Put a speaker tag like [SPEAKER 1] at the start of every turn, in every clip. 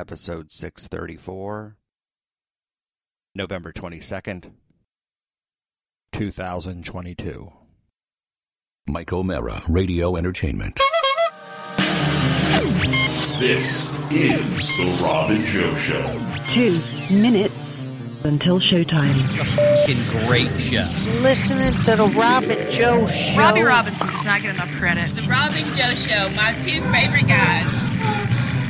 [SPEAKER 1] episode 634, November 22nd, 2022.
[SPEAKER 2] Mike O'Mara, Radio Entertainment.
[SPEAKER 3] This is the Robin Show Show.
[SPEAKER 4] two minutes until showtime.
[SPEAKER 5] fucking great show.
[SPEAKER 6] listening to the Robin Joe Show.
[SPEAKER 7] Robbie Robinson does not get enough credit.
[SPEAKER 8] The Robin Joe Show, my two favorite guys.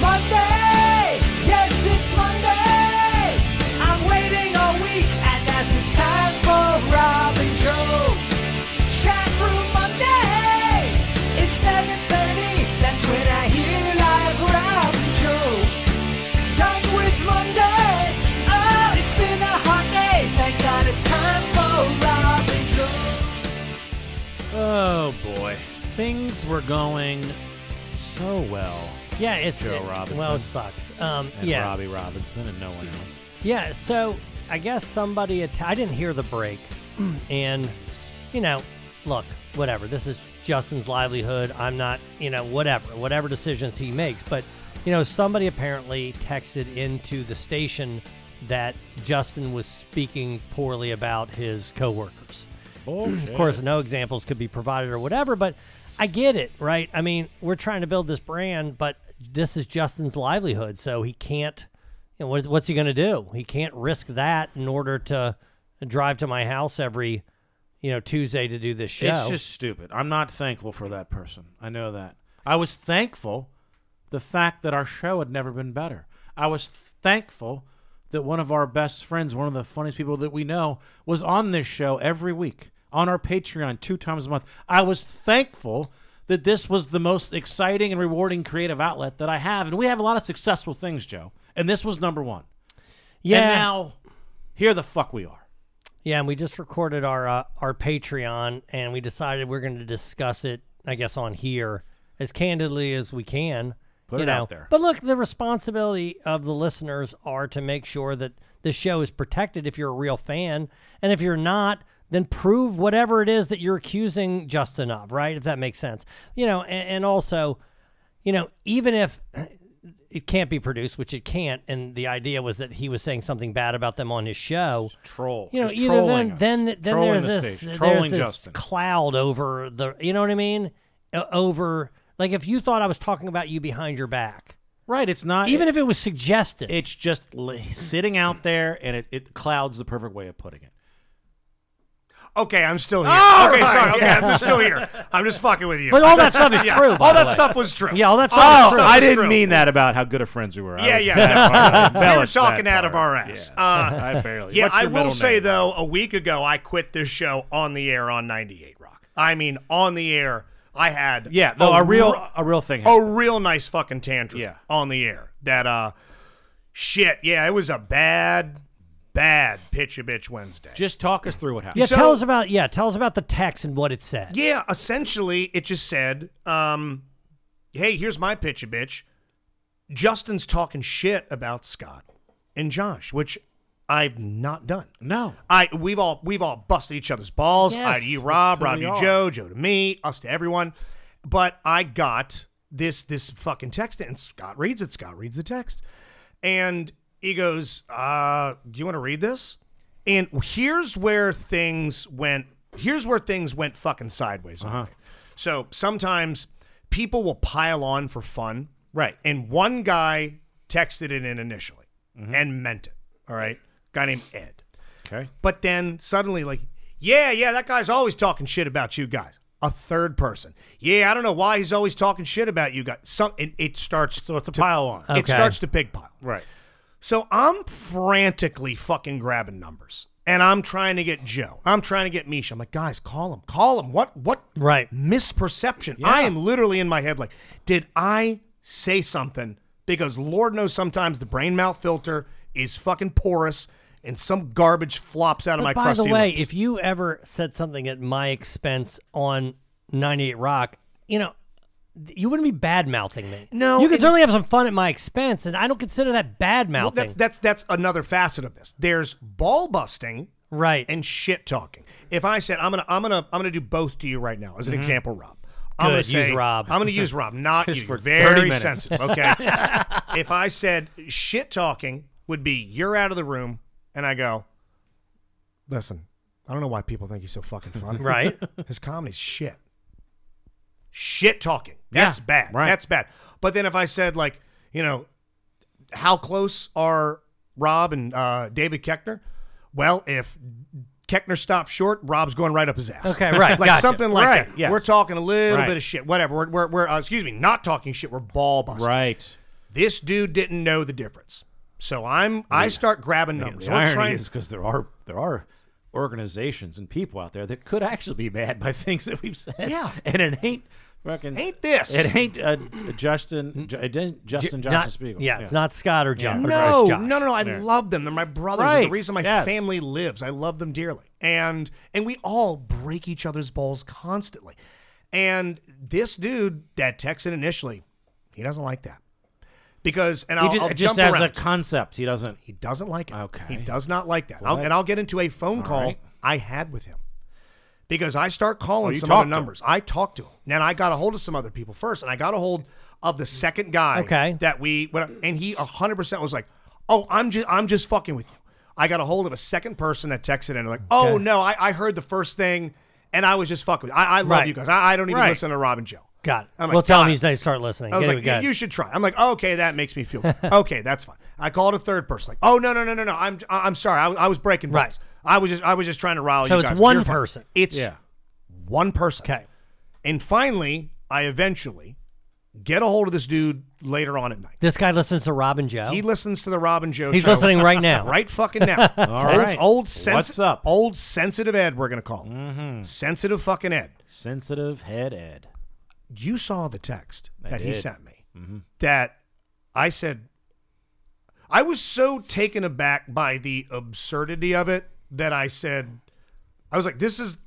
[SPEAKER 5] Monday! Yes, it's Monday! I'm waiting all week, and as it's time for Robin Joe. Chat room Monday! It's 7.30, that's when I hear live Robin Joe. Done with Monday! Oh, it's been a hard day, thank God it's time for Robin Joe.
[SPEAKER 9] Oh boy, things were going so well.
[SPEAKER 10] Yeah, it's
[SPEAKER 9] Joe
[SPEAKER 10] it-
[SPEAKER 9] Robinson.
[SPEAKER 10] Well, it sucks. Um,
[SPEAKER 9] And
[SPEAKER 10] yeah,
[SPEAKER 9] Robbie Robinson and no one else.
[SPEAKER 10] yeah. So I guess somebody. Att- I didn't hear the break, and you know, look, whatever. This is Justin's livelihood. I'm not, you know, whatever, whatever decisions he makes. But you know, somebody apparently texted into the station that Justin was speaking poorly about his coworkers. Of course, no examples could be provided or whatever, but I get it, right? I mean, we're trying to build this brand, but this is Justin's livelihood, so he can't. You know, what, what's he going to do? He can't risk that in order to drive to my house every, you know, Tuesday to do this show.
[SPEAKER 9] It's just stupid. I'm not thankful for that person. I know that. I was thankful the fact that our show had never been better. I was thankful that one of our best friends, one of the funniest people that we know, was on this show every week on our Patreon two times a month. I was thankful that this was the most exciting and rewarding creative outlet that I have. And we have a lot of successful things, Joe. And this was number one.
[SPEAKER 10] yeah.
[SPEAKER 9] And now, here the fuck we are.
[SPEAKER 10] Yeah, and we just recorded our uh, our Patreon, and we decided we're going to discuss it, I guess, on here as candidly as we can.
[SPEAKER 9] Put
[SPEAKER 10] you
[SPEAKER 9] it
[SPEAKER 10] know.
[SPEAKER 9] out there.
[SPEAKER 10] But look, the responsibility of the listeners are to make sure that the show is protected. If you're a real fan, and if you're not, then prove whatever it is that you're accusing Justin of, right? If that makes sense, you know. And, and also, you know, even if it can't be produced, which it can't, and the idea was that he was saying something bad about them on his show
[SPEAKER 9] Troll.
[SPEAKER 10] you know,
[SPEAKER 9] He's
[SPEAKER 10] either
[SPEAKER 9] trolling
[SPEAKER 10] then
[SPEAKER 9] us.
[SPEAKER 10] then then
[SPEAKER 9] Trolling
[SPEAKER 10] there's
[SPEAKER 9] the
[SPEAKER 10] this
[SPEAKER 9] station.
[SPEAKER 10] there's
[SPEAKER 9] trolling
[SPEAKER 10] this
[SPEAKER 9] Justin.
[SPEAKER 10] cloud over the you know what I mean Uh, over like if you thought I was talking about you behind your back,
[SPEAKER 9] Right, it's not
[SPEAKER 10] even if it was suggested.
[SPEAKER 9] it's just li- sitting out there, and it, it clouds the perfect way of putting it.
[SPEAKER 5] Okay, I'm still here.
[SPEAKER 9] All
[SPEAKER 5] okay,
[SPEAKER 9] right,
[SPEAKER 5] sorry. Okay,
[SPEAKER 9] yeah.
[SPEAKER 5] I'm just still here. I'm just fucking with you.
[SPEAKER 10] but all that stuff is true. by
[SPEAKER 5] all
[SPEAKER 10] the
[SPEAKER 5] that
[SPEAKER 10] way.
[SPEAKER 5] stuff was true.
[SPEAKER 10] Yeah, all that stuff
[SPEAKER 5] that
[SPEAKER 10] is true.
[SPEAKER 5] stuff
[SPEAKER 9] I
[SPEAKER 5] was
[SPEAKER 9] didn't
[SPEAKER 5] true.
[SPEAKER 9] mean that about how good of friends we were. I
[SPEAKER 5] Yeah,
[SPEAKER 9] was-
[SPEAKER 5] yeah.
[SPEAKER 9] I
[SPEAKER 5] no, we were
[SPEAKER 9] embellished that
[SPEAKER 5] talking out of
[SPEAKER 9] part.
[SPEAKER 5] our ass.
[SPEAKER 9] Yeah.
[SPEAKER 5] Uh,
[SPEAKER 9] I barely.
[SPEAKER 5] Yeah,
[SPEAKER 9] What's
[SPEAKER 5] I
[SPEAKER 9] your
[SPEAKER 5] will
[SPEAKER 9] middle
[SPEAKER 5] say
[SPEAKER 9] name?
[SPEAKER 5] though, a week ago I quit this show on the air on 98 Rock. I mean, on the air, I had
[SPEAKER 9] Yeah, though a real
[SPEAKER 5] r-
[SPEAKER 9] a real thing.
[SPEAKER 5] a
[SPEAKER 9] happened.
[SPEAKER 5] real nice fucking tantrum
[SPEAKER 9] Yeah.
[SPEAKER 5] on the air. That uh shit, yeah, it was a bad bad pitch a bitch Wednesday.
[SPEAKER 9] just talk us through what happened.
[SPEAKER 10] yeah,
[SPEAKER 5] so-
[SPEAKER 10] tell us about yeah, tell us about the text and what it said.
[SPEAKER 5] Yeah, essentially, it just said, um, "Hey, here's my pitch, a bitch. Justin's talking shit about Scott and Josh, which I've not done.
[SPEAKER 9] No,
[SPEAKER 5] I we've all we've all busted each other's balls.
[SPEAKER 9] Yes,
[SPEAKER 5] I to you,
[SPEAKER 9] that's
[SPEAKER 5] Rob,
[SPEAKER 9] who
[SPEAKER 5] Rob
[SPEAKER 9] we
[SPEAKER 5] to
[SPEAKER 9] are.
[SPEAKER 5] Joe, Joe to me, us to everyone. But I got this this fucking text, and Scott reads it. Scott reads the text, and he goes, uh, "Do you want to read this?" And here's where things went. Here's where things went fucking sideways.
[SPEAKER 9] Uh-huh.
[SPEAKER 5] on me. So sometimes people will pile on for fun,
[SPEAKER 9] right.
[SPEAKER 5] and one guy texted it in initially and meant it. All right, guy named Ed.
[SPEAKER 9] Mm-hmm. Okay.
[SPEAKER 5] But then suddenly, like, yeah, yeah, that guy's always talking shit about you guys. A third person. Yeah, I don't know why he's always talking shit about you guys. Some it, it starts.
[SPEAKER 9] So it's a pile on.
[SPEAKER 5] It starts to pig pile.
[SPEAKER 9] Right.
[SPEAKER 5] So I'm frantically fucking grabbing numbers, and I'm trying to get Joe. I'm trying to get Misha. I'm like, guys, call him. Call him. What what
[SPEAKER 10] right.
[SPEAKER 5] misperception? I am literally in my head like, did I say something? Because Lord knows sometimes the brain mouth filter is fucking porous and some garbage flops out of my
[SPEAKER 10] By
[SPEAKER 5] crusty
[SPEAKER 10] the way,
[SPEAKER 5] lips.
[SPEAKER 10] if you ever said something at my expense on 98 Rock, you know, th- you wouldn't be bad mouthing me.
[SPEAKER 5] No,
[SPEAKER 10] You could
[SPEAKER 5] and-
[SPEAKER 10] certainly have some fun at my expense, and I don't consider that bad
[SPEAKER 5] Well,
[SPEAKER 10] mouthing.
[SPEAKER 5] that's, that's that's another facet of this. There's ball busting,
[SPEAKER 10] right,
[SPEAKER 5] and shit talking. If I said I'm gonna I'm gonna I'm gonna do both to you right now as an
[SPEAKER 10] Mhm.
[SPEAKER 5] example, Rob. I'm
[SPEAKER 10] Good,
[SPEAKER 5] gonna
[SPEAKER 10] use
[SPEAKER 5] say
[SPEAKER 10] Rob.
[SPEAKER 5] I'm gonna use Rob, not
[SPEAKER 11] Just
[SPEAKER 5] you.
[SPEAKER 11] for 30
[SPEAKER 5] Very
[SPEAKER 11] minutes.
[SPEAKER 5] sensitive. Okay. if I said shit talking would be you're out of the room, and I go, listen, I don't know why people think he's so fucking funny.
[SPEAKER 10] Right.
[SPEAKER 5] His comedy's shit. Shit talking. That's bad.
[SPEAKER 11] right.
[SPEAKER 5] That's bad. But then if I said like, you know, how close are Rob and uh, David Keckner? Well, if Keckner stops short, Rob's going right up his ass.
[SPEAKER 10] Okay, right,
[SPEAKER 5] like
[SPEAKER 10] gotcha.
[SPEAKER 5] something like
[SPEAKER 11] Right,
[SPEAKER 5] that.
[SPEAKER 11] yes.
[SPEAKER 5] We're talking a little
[SPEAKER 11] Right.
[SPEAKER 5] bit of shit. Whatever. We're we're, we're uh, excuse me, not talking shit. We're ball busting.
[SPEAKER 11] Right.
[SPEAKER 5] This dude didn't know the difference. So I'm I start grabbing
[SPEAKER 11] The-
[SPEAKER 5] numbers.
[SPEAKER 11] The
[SPEAKER 5] I'm
[SPEAKER 11] irony
[SPEAKER 5] trying-
[SPEAKER 11] is because there are there are organizations and people out there that could actually be mad by things that we've said.
[SPEAKER 5] Yeah.
[SPEAKER 11] and it ain't fucking
[SPEAKER 5] Ain't this.
[SPEAKER 11] It ain't uh, Justin. Ju- It ain't Justin
[SPEAKER 10] Ju-
[SPEAKER 11] Johnson
[SPEAKER 10] not-
[SPEAKER 11] Spiegel.
[SPEAKER 10] yeah, it's not Scott or John. or
[SPEAKER 5] No,
[SPEAKER 10] it's Josh.
[SPEAKER 5] no, no, no. I
[SPEAKER 11] Yeah.
[SPEAKER 5] love them. They're my brothers. They're
[SPEAKER 11] Right,
[SPEAKER 5] the reason my
[SPEAKER 11] yes.
[SPEAKER 5] family lives. I love them dearly. And and we all break each other's balls constantly. And this dude that texted initially, he doesn't like that. Because and
[SPEAKER 11] He
[SPEAKER 5] I'll,
[SPEAKER 11] did-
[SPEAKER 5] I'll
[SPEAKER 11] just
[SPEAKER 5] jump
[SPEAKER 11] as
[SPEAKER 5] around.
[SPEAKER 11] a concept, he doesn't.
[SPEAKER 5] He doesn't like it.
[SPEAKER 11] Okay.
[SPEAKER 5] He does not like that. I'll,
[SPEAKER 11] What?
[SPEAKER 5] and I'll get into a phone call
[SPEAKER 11] right.
[SPEAKER 5] I had with him because I start calling
[SPEAKER 11] Oh, you
[SPEAKER 5] some
[SPEAKER 11] talked
[SPEAKER 5] other
[SPEAKER 11] to
[SPEAKER 5] numbers. I talked to him. Then I got a hold of some other people first, and I got a hold of the second guy.
[SPEAKER 10] Okay.
[SPEAKER 5] That we when- and he hundred percent was like, "Oh, I'm just I'm just fucking with you." I got a hold of a second person that texted and like, "Oh
[SPEAKER 10] Okay.
[SPEAKER 5] no, I, I heard the first thing, and I was just fucking with you. I, I love
[SPEAKER 10] Right.
[SPEAKER 5] you guys. I, I don't even
[SPEAKER 11] Right.
[SPEAKER 5] listen to Robin Joe."
[SPEAKER 10] Got it.
[SPEAKER 5] I'm like,
[SPEAKER 10] well, tell
[SPEAKER 5] got
[SPEAKER 10] him
[SPEAKER 5] it.
[SPEAKER 10] he's nice. Start listening.
[SPEAKER 5] I was
[SPEAKER 10] Get it,
[SPEAKER 5] like,
[SPEAKER 10] got it.
[SPEAKER 5] you should try. I'm like, "Oh, okay, that makes me feel good. okay, that's fine. I called a third person. Like, oh no, no, no, no, no. I'm I- I'm sorry. I, was- I was breaking
[SPEAKER 10] Right.
[SPEAKER 5] balls. I was just I was just trying to rile
[SPEAKER 10] So
[SPEAKER 5] you
[SPEAKER 10] it's
[SPEAKER 5] guys.
[SPEAKER 10] one
[SPEAKER 5] You're fine.
[SPEAKER 10] person.
[SPEAKER 5] It's
[SPEAKER 11] Yeah.
[SPEAKER 5] one person.
[SPEAKER 10] Okay.
[SPEAKER 5] And finally, I eventually get a hold of this dude later on at night.
[SPEAKER 10] This guy listens to Robin Joe.
[SPEAKER 5] He listens to the Robin Joe
[SPEAKER 10] Oh. He's
[SPEAKER 5] show.
[SPEAKER 10] listening right now.
[SPEAKER 5] Right fucking now.
[SPEAKER 11] All
[SPEAKER 5] old,
[SPEAKER 11] right.
[SPEAKER 5] Old sensi-
[SPEAKER 11] What's up?
[SPEAKER 5] Old sensitive Ed, we're gonna call him.
[SPEAKER 10] Mm-hmm.
[SPEAKER 5] Sensitive fucking Ed.
[SPEAKER 11] Sensitive head Ed.
[SPEAKER 5] You saw the text
[SPEAKER 11] I
[SPEAKER 5] that he
[SPEAKER 11] did. Mm-hmm.
[SPEAKER 5] sent me that I said I was so taken aback by the absurdity of it that I said I was like, this is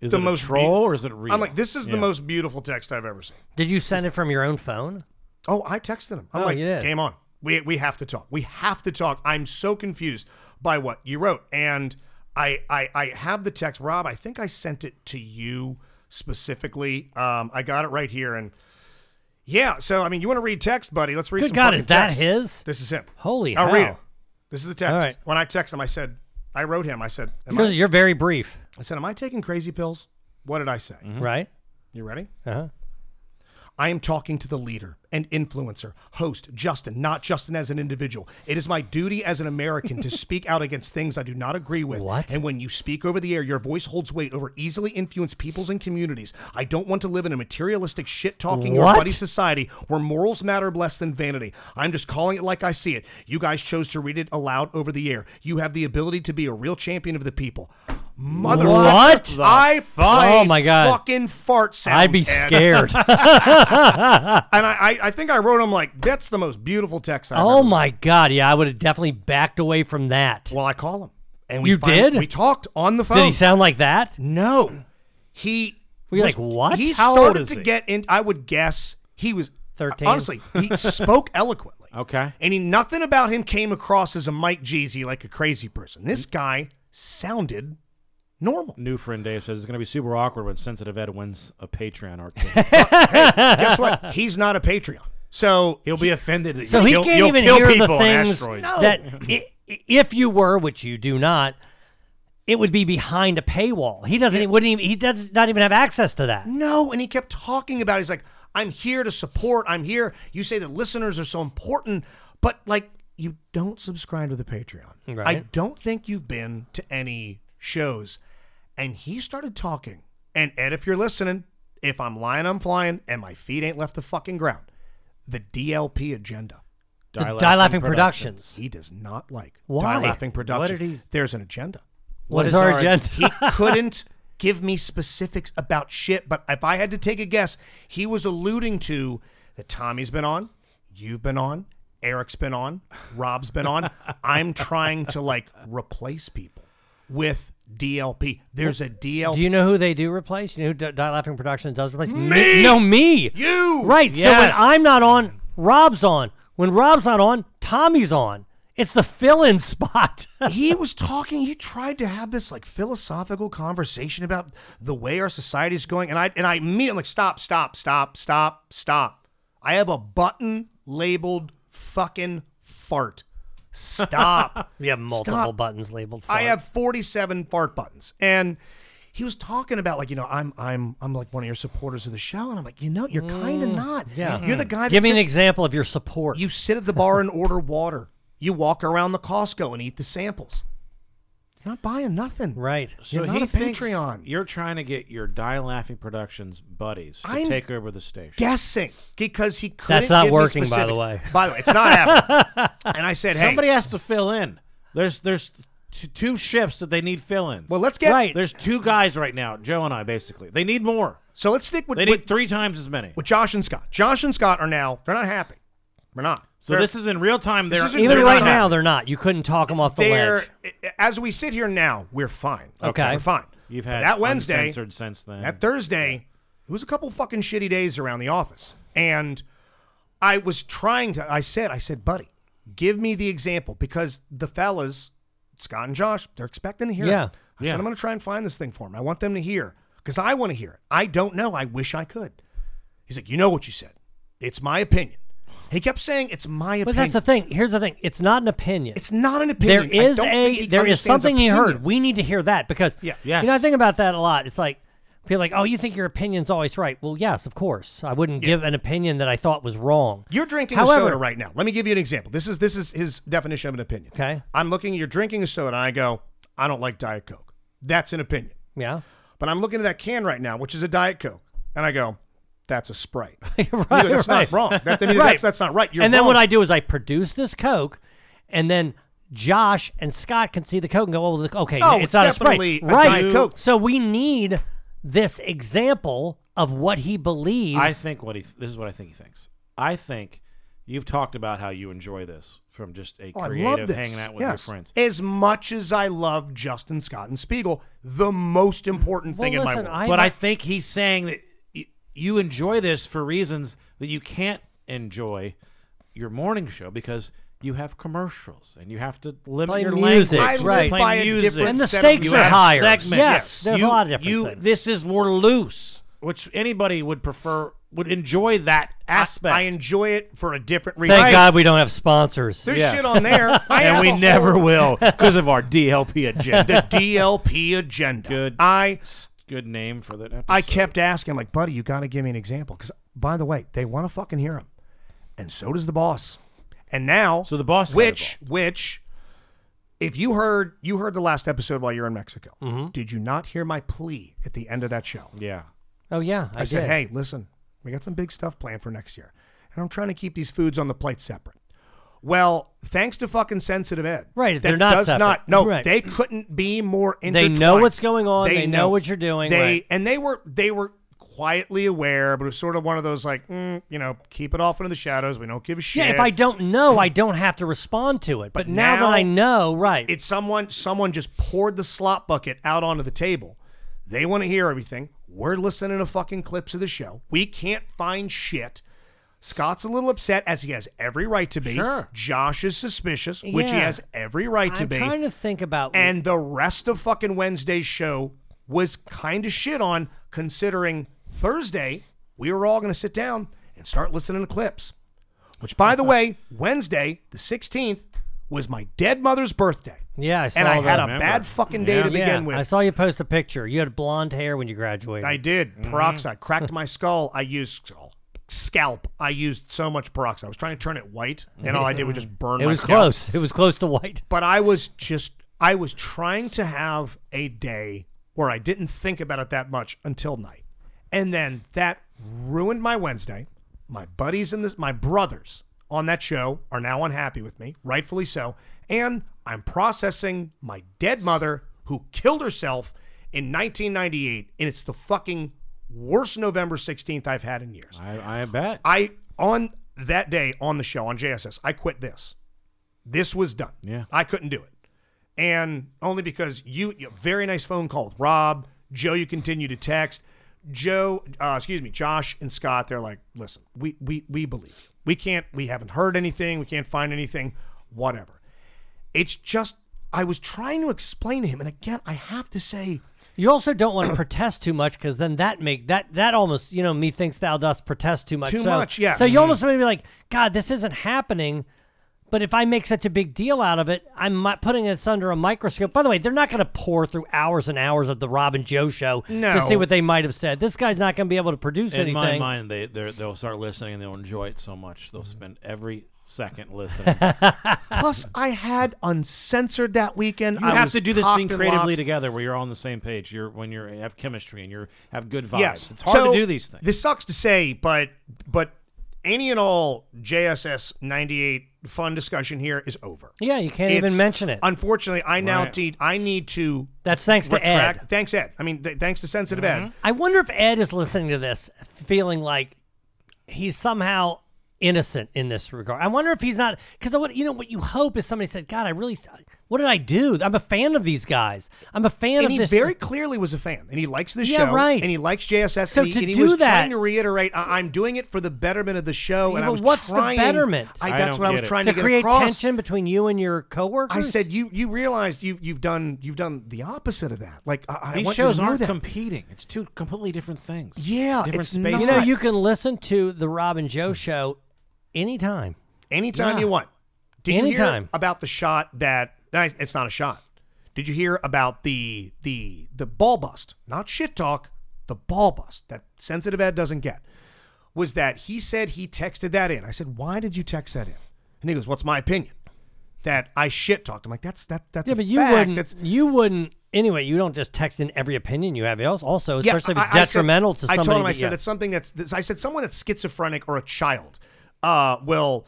[SPEAKER 11] Is
[SPEAKER 5] the
[SPEAKER 11] it a
[SPEAKER 5] most
[SPEAKER 11] troll or is it real?
[SPEAKER 5] I'm like, this is
[SPEAKER 11] Yeah.
[SPEAKER 5] the most beautiful text I've ever seen.
[SPEAKER 10] Did you send it from your own phone?
[SPEAKER 5] Oh, I texted him. I'm
[SPEAKER 10] Oh,
[SPEAKER 5] like,
[SPEAKER 10] you did.
[SPEAKER 5] game on. We we have to talk. We have to talk. I'm so confused by what you wrote. And I I, I have the text, Rob. I think I sent it to you specifically. Um, I got it right here. And yeah, so I mean, you want to read text, buddy? Let's read.
[SPEAKER 10] Good
[SPEAKER 5] some
[SPEAKER 10] God,
[SPEAKER 5] fucking
[SPEAKER 10] is that
[SPEAKER 5] text.
[SPEAKER 10] his?
[SPEAKER 5] This is him.
[SPEAKER 10] Holy
[SPEAKER 5] I'll
[SPEAKER 10] hell.
[SPEAKER 5] read it. This is the text.
[SPEAKER 10] All right.
[SPEAKER 5] When I text him, I said, I wrote him. I said, am
[SPEAKER 10] Because
[SPEAKER 5] I,
[SPEAKER 10] you're very brief,
[SPEAKER 5] I said, am I taking crazy pills? What did I say?
[SPEAKER 11] Hmm?
[SPEAKER 10] right?
[SPEAKER 5] You ready?
[SPEAKER 10] Uh-huh.
[SPEAKER 5] I am talking to the leader and influencer, host Justin, not Justin as an individual. It is my duty as an American to speak out against things I do not agree with.
[SPEAKER 10] What?
[SPEAKER 5] And when you speak over the air, your voice holds weight over easily influenced peoples and communities. I don't want to live in a materialistic, shit talking, your
[SPEAKER 10] What?
[SPEAKER 5] buddy society where morals matter less than vanity. I'm just calling it like I see it. You guys chose to read it aloud over the air. You have the ability to be a real champion of the people. Mother,
[SPEAKER 10] What the
[SPEAKER 5] I
[SPEAKER 10] fuck?
[SPEAKER 5] play
[SPEAKER 10] Oh my God.
[SPEAKER 5] fucking fart sounds.
[SPEAKER 10] I'd be
[SPEAKER 5] Ed.
[SPEAKER 10] scared.
[SPEAKER 5] And I, I, I think I wrote him like, that's the most beautiful text I've
[SPEAKER 10] oh
[SPEAKER 5] ever
[SPEAKER 10] my God. Yeah, I would have definitely backed away from that.
[SPEAKER 5] Well, I call him. And
[SPEAKER 10] You
[SPEAKER 5] finally-
[SPEAKER 10] did?
[SPEAKER 5] We talked on the phone.
[SPEAKER 10] Did he sound like that?
[SPEAKER 5] no. He
[SPEAKER 10] Were you
[SPEAKER 5] was-
[SPEAKER 10] like, what?
[SPEAKER 5] He
[SPEAKER 10] How old
[SPEAKER 5] started
[SPEAKER 10] is
[SPEAKER 5] to
[SPEAKER 10] he?
[SPEAKER 5] get in I would guess he was
[SPEAKER 10] 13?
[SPEAKER 5] Honestly, he spoke eloquently.
[SPEAKER 11] Okay.
[SPEAKER 5] And he, nothing about him came across as a Mike Jeezy like a crazy person. This guy sounded normal.
[SPEAKER 11] New friend Dave says it's going to be super awkward when Sensitive Ed wins a Patreon or
[SPEAKER 5] Guess what? He's not a Patreon. So
[SPEAKER 11] He'll be offended that
[SPEAKER 10] So
[SPEAKER 11] you
[SPEAKER 10] he
[SPEAKER 11] kill,
[SPEAKER 10] can't
[SPEAKER 11] you'll
[SPEAKER 10] even
[SPEAKER 11] kill
[SPEAKER 10] hear the
[SPEAKER 11] people on
[SPEAKER 10] things
[SPEAKER 11] asteroids.
[SPEAKER 10] that i- i- if you were, which you do not, it would be behind a paywall. He doesn't. He wouldn't even. He does not even have access to that.
[SPEAKER 5] No, and he kept talking about it. He's like, I'm here to support. I'm here. You say that listeners are so important, but like you don't subscribe to the Patreon. I
[SPEAKER 10] Right.
[SPEAKER 5] don't think you've been to any shows. And he started talking. And Ed, if you're listening, if I'm lying, I'm flying, and my feet ain't left the fucking ground. The DLP agenda.
[SPEAKER 10] The Die Laughing Productions.
[SPEAKER 5] He does not like
[SPEAKER 10] Why?
[SPEAKER 5] Die Laughing Productions.
[SPEAKER 11] did he-
[SPEAKER 5] There's an agenda.
[SPEAKER 10] What is our agenda?
[SPEAKER 5] he couldn't give me specifics about shit, but if I had to take a guess, he was alluding to that Tommy's been on, you've been on, Eric's been on, Rob's been on. I'm trying to like replace people with DLP. There's a DLP.
[SPEAKER 10] Do you know who they do replace? You know who D- Die Laughing Productions does replace?
[SPEAKER 5] Me!
[SPEAKER 10] No, me.
[SPEAKER 5] You!
[SPEAKER 10] Right. So when
[SPEAKER 5] Yes.
[SPEAKER 10] I'm not on, Rob's on. When Rob's not on, Tommy's on. It's the fill-in spot.
[SPEAKER 5] he was talking. He tried to have this like philosophical conversation about the way our society is going, and I and I immediately like stop, stop, stop, stop, stop. I have a button labeled fucking fart. Stop.
[SPEAKER 10] you have multiple
[SPEAKER 5] Stop.
[SPEAKER 10] buttons labeled.
[SPEAKER 5] I
[SPEAKER 10] fart.
[SPEAKER 5] have 47 fart buttons. And he was talking about like, you know, I'm I'm I'm like one of your supporters of the show and I'm like, you know, you're kind of not.
[SPEAKER 10] Mm, yeah. Mm.
[SPEAKER 5] You're the guy that
[SPEAKER 10] Give me an
[SPEAKER 5] sits-
[SPEAKER 10] example of your support.
[SPEAKER 5] You sit at the bar and order water. You walk around the Costco and eat the samples. You're not buying nothing.
[SPEAKER 10] right.
[SPEAKER 5] You're not
[SPEAKER 11] he
[SPEAKER 5] a
[SPEAKER 11] thinks
[SPEAKER 5] Patreon.
[SPEAKER 11] You're trying to get your Die Laughing Productions buddies to
[SPEAKER 5] I'm
[SPEAKER 11] take over the station.
[SPEAKER 5] Guessing because he couldn't.
[SPEAKER 10] not
[SPEAKER 5] give me
[SPEAKER 10] working, by the
[SPEAKER 5] specifics.
[SPEAKER 10] way.
[SPEAKER 5] By the way, it's not happening. and I said, hey,
[SPEAKER 11] Somebody has to fill in. There's there's t- two ships that they need fill-ins.
[SPEAKER 5] well, let's get
[SPEAKER 10] Right.
[SPEAKER 11] There's two guys right now, Joe and I, basically. They need more.
[SPEAKER 5] So let's stick with,
[SPEAKER 11] They
[SPEAKER 5] with,
[SPEAKER 11] need three times as many.
[SPEAKER 5] with Josh and Scott. Josh and Scott are now they're not happy. We're not.
[SPEAKER 11] So
[SPEAKER 5] They're-
[SPEAKER 11] this is in real time.
[SPEAKER 5] This
[SPEAKER 11] They're
[SPEAKER 5] is in
[SPEAKER 10] Even
[SPEAKER 5] They're
[SPEAKER 10] right
[SPEAKER 5] not
[SPEAKER 10] now,
[SPEAKER 5] happy.
[SPEAKER 10] they're not. You couldn't talk them off the
[SPEAKER 5] they're
[SPEAKER 10] ledge.
[SPEAKER 5] as we sit here now, we're fine.
[SPEAKER 10] Okay.
[SPEAKER 5] we're fine.
[SPEAKER 11] You've
[SPEAKER 5] But
[SPEAKER 11] had
[SPEAKER 5] that Wednesday,
[SPEAKER 11] uncensored since then.
[SPEAKER 5] that Thursday, it was a couple fucking shitty days around the office, and I was trying to. I said, I said, buddy, give me the example because the fellas, Scott and Josh, they're expecting to hear. it.
[SPEAKER 10] Yeah.
[SPEAKER 5] I
[SPEAKER 11] Yeah.
[SPEAKER 5] said I'm going to try and find this thing for them. I want them to hear because I want to hear it. I don't know. I wish I could. He's like, you know what you said. It's my opinion. He kept saying, it's my
[SPEAKER 10] But
[SPEAKER 5] opinion.
[SPEAKER 10] that's the thing. Here's the thing. It's not an opinion.
[SPEAKER 5] It's not an
[SPEAKER 10] there
[SPEAKER 5] opinion. I
[SPEAKER 10] is
[SPEAKER 5] don't think
[SPEAKER 10] a
[SPEAKER 5] he
[SPEAKER 10] there is
[SPEAKER 5] understands
[SPEAKER 10] something he heard.
[SPEAKER 5] opinion.
[SPEAKER 10] We need to hear that because
[SPEAKER 5] Yeah.
[SPEAKER 10] you know I
[SPEAKER 11] Yes.
[SPEAKER 10] think about that a lot. It's like people are like, oh, you think your opinion's always right? Well, yes, of course. I wouldn't give an opinion that I thought was wrong.
[SPEAKER 5] You're drinking
[SPEAKER 10] However,
[SPEAKER 5] a soda right now. Let me give you an example. This is this is his definition of an opinion.
[SPEAKER 10] Okay.
[SPEAKER 5] I'm looking. You're drinking a soda, and I go, I don't like Diet Coke. That's an opinion.
[SPEAKER 10] Yeah,
[SPEAKER 5] But I'm looking at that can right now, which is a Diet Coke, and I go, that's a Sprite. You go,
[SPEAKER 10] right.
[SPEAKER 5] that's
[SPEAKER 10] right.
[SPEAKER 5] not wrong. That, I mean,
[SPEAKER 10] Right.
[SPEAKER 5] that's, that's not right. You're
[SPEAKER 10] and then what
[SPEAKER 5] wrong."
[SPEAKER 10] I do is I produce this Coke, and then Josh and Scott can see the Coke and go, "Oh, look, okay,
[SPEAKER 5] No,
[SPEAKER 10] it's,
[SPEAKER 5] it's
[SPEAKER 10] not
[SPEAKER 5] definitely
[SPEAKER 10] a
[SPEAKER 5] a
[SPEAKER 10] sprite, right?"
[SPEAKER 5] Diet Coke.
[SPEAKER 10] So we need this example of what he believes.
[SPEAKER 11] I think what he this is what I think he thinks. I think you've talked about how you enjoy this from just a
[SPEAKER 5] Oh, I love
[SPEAKER 11] creative
[SPEAKER 5] this.
[SPEAKER 11] hanging out with
[SPEAKER 5] Yes.
[SPEAKER 11] your friends.
[SPEAKER 5] As much as I love Justin Scott and Spiegel, the most important
[SPEAKER 10] Well,
[SPEAKER 5] thing in
[SPEAKER 10] listen,
[SPEAKER 5] my
[SPEAKER 10] I-
[SPEAKER 5] world.
[SPEAKER 11] but I think he's saying that y- you enjoy this for reasons that you can't enjoy your morning show because you have commercials and you have to limit
[SPEAKER 10] Play
[SPEAKER 11] your
[SPEAKER 10] music,
[SPEAKER 11] language.
[SPEAKER 10] I live
[SPEAKER 11] Play
[SPEAKER 5] by a
[SPEAKER 11] music.
[SPEAKER 5] different
[SPEAKER 10] and the
[SPEAKER 5] set of
[SPEAKER 10] stakes
[SPEAKER 11] You
[SPEAKER 5] you
[SPEAKER 10] are
[SPEAKER 11] have
[SPEAKER 5] have
[SPEAKER 10] higher.
[SPEAKER 11] segments.
[SPEAKER 10] Yes, there's
[SPEAKER 11] You-
[SPEAKER 10] a lot of different
[SPEAKER 11] you-
[SPEAKER 10] things.
[SPEAKER 11] This is more loose, which anybody would prefer would enjoy that aspect.
[SPEAKER 5] I enjoy it for a different reason.
[SPEAKER 10] Thank God we don't have sponsors.
[SPEAKER 5] There's
[SPEAKER 11] Yeah.
[SPEAKER 5] shit on there. I
[SPEAKER 11] and
[SPEAKER 5] have
[SPEAKER 11] we
[SPEAKER 5] a
[SPEAKER 11] never
[SPEAKER 5] whole-
[SPEAKER 11] will because of our DLP agenda.
[SPEAKER 5] the DLP agenda.
[SPEAKER 11] Good.
[SPEAKER 5] I
[SPEAKER 11] Good name for that. Episode.
[SPEAKER 5] I kept asking, like, buddy, you got to give me an example, because by the way, they want to fucking hear him, and so does the boss. And now,
[SPEAKER 11] So the boss had a
[SPEAKER 5] which which, if you heard you heard the last episode while you're in Mexico,
[SPEAKER 11] Mm-hmm.
[SPEAKER 5] did you not hear my plea at the end of that show?
[SPEAKER 11] Yeah.
[SPEAKER 10] Oh yeah, I,
[SPEAKER 5] I, said,
[SPEAKER 10] did.
[SPEAKER 5] hey, listen, we got some big stuff planned for next year, and I'm trying to keep these foods on the plate separate. Well, thanks to fucking sensitive Ed,
[SPEAKER 10] Right,
[SPEAKER 5] That
[SPEAKER 10] they're not
[SPEAKER 5] does
[SPEAKER 10] separate.
[SPEAKER 5] not. No,
[SPEAKER 10] Right.
[SPEAKER 5] they couldn't be more.
[SPEAKER 10] They
[SPEAKER 5] Intertwined.
[SPEAKER 10] know what's going on, they know what you're doing,
[SPEAKER 5] They
[SPEAKER 10] right.
[SPEAKER 5] and they were they were quietly aware, but it was sort of one of those like, mm, you know, keep it off into the shadows. We don't give a shit.
[SPEAKER 10] Yeah, if I don't know, I don't have to respond to it. But, now, that I know, right?
[SPEAKER 5] It's someone someone just poured the slop bucket out onto the table. They want to hear everything. We're listening to fucking clips of the show. We can't find shit. Scott's a little upset as he has every right to be.
[SPEAKER 11] Sure.
[SPEAKER 5] Josh is suspicious, which he
[SPEAKER 10] Yeah.
[SPEAKER 5] has every right to
[SPEAKER 10] I'm
[SPEAKER 5] be.
[SPEAKER 10] trying to think about
[SPEAKER 5] and the rest of fucking Wednesday's show was kind of shit on considering Thursday we were all going to sit down and start listening to clips. Which by the way, Wednesday, the 16th was my dead mother's birthday.
[SPEAKER 10] yeah, I saw
[SPEAKER 5] And I
[SPEAKER 10] that.
[SPEAKER 5] had a
[SPEAKER 11] Remember.
[SPEAKER 5] bad fucking day
[SPEAKER 11] Yeah.
[SPEAKER 5] to
[SPEAKER 10] yeah,
[SPEAKER 5] begin with.
[SPEAKER 10] I saw you post a picture. You had blonde hair when you graduated.
[SPEAKER 5] I did.
[SPEAKER 10] Mm-hmm.
[SPEAKER 5] Peroxide. Cracked my skull. I used skull. Scalp. I used so much peroxide. I was trying to turn it white, and all I did was just burn
[SPEAKER 10] It
[SPEAKER 5] my
[SPEAKER 10] was
[SPEAKER 5] scalp.
[SPEAKER 10] close. It was close to white.
[SPEAKER 5] But I was just, I was trying to have a day where I didn't think about it that much until night. And then that ruined my Wednesday. My buddies and this, my brothers on that show are now unhappy with me, rightfully so. And I'm processing my dead mother who killed herself in 1998, and it's the fucking worst November 16th I've had in years.
[SPEAKER 11] I, I bet.
[SPEAKER 5] I on that day on the show on JSS, I quit this. This was done.
[SPEAKER 11] Yeah.
[SPEAKER 5] I couldn't do it, and only because you, you very nice phone call with Rob Joe. You continue to text Joe. Uh, excuse me, Josh and Scott. They're like, listen, we we we believe you. We can't. We haven't heard anything. We can't find anything. Whatever. It's just I was trying to explain to him, and again, I have to say.
[SPEAKER 10] You also don't want to protest too much because then that make that that almost you know me thinks thou dost protest too much.
[SPEAKER 5] Too
[SPEAKER 10] so,
[SPEAKER 5] much, yes.
[SPEAKER 11] Mm-hmm.
[SPEAKER 10] So you almost want to be like, God, this isn't happening. But if I make such a big deal out of it, I'm mi- putting this under a microscope. By the way, they're not going to pour through hours and hours of the Rob and Joe show
[SPEAKER 5] No.
[SPEAKER 10] to see what they might have said. This guy's not going to be able to produce
[SPEAKER 11] In
[SPEAKER 10] anything.
[SPEAKER 11] my mind, they they're- they'll start listening and they'll enjoy it so much they'll spend every second listening.
[SPEAKER 5] Plus, I had uncensored that weekend.
[SPEAKER 11] You
[SPEAKER 5] I
[SPEAKER 11] have
[SPEAKER 5] was
[SPEAKER 11] to do this
[SPEAKER 5] cocked
[SPEAKER 11] thing
[SPEAKER 5] and
[SPEAKER 11] creatively
[SPEAKER 5] locked.
[SPEAKER 11] together where you're all on the same page. You're when you're you have chemistry and you are have good vibes.
[SPEAKER 5] Yes,
[SPEAKER 11] It's hard
[SPEAKER 5] So,
[SPEAKER 11] to do these things.
[SPEAKER 5] This sucks to say, but but any and all JSS ninety eight fun discussion here is over.
[SPEAKER 10] Yeah, you can't
[SPEAKER 5] It's-
[SPEAKER 10] even mention it.
[SPEAKER 5] Unfortunately, I now
[SPEAKER 10] Right.
[SPEAKER 5] need I need to.
[SPEAKER 10] That's thanks to
[SPEAKER 5] retract-
[SPEAKER 10] Ed. Mm-hmm.
[SPEAKER 5] Thanks Ed. I mean, th- thanks to sensitive Ed.
[SPEAKER 10] I wonder if Ed is listening to this, feeling like he's somehow innocent in this regard. I wonder if he's not because what you know what you hope is somebody said, "God, I really, what did I do? I'm a fan of these guys. I'm a fan
[SPEAKER 5] And
[SPEAKER 10] of
[SPEAKER 5] he
[SPEAKER 10] this."
[SPEAKER 5] very clearly was a fan, and he likes this
[SPEAKER 10] Yeah,
[SPEAKER 5] show,
[SPEAKER 10] right.
[SPEAKER 5] and he likes JSS.
[SPEAKER 10] So
[SPEAKER 5] and he,
[SPEAKER 10] to
[SPEAKER 5] and he
[SPEAKER 10] do
[SPEAKER 5] was
[SPEAKER 10] that-
[SPEAKER 5] trying to reiterate, I- am doing it for the betterment of the show,
[SPEAKER 10] Yeah,
[SPEAKER 5] and I
[SPEAKER 10] but
[SPEAKER 5] was
[SPEAKER 10] what's the
[SPEAKER 5] trying-
[SPEAKER 10] betterment?
[SPEAKER 5] I,
[SPEAKER 11] I
[SPEAKER 5] that's
[SPEAKER 11] don't
[SPEAKER 5] what I was
[SPEAKER 11] get it.
[SPEAKER 5] trying
[SPEAKER 10] to
[SPEAKER 5] to, get
[SPEAKER 10] create
[SPEAKER 5] across.
[SPEAKER 10] tension between you and your coworkers.
[SPEAKER 5] I said you you realize you've you've done you've done the opposite of that. Like I, I
[SPEAKER 11] these
[SPEAKER 5] want you
[SPEAKER 11] shows
[SPEAKER 5] to know
[SPEAKER 11] aren't
[SPEAKER 5] that.
[SPEAKER 11] competing. It's two completely different things.
[SPEAKER 5] Yeah,
[SPEAKER 11] different
[SPEAKER 5] it's
[SPEAKER 11] spaces.
[SPEAKER 5] not.
[SPEAKER 10] You know, you can listen to the Rob and Joe show anytime.
[SPEAKER 5] anytime
[SPEAKER 10] Yeah.
[SPEAKER 5] you want. Did you
[SPEAKER 10] Anytime.
[SPEAKER 5] hear about the shot that no, it's not a shot? Did you hear about the the the ball bust? Not shit talk. The ball bust that sensitive Ed doesn't get was that he said he texted that in. I said, why did you text that in? And he goes, what's my opinion? That I shit talked. I'm like, that's that that's
[SPEAKER 10] yeah,
[SPEAKER 5] a
[SPEAKER 10] but you
[SPEAKER 5] fact.
[SPEAKER 10] wouldn't.
[SPEAKER 5] That's
[SPEAKER 10] you wouldn't. Anyway, you don't just text in every opinion you have. Also, also especially if it's
[SPEAKER 5] I- I said-
[SPEAKER 10] detrimental to
[SPEAKER 5] I
[SPEAKER 10] somebody.
[SPEAKER 5] told him, I
[SPEAKER 10] that- yeah.
[SPEAKER 5] said, that's something that's, that's- I said, someone that's schizophrenic or a child uh, will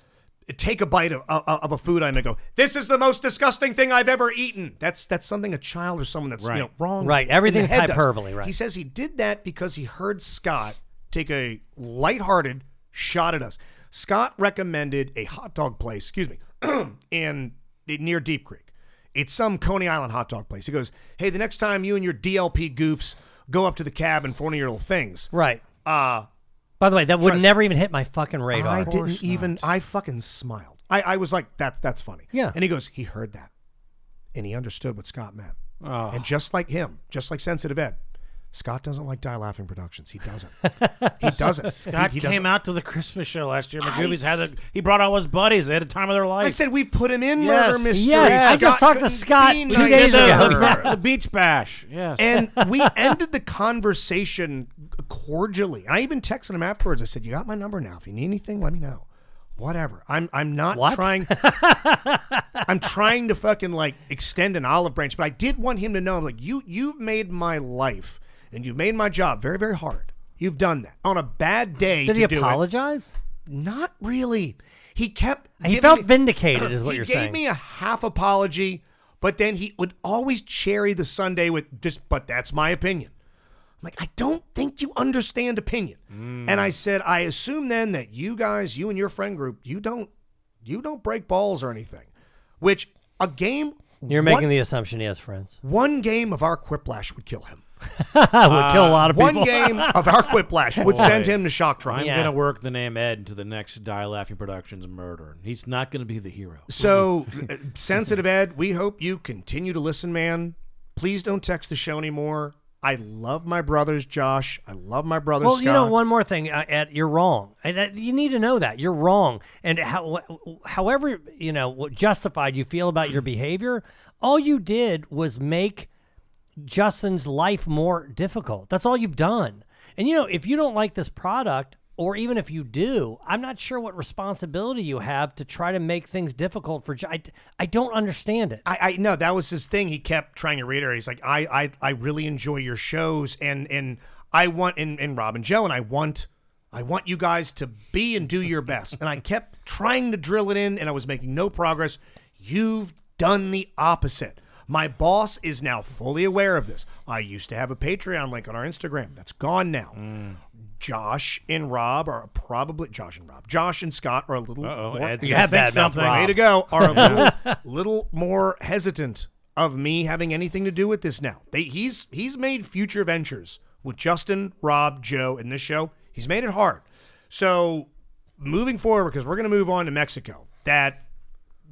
[SPEAKER 5] take a bite of, of, of a food item and go, this is the most disgusting thing I've ever eaten. That's that's something a child or someone that's you
[SPEAKER 11] Right.
[SPEAKER 5] know, wrong.
[SPEAKER 10] Right.
[SPEAKER 5] in the
[SPEAKER 10] Everything's
[SPEAKER 5] head does.
[SPEAKER 10] hyperbole, right.
[SPEAKER 5] He says he did that because he heard Scott take a lighthearted shot at us. Scott recommended a hot dog place, excuse me, in near Deep Creek. It's some Coney Island hot dog place. He goes, "Hey, the next time you and your DLP goofs go up to the cabin for one of your little things,
[SPEAKER 10] right.
[SPEAKER 5] uh,
[SPEAKER 10] By the way, that would
[SPEAKER 5] Trust-
[SPEAKER 10] never even hit my fucking radar.
[SPEAKER 5] I didn't even. I fucking smiled. I, I was like, that that's funny.
[SPEAKER 10] Yeah.
[SPEAKER 5] And he goes, he heard that, and he understood what Scott meant.
[SPEAKER 11] Oh.
[SPEAKER 5] And just like him, just like Sensitive Ed, Scott doesn't like Die Laughing Productions. He doesn't. he doesn't.
[SPEAKER 11] Scott
[SPEAKER 5] he, he
[SPEAKER 11] came
[SPEAKER 5] doesn't.
[SPEAKER 11] out to the Christmas show last year. McGoobies
[SPEAKER 5] I
[SPEAKER 11] had a, he brought all his buddies. They had a time of their life.
[SPEAKER 5] I said we put him in
[SPEAKER 11] Yes.
[SPEAKER 5] murder mystery.
[SPEAKER 10] Yes, I just
[SPEAKER 5] Scott
[SPEAKER 10] talked to
[SPEAKER 5] couldn't
[SPEAKER 10] Scott
[SPEAKER 5] be
[SPEAKER 10] two
[SPEAKER 11] We
[SPEAKER 5] nice
[SPEAKER 11] did
[SPEAKER 10] days
[SPEAKER 5] to
[SPEAKER 11] the,
[SPEAKER 5] her."
[SPEAKER 11] the- the beach bash. Yes.
[SPEAKER 5] And we ended the conversation cordially. And I even texted him afterwards. I said, "You got my number now. If you need anything, let me know." Whatever. I'm I'm not
[SPEAKER 10] What?
[SPEAKER 5] trying. I'm trying to fucking like extend an olive branch, but I did want him to know. I'm like, you you've made my life and you've made my job very very hard. You've done that on a bad day.
[SPEAKER 10] Did
[SPEAKER 5] to
[SPEAKER 10] he
[SPEAKER 5] do it-
[SPEAKER 10] apologize?
[SPEAKER 5] Not really. He kept.
[SPEAKER 10] He
[SPEAKER 5] giving
[SPEAKER 10] felt
[SPEAKER 5] me-
[SPEAKER 10] vindicated is what
[SPEAKER 5] he
[SPEAKER 10] you're
[SPEAKER 5] gave
[SPEAKER 10] saying.
[SPEAKER 5] me a half apology, but then he would always cherry the Sunday with just. But that's my opinion. I'm like, I don't think you understand opinion.
[SPEAKER 10] Mm.
[SPEAKER 5] And I said, I assume then that you guys, you and your friend group, you don't, you don't break balls or anything. Which a game.
[SPEAKER 10] You're
[SPEAKER 5] one,
[SPEAKER 10] making the assumption he has friends.
[SPEAKER 5] one game of our quiplash would kill him.
[SPEAKER 10] I would kill a lot of people.
[SPEAKER 5] Uh, One game of our quiplash would send
[SPEAKER 11] Boy.
[SPEAKER 5] him to shock
[SPEAKER 11] I'm
[SPEAKER 5] trial.
[SPEAKER 10] Yeah.
[SPEAKER 11] gonna work the name Ed into the next Die Laughing Productions murder. He's not gonna be the hero.
[SPEAKER 5] So,
[SPEAKER 10] Mm-hmm.
[SPEAKER 5] uh, sensitive Ed, we hope you continue to listen, man. Please don't text the show anymore. I love my brothers, Josh. I love my brothers.
[SPEAKER 10] Well,
[SPEAKER 5] Scott.
[SPEAKER 10] you know, one more thing, uh, Ed, you're wrong. And that- you need to know that you're wrong, and how, wh- however you know what justified you feel about your behavior, all you did was make Justin's life more difficult. That's all you've done. And you know, if you don't like this product, or even if you do, I'm not sure what responsibility you have to try to make things difficult for. Ju- I, I don't understand it.
[SPEAKER 5] I, I no, that was his thing. He kept trying to reiterate. He's like, I, I, I really enjoy your shows, and and I want and, and Rob and Joe, and I want, I want you guys to be and do your best. And I kept trying to drill it in, and I was making no progress. You've done the opposite. My boss is now fully aware of this. I used to have a Patreon link on our Instagram. That's gone now. Josh and Rob are probably Josh and Rob. Josh and Scott are a little.
[SPEAKER 11] Uh-oh,
[SPEAKER 5] more-
[SPEAKER 11] Ed's You gonna have think bad mouth something. Rob.
[SPEAKER 5] Way to go. Are a little,
[SPEAKER 11] Yeah.
[SPEAKER 5] little more hesitant of me having anything to do with this now. They, he's he's made future ventures with Justin, Rob, Joe in this show. He's made it hard. So moving forward, because we're going to move on to Mexico. That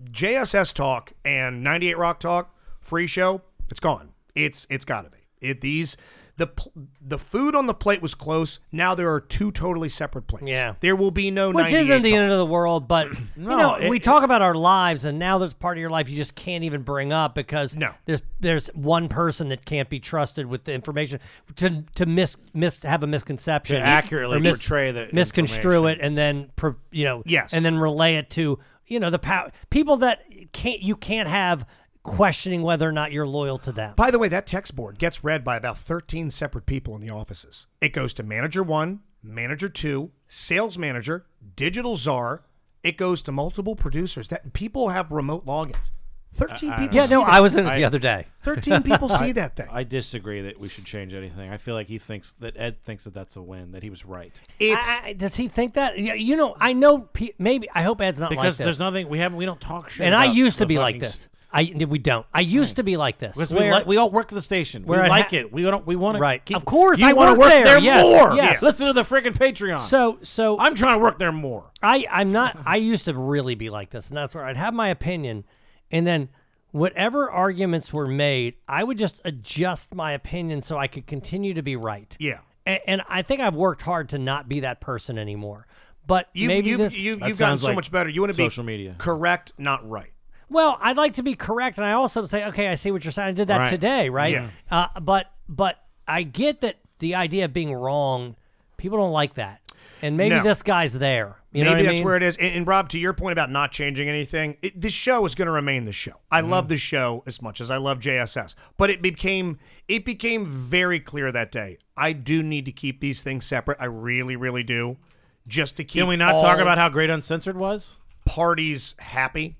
[SPEAKER 5] JSS talk and 98 Rock talk free show, it's gone. It's it's got to be. It these the pl- the food on the plate was close. Now there are two totally separate plates.
[SPEAKER 10] Yeah.
[SPEAKER 5] There will be no
[SPEAKER 10] Which
[SPEAKER 5] 98
[SPEAKER 10] isn't the
[SPEAKER 5] talk.
[SPEAKER 10] end of the world, but
[SPEAKER 5] No,
[SPEAKER 10] you know,
[SPEAKER 5] it-
[SPEAKER 10] we talk about our lives, and now there's part of your life you just can't even bring up because no. there's there's one person that can't be trusted with the information to to mis, mis have a misconception,
[SPEAKER 11] To accurately
[SPEAKER 10] or mis-
[SPEAKER 11] portray the
[SPEAKER 10] misconstrue it,
[SPEAKER 11] information.
[SPEAKER 10] and then pro- you know,
[SPEAKER 11] Yes.
[SPEAKER 10] and then relay it to you know the power people that can't you can't have questioning whether or not you're loyal to them.
[SPEAKER 5] By the way, that text board gets read by about 13 separate people in the offices. It goes to manager one, manager two, sales manager, digital czar. It goes to multiple producers. That people have remote logins. 13
[SPEAKER 10] Uh,
[SPEAKER 11] I- I
[SPEAKER 5] people.
[SPEAKER 11] don't
[SPEAKER 5] see
[SPEAKER 11] know.
[SPEAKER 5] that. 13 people
[SPEAKER 11] I-
[SPEAKER 5] see that thing.
[SPEAKER 11] I disagree that we should change anything. I feel like he thinks that Ed thinks that that's a win. That he was right.
[SPEAKER 10] It's does he think that? Yeah, You know, I know. pe- Maybe I hope Ed's not like
[SPEAKER 11] because
[SPEAKER 10] this.
[SPEAKER 11] there's nothing we haven't. We don't talk shit.
[SPEAKER 10] and I
[SPEAKER 11] about
[SPEAKER 10] used to
[SPEAKER 11] the
[SPEAKER 10] be like
[SPEAKER 11] fucking s-
[SPEAKER 10] this. I we don't. I used to be like this.
[SPEAKER 11] Because we, like, we all work at the station. We
[SPEAKER 10] where I'd
[SPEAKER 11] like
[SPEAKER 10] ha-
[SPEAKER 11] it. We don't. We want to.
[SPEAKER 10] Right.
[SPEAKER 11] Keep,
[SPEAKER 10] Of course,
[SPEAKER 11] you
[SPEAKER 10] I
[SPEAKER 11] wanna
[SPEAKER 10] work
[SPEAKER 11] work
[SPEAKER 10] there.
[SPEAKER 11] there,
[SPEAKER 10] Yes,
[SPEAKER 11] more.
[SPEAKER 10] yes.
[SPEAKER 11] Listen to the freaking Patreon.
[SPEAKER 10] So so
[SPEAKER 11] I'm trying to work there more.
[SPEAKER 10] I I'm not. I used to really be like this, and that's where I'd have my opinion, and then whatever arguments were made, I would just adjust my opinion so I could continue to be right.
[SPEAKER 5] Yeah.
[SPEAKER 10] And, and I think I've worked hard to not be that person anymore. But
[SPEAKER 5] You,
[SPEAKER 10] maybe
[SPEAKER 5] you,
[SPEAKER 10] this,
[SPEAKER 5] you, you've gotten so much better. You want to be correct, not right.
[SPEAKER 10] Well, I'd like to be correct, and I also say, okay, I see what you're saying. I did that
[SPEAKER 5] Right.
[SPEAKER 10] today, right?
[SPEAKER 5] Yeah.
[SPEAKER 10] Uh, but but I get that the idea of being wrong, people don't like that, and maybe
[SPEAKER 5] No.
[SPEAKER 10] this guy's there. You know
[SPEAKER 5] Maybe
[SPEAKER 10] what I
[SPEAKER 5] that's
[SPEAKER 10] mean?
[SPEAKER 5] where it is. And, and Rob, to your point about not changing anything, it, this show is going to remain the show. I
[SPEAKER 11] Mm-hmm.
[SPEAKER 5] love this show as much as I love JSS, but it became it became very clear that day. I do need to keep these things separate. I really, really do. Just to keep.
[SPEAKER 11] Can we not talk
[SPEAKER 5] all
[SPEAKER 11] about how great Uncensored was?
[SPEAKER 5] parties happy?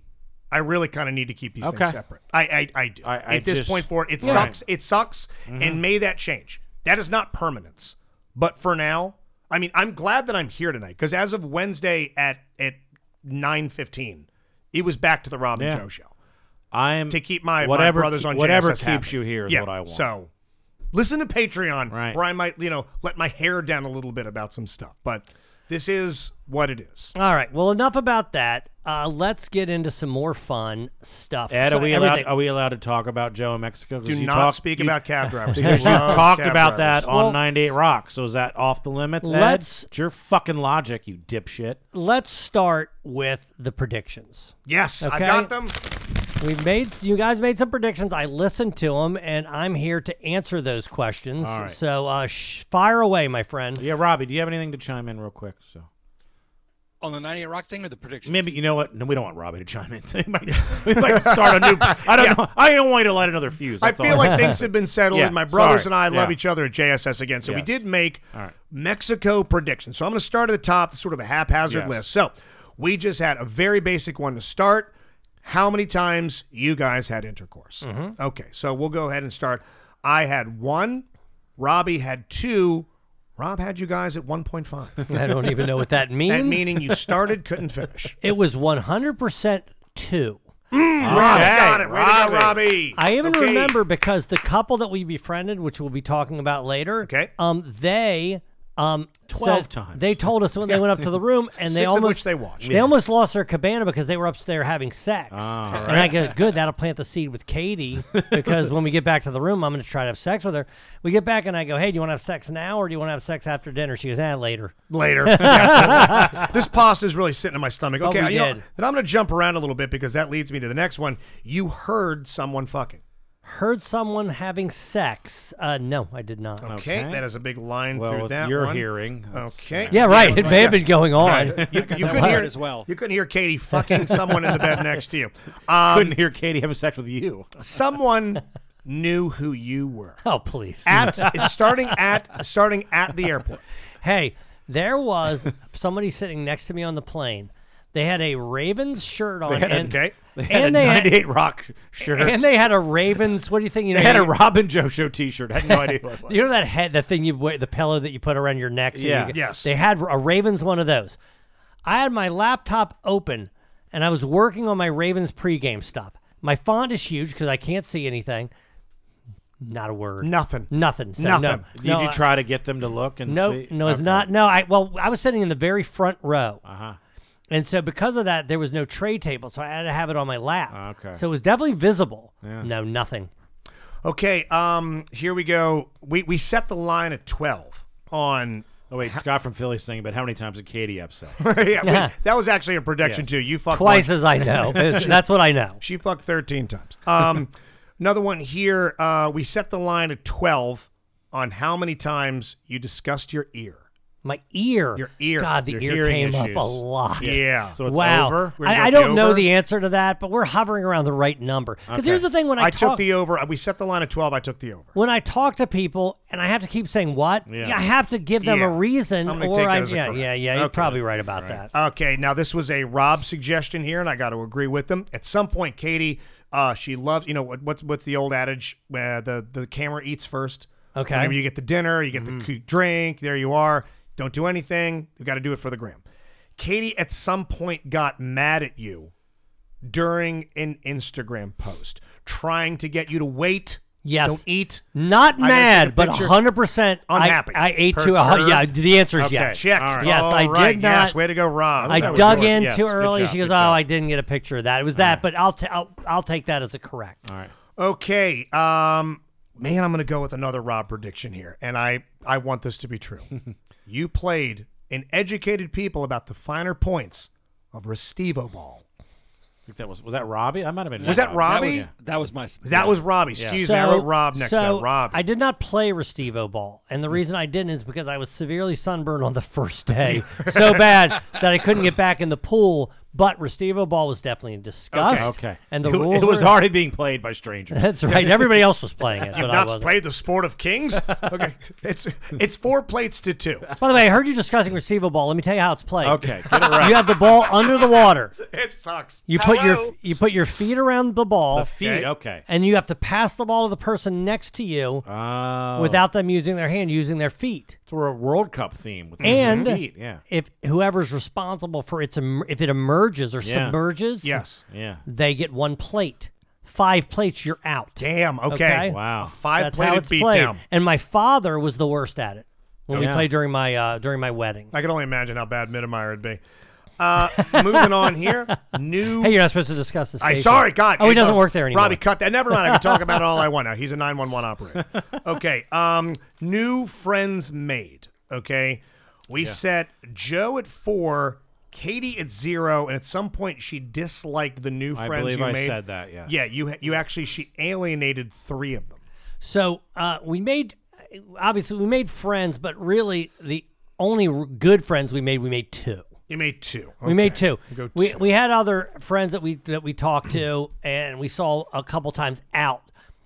[SPEAKER 5] I really kind of need to keep these
[SPEAKER 11] Okay.
[SPEAKER 5] things separate. I I, I do.
[SPEAKER 11] I- I
[SPEAKER 5] At this
[SPEAKER 11] just-
[SPEAKER 5] point forward, it
[SPEAKER 11] Yeah.
[SPEAKER 5] sucks. It sucks,
[SPEAKER 11] Mhm.
[SPEAKER 5] and may that change. That is not permanence, but for now, I mean, I'm glad that I'm here tonight because as of Wednesday at at nine fifteen, it was back to the Robin
[SPEAKER 11] Yeah.
[SPEAKER 5] Joe show.
[SPEAKER 11] I am
[SPEAKER 5] to keep my,
[SPEAKER 11] whatever
[SPEAKER 5] my brothers
[SPEAKER 11] keep-
[SPEAKER 5] on
[SPEAKER 11] whatever
[SPEAKER 5] JSS
[SPEAKER 11] keeps
[SPEAKER 5] happy.
[SPEAKER 11] you here is
[SPEAKER 5] Yeah,
[SPEAKER 11] what I want.
[SPEAKER 5] So listen to Patreon,
[SPEAKER 11] Right.
[SPEAKER 5] where I might you know let my hair down a little bit about some stuff, but this is what it is.
[SPEAKER 10] All right. Well, enough about that. Uh, let's get into some more fun stuff.
[SPEAKER 11] Ed,
[SPEAKER 10] So
[SPEAKER 11] are we allowed?
[SPEAKER 10] everything-
[SPEAKER 11] Are we allowed to talk about Joe in Mexico? 'Cause
[SPEAKER 5] Do
[SPEAKER 11] you
[SPEAKER 5] not
[SPEAKER 11] talk-
[SPEAKER 5] speak
[SPEAKER 11] you-
[SPEAKER 5] about cab drivers.
[SPEAKER 11] Because
[SPEAKER 5] I
[SPEAKER 11] you
[SPEAKER 5] love
[SPEAKER 11] talked
[SPEAKER 5] cab
[SPEAKER 11] about
[SPEAKER 5] drivers.
[SPEAKER 11] that on
[SPEAKER 5] Well-
[SPEAKER 11] 98 Rock. So is that off the limits? Ed?
[SPEAKER 10] Let's-
[SPEAKER 11] It's your fucking logic, you dipshit.
[SPEAKER 10] Let's start with the predictions.
[SPEAKER 5] Yes, I've got them.
[SPEAKER 10] We've made you guys made some predictions. I listened to them, and I'm here to answer those questions.
[SPEAKER 11] All right.
[SPEAKER 10] So uh, sh- fire away, my friend.
[SPEAKER 11] Yeah, Robbie, do you have anything to chime in real quick? So
[SPEAKER 12] On the 98 Rock thing or the prediction?
[SPEAKER 11] maybe you know what? No, we don't want Robbie to chime in. we might we might start a new. I don't know. I don't want you to light another fuse.
[SPEAKER 5] I
[SPEAKER 11] That's all
[SPEAKER 5] feel like things
[SPEAKER 11] saying.
[SPEAKER 5] have been settled,
[SPEAKER 11] Yeah,
[SPEAKER 5] and my brothers
[SPEAKER 11] sorry.
[SPEAKER 5] and I love
[SPEAKER 11] Yeah.
[SPEAKER 5] each other at JSS again. So we
[SPEAKER 11] Yes.
[SPEAKER 5] did make
[SPEAKER 11] All right.
[SPEAKER 5] Mexico predictions. So I'm going to start at the top, sort of a haphazard
[SPEAKER 11] Yes.
[SPEAKER 5] list. So we just had a very basic one to start. How many times you guys had intercourse?
[SPEAKER 11] Mhm.
[SPEAKER 5] Okay, so we'll go ahead and start. I had one. Robbie had two. Rob had you guys at 1.5.
[SPEAKER 10] I don't even know what that means.
[SPEAKER 5] meaning you started, couldn't finish.
[SPEAKER 10] It was 100% two.
[SPEAKER 5] Robbie got it. Way to go, Robbie.
[SPEAKER 10] I even
[SPEAKER 5] Okay.
[SPEAKER 10] remember because the couple that we befriended, which we'll be talking about later, okay. um, they um,
[SPEAKER 11] 12
[SPEAKER 10] said-
[SPEAKER 11] times.
[SPEAKER 10] They told us when they went up to the room, and they
[SPEAKER 5] Six of
[SPEAKER 10] almost
[SPEAKER 5] which they watched.
[SPEAKER 10] They
[SPEAKER 5] Yeah.
[SPEAKER 10] almost lost their cabana because they were upstairs having sex.
[SPEAKER 11] Ah,
[SPEAKER 10] And I
[SPEAKER 11] right.
[SPEAKER 10] go, good, that'll plant the seed with Katie because when we get back to the room, I'm going to try to have sex with her. We get back and I go, hey, do you want to have sex now or do you want to have sex after dinner? She goes, ah, later.
[SPEAKER 5] later. Yeah. this pasta is really sitting in my stomach.
[SPEAKER 10] Oh,
[SPEAKER 5] Okay,
[SPEAKER 10] we
[SPEAKER 5] you know,
[SPEAKER 10] did.
[SPEAKER 5] then I'm going to jump around a little bit because that leads me to the next one. You heard someone fucking.
[SPEAKER 10] Heard someone having sex. Uh, no, I did not.
[SPEAKER 5] Okay, that is a big line
[SPEAKER 11] Well,
[SPEAKER 5] through
[SPEAKER 11] with
[SPEAKER 5] that.
[SPEAKER 11] your
[SPEAKER 5] one.
[SPEAKER 11] hearing, that's-
[SPEAKER 5] okay.
[SPEAKER 10] Yeah, right. It may have been going on.
[SPEAKER 5] You,
[SPEAKER 10] I
[SPEAKER 5] you
[SPEAKER 10] got that
[SPEAKER 5] couldn't
[SPEAKER 10] part
[SPEAKER 5] hear
[SPEAKER 10] as well.
[SPEAKER 5] You couldn't hear Katie fucking someone in the bed next to you. Um,
[SPEAKER 11] Couldn't hear Katie having sex with you.
[SPEAKER 5] Someone knew who you were.
[SPEAKER 10] Oh, please.
[SPEAKER 5] At it's starting at starting at the airport.
[SPEAKER 10] Hey, there was somebody sitting next to me on the plane They had a Ravens shirt on.
[SPEAKER 13] They had a-
[SPEAKER 10] and,
[SPEAKER 13] okay. They had a 98 Rock shirt.
[SPEAKER 10] And they had a Ravens. What do you think? You know,
[SPEAKER 13] They had
[SPEAKER 10] you-
[SPEAKER 13] a Robin Joe Show T-shirt. I had no idea what it was.
[SPEAKER 10] you know that head, the thing you wear, the pillow that you put around your neck. so you
[SPEAKER 13] Yeah.
[SPEAKER 10] get-
[SPEAKER 13] Yes.
[SPEAKER 10] They had a Ravens one of those. I had my laptop open, and I was working on my Ravens pregame stuff. My font is huge because I can't see anything. Not a word.
[SPEAKER 5] Nothing.
[SPEAKER 10] Nothing. So,
[SPEAKER 11] Nothing.
[SPEAKER 10] No,
[SPEAKER 11] Did
[SPEAKER 10] no,
[SPEAKER 11] you
[SPEAKER 10] I-
[SPEAKER 11] try to get them to look and
[SPEAKER 10] no,
[SPEAKER 11] see?
[SPEAKER 10] no, it's
[SPEAKER 11] Okay.
[SPEAKER 10] not. No, I well, I was sitting in the very front row. Uh-huh. And so because of that, there was no tray table, so I had to have it on my lap.
[SPEAKER 5] Ah, Okay.
[SPEAKER 10] So it was definitely visible.
[SPEAKER 5] Yeah.
[SPEAKER 10] No, nothing.
[SPEAKER 5] Okay, um, here we go. We we set the line at twelve on.
[SPEAKER 11] Oh wait, Scott from Philly's thing, but how many times did Katie upset?
[SPEAKER 5] yeah, we- that was actually a prediction
[SPEAKER 11] Yes.
[SPEAKER 5] too. You fucked
[SPEAKER 11] Twice
[SPEAKER 5] once.
[SPEAKER 11] as I know. That's
[SPEAKER 10] what I know.
[SPEAKER 5] She fucked thirteen times. Um, another one here. Uh, we set the line at twelve on how many times you discussed your ear.
[SPEAKER 10] My ear.
[SPEAKER 5] Your ear.
[SPEAKER 10] God, the
[SPEAKER 5] Your
[SPEAKER 10] ear
[SPEAKER 5] hearing
[SPEAKER 10] came up
[SPEAKER 5] issues.
[SPEAKER 10] a lot.
[SPEAKER 5] Yeah. So it's
[SPEAKER 10] wow.
[SPEAKER 5] over? We're gonna
[SPEAKER 10] I, I
[SPEAKER 5] go with the
[SPEAKER 10] don't know
[SPEAKER 5] over?
[SPEAKER 10] the answer to that, but we're hovering around the right number. Because here's the thing: when I,
[SPEAKER 5] I
[SPEAKER 10] talk,
[SPEAKER 5] took the over, uh, we set the line at twelve. I took the over.
[SPEAKER 10] when I talk to people, and I have to keep saying what,
[SPEAKER 5] Yeah.
[SPEAKER 10] I have to give them a
[SPEAKER 5] Yeah.
[SPEAKER 10] reason,
[SPEAKER 5] I'm gonna
[SPEAKER 10] or
[SPEAKER 5] take that
[SPEAKER 10] I,
[SPEAKER 5] as a
[SPEAKER 10] yeah,
[SPEAKER 5] correct.
[SPEAKER 10] yeah, yeah, You're
[SPEAKER 5] Okay.
[SPEAKER 10] probably right about that.
[SPEAKER 5] Okay, now this was a Rob suggestion here, and I got to agree with them. At some point, Katie, uh, she loves, you know, what, what's what's the old adage? Uh, the the camera eats first.
[SPEAKER 10] Okay. Mm-hmm.
[SPEAKER 5] Whenever you get the dinner, you get the c- drink. There you are. Don't do anything. You got to do it for the gram. Katie, at some point, got mad at you during an Instagram post, trying to get you to wait.
[SPEAKER 10] Yes.
[SPEAKER 5] Don't eat.
[SPEAKER 10] Not
[SPEAKER 5] I gotta take a
[SPEAKER 10] mad, but
[SPEAKER 5] picture.
[SPEAKER 10] 100% I-
[SPEAKER 5] unhappy.
[SPEAKER 10] I, ate to a hun-
[SPEAKER 5] Perturbed?
[SPEAKER 10] yeah, the answer is
[SPEAKER 5] Okay,
[SPEAKER 10] yes.
[SPEAKER 5] Check.
[SPEAKER 10] Yes,
[SPEAKER 5] All
[SPEAKER 10] I did
[SPEAKER 5] right,
[SPEAKER 10] not.
[SPEAKER 5] Yes, way to go, Rob.
[SPEAKER 10] I
[SPEAKER 5] That was
[SPEAKER 10] dug
[SPEAKER 5] yours.
[SPEAKER 10] in
[SPEAKER 5] Yes,
[SPEAKER 10] too
[SPEAKER 5] good
[SPEAKER 10] early.
[SPEAKER 5] job,
[SPEAKER 10] She goes,
[SPEAKER 5] good
[SPEAKER 10] "Oh,
[SPEAKER 5] job.
[SPEAKER 10] I didn't get a picture of that. It was that, but I'll, ta- I'll I'll take that as a correct."
[SPEAKER 11] All right.
[SPEAKER 5] Okay, um, man, I'm gonna go with another Rob prediction here, and I I want this to be true. you played and educated people about the finer points of Restivo ball.
[SPEAKER 11] I think that was was that Robbie? I might have been.
[SPEAKER 5] Was that
[SPEAKER 12] Oh,
[SPEAKER 5] Robbie?
[SPEAKER 11] That was, my.
[SPEAKER 5] That was Robbie.
[SPEAKER 11] Yeah.
[SPEAKER 5] Excuse me, I wrote Rob next.
[SPEAKER 10] so
[SPEAKER 5] to that. Rob.
[SPEAKER 10] I did not play Restivo ball, and the reason I didn't is because I was severely sunburned on the first day, so bad that I couldn't get back in the pool. But Restivo ball was definitely in discuss.
[SPEAKER 11] Okay.
[SPEAKER 10] and the
[SPEAKER 11] It- it
[SPEAKER 10] rules
[SPEAKER 11] was
[SPEAKER 10] were-
[SPEAKER 11] already being played by strangers.
[SPEAKER 10] That's right. Everybody else was playing it,
[SPEAKER 5] You've
[SPEAKER 10] but I
[SPEAKER 5] not
[SPEAKER 10] wasn't.
[SPEAKER 5] played the sport of kings. Okay, it's it's four plates to two.
[SPEAKER 10] By the way, I heard you discussing receiver ball. Let me tell you how it's played.
[SPEAKER 5] Okay, get it right.
[SPEAKER 10] You have the ball under the water.
[SPEAKER 5] It sucks.
[SPEAKER 10] You put your you put your feet around the ball.
[SPEAKER 11] The feet, okay.
[SPEAKER 10] And you have to pass the ball to the person next to you without them using their hand, using their feet.
[SPEAKER 11] So we're Oh. a World Cup theme with
[SPEAKER 10] and
[SPEAKER 11] feet. Yeah.
[SPEAKER 10] if whoever's responsible for its em- if it emerges or
[SPEAKER 11] Yeah.
[SPEAKER 10] submerges,
[SPEAKER 11] Yes. Yeah.
[SPEAKER 10] they get one plate. Five plates, you're out.
[SPEAKER 5] Damn.
[SPEAKER 11] okay. Wow. A
[SPEAKER 10] That's how
[SPEAKER 5] five-plated
[SPEAKER 10] it's played.
[SPEAKER 5] beatdown.
[SPEAKER 10] And my father was the worst at it when we
[SPEAKER 5] Yeah.
[SPEAKER 10] played during my uh, during my wedding.
[SPEAKER 5] I can only imagine how bad Mittermeier would be. Uh, moving on here. New.
[SPEAKER 10] Hey, you're not supposed to discuss the
[SPEAKER 5] I
[SPEAKER 10] station.
[SPEAKER 5] sorry, God.
[SPEAKER 10] Oh, he
[SPEAKER 5] Hey,
[SPEAKER 10] doesn't
[SPEAKER 5] uh,
[SPEAKER 10] work there anymore.
[SPEAKER 5] Robbie, cut that. Never mind. I can talk about it all I want now. He's a 911 operator. Okay. Um, new friends made. Okay. We set Joe at four, Katie at zero, and at some point she disliked the new
[SPEAKER 11] I
[SPEAKER 5] friends
[SPEAKER 11] believe
[SPEAKER 5] you
[SPEAKER 11] I
[SPEAKER 5] made.
[SPEAKER 11] said that, yeah.
[SPEAKER 5] Yeah. You you actually she alienated three of them.
[SPEAKER 10] So uh, we made, obviously, we made friends, but really the only r- good friends we made, we made two.
[SPEAKER 5] You made two.
[SPEAKER 10] We made
[SPEAKER 5] Okay.
[SPEAKER 10] two.
[SPEAKER 5] You go
[SPEAKER 10] We
[SPEAKER 5] two.
[SPEAKER 10] we had other friends that we that we talked to and we saw a couple times out,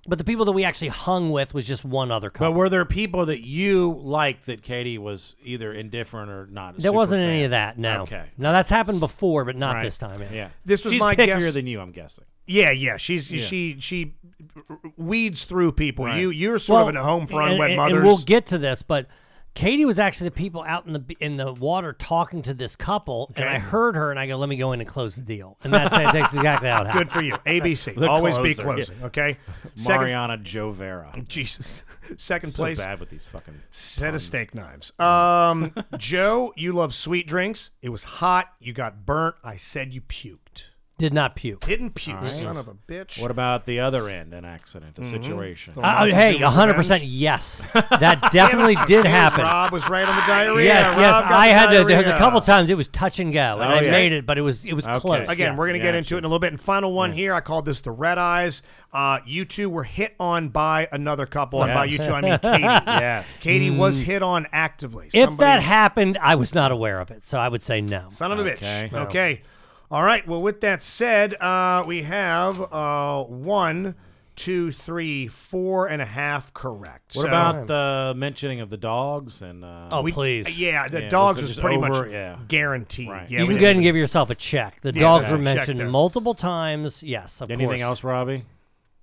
[SPEAKER 10] but the people that we actually hung with was just one other couple.
[SPEAKER 11] But were there people that you liked that Katie was either indifferent or not? a
[SPEAKER 10] there
[SPEAKER 11] super
[SPEAKER 10] wasn't any
[SPEAKER 11] fan?
[SPEAKER 10] of that. No.
[SPEAKER 11] Okay.
[SPEAKER 10] Now that's happened before, but not
[SPEAKER 11] Right.
[SPEAKER 10] this time. Yeah.
[SPEAKER 11] Yeah.
[SPEAKER 5] This was
[SPEAKER 11] She's
[SPEAKER 5] my
[SPEAKER 11] pickier
[SPEAKER 5] guess.
[SPEAKER 11] than you, I'm guessing.
[SPEAKER 5] Yeah, yeah. She's
[SPEAKER 11] Yeah.
[SPEAKER 5] she she weeds through people.
[SPEAKER 11] Right.
[SPEAKER 5] You you're sort of
[SPEAKER 10] Well,
[SPEAKER 5] in a home for
[SPEAKER 10] and-
[SPEAKER 5] unwed
[SPEAKER 10] and-
[SPEAKER 5] mothers.
[SPEAKER 10] And we'll get to this, but Katie was actually the people out in the in the water talking to this couple, and
[SPEAKER 5] Okay.
[SPEAKER 10] I heard her, and I go, "Let me go in and close the deal." And that's, that's exactly how it happened.
[SPEAKER 5] Good for you. ABC.
[SPEAKER 11] The
[SPEAKER 5] Always be
[SPEAKER 11] closer,
[SPEAKER 5] closing.
[SPEAKER 11] yeah.
[SPEAKER 5] Okay.
[SPEAKER 11] Mariana Jovera.
[SPEAKER 5] Jesus. Second
[SPEAKER 11] So
[SPEAKER 5] place.
[SPEAKER 11] bad with these fucking
[SPEAKER 5] set of steak knives. Um, Joe, you love sweet drinks. It was hot. You got burnt. I said you puked.
[SPEAKER 10] Did not puke.
[SPEAKER 5] Didn't puke.
[SPEAKER 11] All right.
[SPEAKER 5] Son of a bitch.
[SPEAKER 11] What about the other end, an accident, a
[SPEAKER 5] Mhm.
[SPEAKER 11] situation?
[SPEAKER 5] The
[SPEAKER 10] Uh, hey,
[SPEAKER 5] Revenge?
[SPEAKER 10] 100% yes. That
[SPEAKER 5] Damn it,
[SPEAKER 10] definitely
[SPEAKER 5] I
[SPEAKER 10] did
[SPEAKER 5] knew
[SPEAKER 10] happen.
[SPEAKER 5] Rob was right on the diarrhea.
[SPEAKER 10] Yes,
[SPEAKER 5] Rob
[SPEAKER 10] yes.
[SPEAKER 5] got
[SPEAKER 10] I
[SPEAKER 5] the
[SPEAKER 10] had to. There was a
[SPEAKER 5] diarrhea.
[SPEAKER 10] couple times it was touch and go, and
[SPEAKER 5] Oh,
[SPEAKER 10] I
[SPEAKER 5] yeah.
[SPEAKER 10] made it, but it was it was close.
[SPEAKER 5] Again,
[SPEAKER 10] yes.
[SPEAKER 5] we're going to get into it in a little bit. And final one here, I called this the red eyes. Uh, you two were hit on by another couple, and
[SPEAKER 10] Yeah.
[SPEAKER 5] by you two, I mean Katie.
[SPEAKER 10] Yes.
[SPEAKER 5] Katie was
[SPEAKER 10] Mm.
[SPEAKER 5] hit on actively.
[SPEAKER 10] If
[SPEAKER 5] Somebody-
[SPEAKER 10] that happened, I was not aware of it, so I would say no.
[SPEAKER 5] son of a
[SPEAKER 10] Okay.
[SPEAKER 5] bitch. Okay. All right. Well, with that said, uh, we have uh, one, two, three, four and a half correct.
[SPEAKER 11] What
[SPEAKER 5] So-
[SPEAKER 11] about the Uh, mentioning of the dogs and? Uh,
[SPEAKER 10] Oh,
[SPEAKER 5] We- Yeah, the dogs was pretty much guaranteed. Yeah,
[SPEAKER 10] you
[SPEAKER 5] we
[SPEAKER 10] can
[SPEAKER 5] did.
[SPEAKER 10] go ahead and give yourself a check. The
[SPEAKER 5] Yeah,
[SPEAKER 10] dogs
[SPEAKER 5] check,
[SPEAKER 10] were
[SPEAKER 5] check
[SPEAKER 10] mentioned
[SPEAKER 5] there.
[SPEAKER 10] multiple times. Yes, of
[SPEAKER 11] Anything
[SPEAKER 10] course.
[SPEAKER 11] else, Robbie?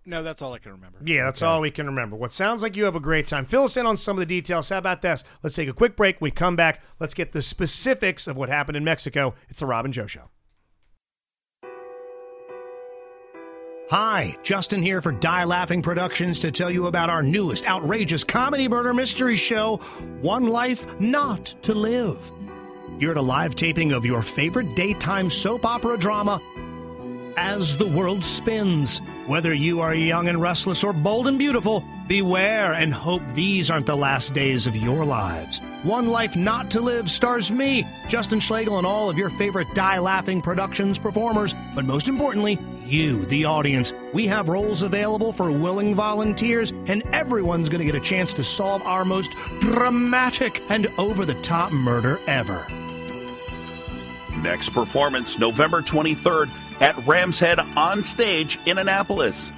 [SPEAKER 12] No, that's all I can remember.
[SPEAKER 5] Yeah, that's all we can remember. What sounds like you have a great time. Fill us in on some of the details. How about this? Let's take a quick break. We come back. Let's get the specifics of what happened in Mexico. It's the Robin Joe Show.
[SPEAKER 14] Hi, Justin here for Die Laughing Productions to tell you about our newest outrageous comedy murder mystery show, One Life Not to Live. You're at a live taping of your favorite daytime soap opera drama as the world spins. Whether you are young and restless or bold and beautiful, beware and hope these aren't the last days of your lives. One Life Not to Live stars me, Justin Schlegel, and all of your favorite Die Laughing Productions performers, but most importantly, you, the audience. We have roles available for willing volunteers, and everyone's going to get a chance to solve our most dramatic and over the top murder ever.
[SPEAKER 3] Next performance, November 23rd at Ram's Head on stage in Annapolis.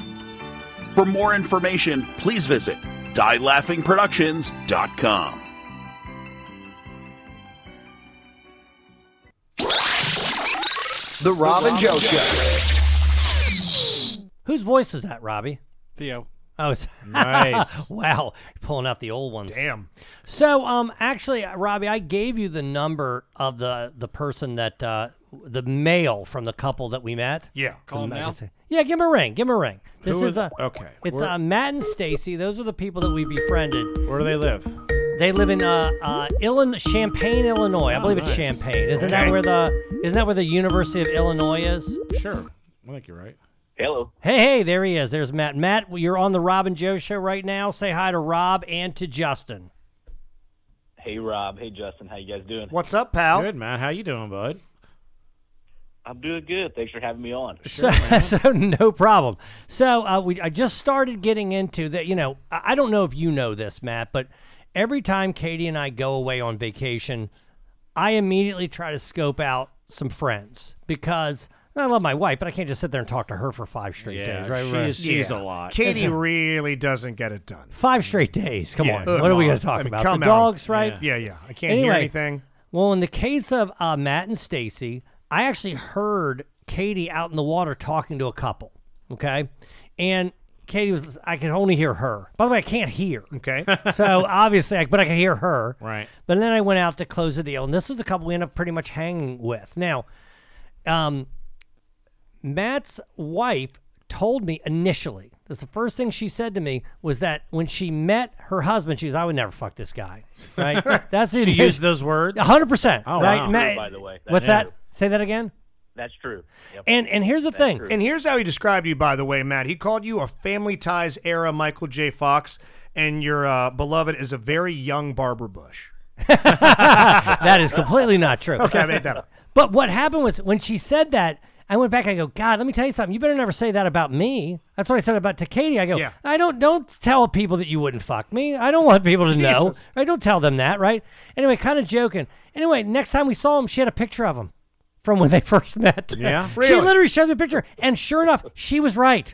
[SPEAKER 3] For more information, please visit dielaughingproductions.com.
[SPEAKER 15] The Rob and Joe Show.
[SPEAKER 10] Whose voice is that, Robbie?
[SPEAKER 12] Theo.
[SPEAKER 10] Oh, it's
[SPEAKER 12] Nice.
[SPEAKER 10] wow, You're pulling out the old ones.
[SPEAKER 5] Damn.
[SPEAKER 10] So, um, actually, uh, Robbie, I gave you the number of the the person that uh, the male from the couple that we met.
[SPEAKER 5] Yeah.
[SPEAKER 10] The
[SPEAKER 5] Call him now?
[SPEAKER 10] magazine- Yeah, give him a ring. Give him a ring. This
[SPEAKER 11] Who
[SPEAKER 10] is
[SPEAKER 11] is-
[SPEAKER 10] a
[SPEAKER 11] okay,
[SPEAKER 10] It's
[SPEAKER 11] we're-
[SPEAKER 10] uh, Matt and Stacy. Those are the people that we befriended.
[SPEAKER 11] Where do they live?
[SPEAKER 10] They live in uh, uh, Illinois, Champaign, Illinois. I
[SPEAKER 11] Oh,
[SPEAKER 10] believe
[SPEAKER 11] nice.
[SPEAKER 10] it's Champaign. Isn't
[SPEAKER 11] Okay.
[SPEAKER 10] that where the Isn't that where the University of Illinois is?
[SPEAKER 11] Sure. I think you're right.
[SPEAKER 16] Hello.
[SPEAKER 10] Hey, hey, there he is. There's Matt. Matt, you're on the Rob and Joe show right now. Say hi to Rob and to Justin.
[SPEAKER 16] Hey Rob. Hey Justin. How you guys doing?
[SPEAKER 5] What's up, pal?
[SPEAKER 11] Good, man. How you doing, bud?
[SPEAKER 16] I'm doing good. Thanks for having me on.
[SPEAKER 10] so, so no problem. So uh, we, I just started getting into that. You know, I I don't know if you know this, Matt, but every time Katie and I go away on vacation, I immediately try to scope out some friends because I love my wife, but I can't just sit there and talk to her for five straight
[SPEAKER 11] Yeah,
[SPEAKER 10] days. Right?
[SPEAKER 11] she
[SPEAKER 10] right.
[SPEAKER 11] is- she's a lot.
[SPEAKER 5] Katie
[SPEAKER 10] It's a-
[SPEAKER 5] really doesn't get it done.
[SPEAKER 10] Five straight days. Come
[SPEAKER 5] Yeah,
[SPEAKER 10] on.
[SPEAKER 5] ugh,
[SPEAKER 10] what are we
[SPEAKER 5] come
[SPEAKER 10] going
[SPEAKER 5] on.
[SPEAKER 10] to talk
[SPEAKER 5] I mean,
[SPEAKER 10] about?
[SPEAKER 5] come
[SPEAKER 10] the
[SPEAKER 5] out.
[SPEAKER 10] dogs, right?
[SPEAKER 5] Yeah. Yeah, yeah. I can't hear anything.
[SPEAKER 10] Well, in the case of uh, Matt and Stacy, I actually heard Katie out in the water talking to a couple. Okay, and Katie was I could only hear her. By the way, I can't hear.
[SPEAKER 5] Okay,
[SPEAKER 10] so obviously, I, but I can hear her.
[SPEAKER 11] Right.
[SPEAKER 10] But then I went out to close the deal, and this was the couple we ended up pretty much hanging with. Now, um, Matt's wife told me initially, that's the first thing she said to me was that when she met her husband, she goes, I would never fuck this guy. Right? That's
[SPEAKER 11] She used those words?
[SPEAKER 10] 100%.
[SPEAKER 11] Oh,
[SPEAKER 10] right?
[SPEAKER 11] wow.
[SPEAKER 10] Matt,
[SPEAKER 11] True, by the way. That's
[SPEAKER 10] what's
[SPEAKER 11] true.
[SPEAKER 10] that? Say that again?
[SPEAKER 16] That's true.
[SPEAKER 10] And and here's the thing.
[SPEAKER 5] And here's how he described you, by the way, Matt. He called you a family ties era Michael J. Fox, and your uh, beloved is a very young Barbara Bush.
[SPEAKER 10] that is completely not true.
[SPEAKER 5] Okay, I made that up.
[SPEAKER 10] But what happened was when she said that, I went back. I go, God, let me tell you something. You better never say that about me. That's what I said about to Katie. I go,
[SPEAKER 5] Yeah.
[SPEAKER 10] I don't don't tell people that you wouldn't fuck me. I don't want people to know.
[SPEAKER 5] Jesus.
[SPEAKER 10] I don't tell them that, right? Anyway, kind of joking. Anyway, next time we saw him, she had a picture of him from when they first met.
[SPEAKER 11] Yeah?
[SPEAKER 10] she
[SPEAKER 11] Really?
[SPEAKER 10] literally showed me a picture, and sure enough, she was right.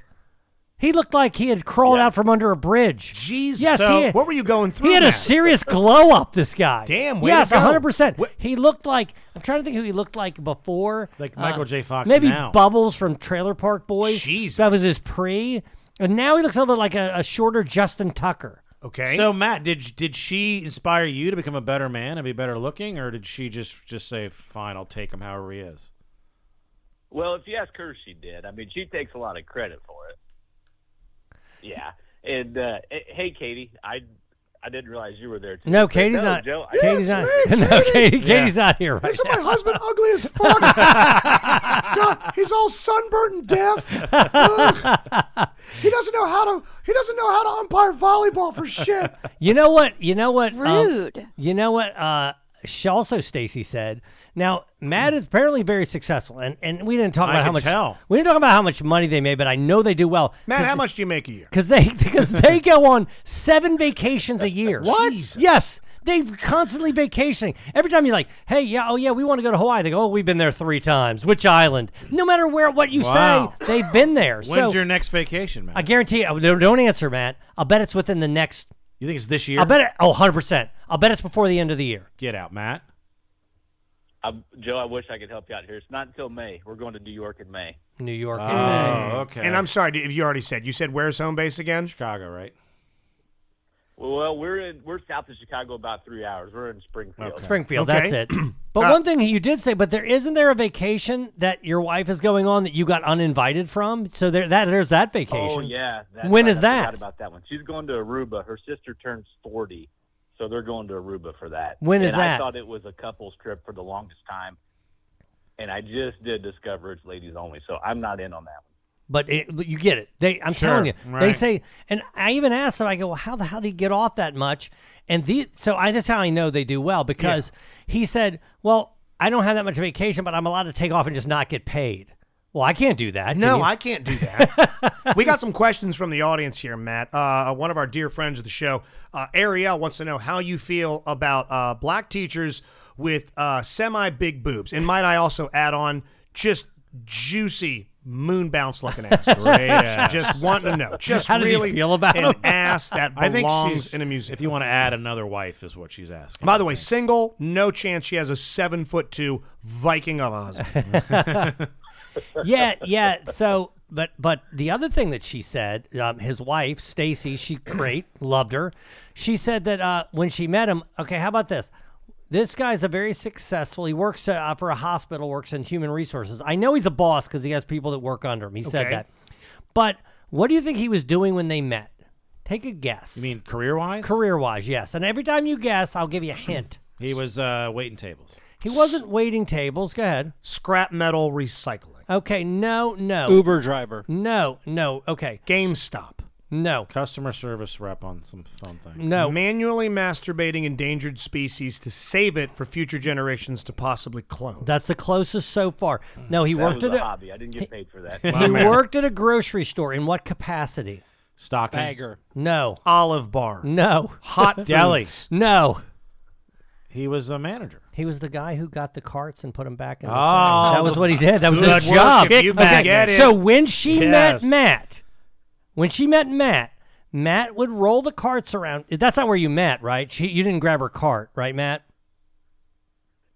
[SPEAKER 10] He looked like he had crawled out from under a bridge. Jesus. Yes,
[SPEAKER 5] So,
[SPEAKER 10] he,
[SPEAKER 5] what were you going through,
[SPEAKER 10] He had a
[SPEAKER 5] Matt?
[SPEAKER 10] serious glow up. This guy.
[SPEAKER 5] Damn, way to
[SPEAKER 10] Yes,
[SPEAKER 5] go.
[SPEAKER 10] hundred percent. He looked like I'm trying to think who he looked like before. uh,
[SPEAKER 11] Like Michael J. Fox
[SPEAKER 10] Maybe
[SPEAKER 11] now.
[SPEAKER 10] Bubbles from Trailer Park Boys. Jesus, that was his pre, and now he looks a little bit like a, a shorter Justin Tucker.
[SPEAKER 5] Okay.
[SPEAKER 11] So Matt, did did she inspire you to become a better man and be better looking, or did she just just say, "Fine, I'll take him however he is"?
[SPEAKER 16] Well, if you ask her, she did. I mean, she takes a lot of credit for it. Yeah. And uh, eh, hey, Katie, I I didn't realize you were there. Too.
[SPEAKER 10] No,
[SPEAKER 16] But
[SPEAKER 10] Katie's
[SPEAKER 16] no,
[SPEAKER 10] not.
[SPEAKER 16] Joe, I-
[SPEAKER 10] Katie's not. no, Katie. Katie's not here right
[SPEAKER 5] Isn't my husband ugly as fuck? God, he's all sunburnt and deaf. Ugh. He doesn't know how to. He doesn't know how to umpire volleyball for shit.
[SPEAKER 10] You know what? You know what? um,
[SPEAKER 5] Rude.
[SPEAKER 10] you know what? Uh, she also Stacy said. Now Matt is apparently very successful, and, and we didn't talk
[SPEAKER 5] I
[SPEAKER 10] about how
[SPEAKER 5] could
[SPEAKER 10] much
[SPEAKER 5] tell.
[SPEAKER 10] we didn't talk about how much money they made, but I know they do well.
[SPEAKER 5] Matt,
[SPEAKER 10] 'Cause-
[SPEAKER 5] how much do you make a year?
[SPEAKER 10] Because they because they go on seven vacations a year. What? Yes, They're constantly vacationing. Every time you're like, hey, yeah, oh, yeah, we want to go to Hawaii. They go, oh, we've been there three times. Which island? No matter where, what you
[SPEAKER 11] Wow.
[SPEAKER 10] say, they've been there.
[SPEAKER 11] When's
[SPEAKER 10] so
[SPEAKER 11] your next vacation, man?
[SPEAKER 10] I guarantee you, don't don't answer, Matt. I'll bet it's within the next.
[SPEAKER 11] You think it's this year?
[SPEAKER 10] I'll bet it, oh, 100%. I'll bet it's before the end of the year.
[SPEAKER 11] Get out, Matt.
[SPEAKER 16] I'm, Joe, I wish I could help you out here. It's not until May. We're going to New York in May.
[SPEAKER 10] New York.
[SPEAKER 11] Oh,
[SPEAKER 5] and-
[SPEAKER 11] okay.
[SPEAKER 5] And I'm sorry if you already said. You said where's home base again?
[SPEAKER 11] Chicago, right?
[SPEAKER 16] Well, we're in we're south of Chicago about three hours. We're in Springfield.
[SPEAKER 10] Springfield, that's it. But
[SPEAKER 11] Uh,
[SPEAKER 10] one thing you did say, but there isn't there a vacation that your wife is going on that you got uninvited from? So there, that there's that
[SPEAKER 16] Oh
[SPEAKER 10] vacation.
[SPEAKER 16] yeah. That's
[SPEAKER 10] When
[SPEAKER 16] right.
[SPEAKER 10] is
[SPEAKER 16] I
[SPEAKER 10] that?
[SPEAKER 16] forgot about that one. She's going to Aruba. Her sister turns forty, so they're going to Aruba for that.
[SPEAKER 10] When is
[SPEAKER 16] and I
[SPEAKER 10] that?
[SPEAKER 16] thought it was a couples trip for the longest time, and I just did discover it's ladies only. So I'm not in on that
[SPEAKER 10] But it, but you get it. They, I'm
[SPEAKER 16] Sure,
[SPEAKER 10] telling you, they
[SPEAKER 16] right.
[SPEAKER 10] say, and I even asked them. I go, well, how the hell do you get off that much? And the so I that's how I know they do well because he said, well, I don't have that much vacation, but I'm allowed to take off and just not get paid. Well, I can't do that.
[SPEAKER 5] No,
[SPEAKER 10] I
[SPEAKER 5] I can't do that. we got some questions from the audience here, Matt. Uh, one of our dear friends of the show, uh, Ariel, wants to know how you feel about uh, black teachers with uh, semi big boobs. And might I also add on just juicy moon bounce looking asses.
[SPEAKER 11] Great ass.
[SPEAKER 5] Just want to know. Just
[SPEAKER 11] How does he
[SPEAKER 5] really
[SPEAKER 11] feel about
[SPEAKER 5] an
[SPEAKER 11] them?
[SPEAKER 5] ass that
[SPEAKER 11] I think
[SPEAKER 5] belongs
[SPEAKER 11] she's-
[SPEAKER 5] in a museum.
[SPEAKER 11] If you want to add another wife, is what she's asking.
[SPEAKER 5] By the way, single, no chance. She has a seven foot two Viking of a husband.
[SPEAKER 10] yeah, yeah. So, but but the other thing that she said, um, his wife Stacy, she great, loved her. She said that uh, when she met him, okay, how about this? This guy's a very successful. He works uh, for a hospital, works in human resources. I know he's a boss because he has people that work under him. He
[SPEAKER 11] Okay.
[SPEAKER 10] said that. But what do you think he was doing when they met? Take a guess. You mean
[SPEAKER 11] career wise?
[SPEAKER 10] Career wise, yes. And every time you guess, I'll give you a hint.
[SPEAKER 11] He was uh, waiting tables.
[SPEAKER 10] He wasn't waiting tables. Go ahead.
[SPEAKER 5] Scrap metal recycling.
[SPEAKER 10] Okay, no, no.
[SPEAKER 11] Uber driver.
[SPEAKER 10] No, no. Okay.
[SPEAKER 5] GameStop.
[SPEAKER 10] No.
[SPEAKER 11] Customer service rep on some phone thing.
[SPEAKER 5] Manually masturbating endangered species to save it for future generations to possibly clone.
[SPEAKER 10] That's the closest so far. No, he
[SPEAKER 5] That
[SPEAKER 10] worked
[SPEAKER 5] was
[SPEAKER 10] at
[SPEAKER 5] a
[SPEAKER 10] a
[SPEAKER 5] hobby. I didn't get
[SPEAKER 10] he-
[SPEAKER 5] paid for that.
[SPEAKER 10] He
[SPEAKER 5] Wow, man.
[SPEAKER 10] worked at a grocery store. In what capacity?
[SPEAKER 11] Stocking.
[SPEAKER 12] Bagger.
[SPEAKER 10] No.
[SPEAKER 5] Olive bar.
[SPEAKER 10] No.
[SPEAKER 11] Hot Deli. foods.
[SPEAKER 10] No.
[SPEAKER 11] He was a manager.
[SPEAKER 10] He was the guy who got the carts and put them back in. The
[SPEAKER 11] Oh,
[SPEAKER 10] front. that was what he did. That was
[SPEAKER 11] good
[SPEAKER 10] his
[SPEAKER 11] work
[SPEAKER 10] job.
[SPEAKER 11] if you back at it.
[SPEAKER 10] So when she
[SPEAKER 11] Yes.
[SPEAKER 10] met Matt, when she met Matt, Matt would roll the carts around. That's not where you met, right? She, you didn't grab her cart, right, Matt?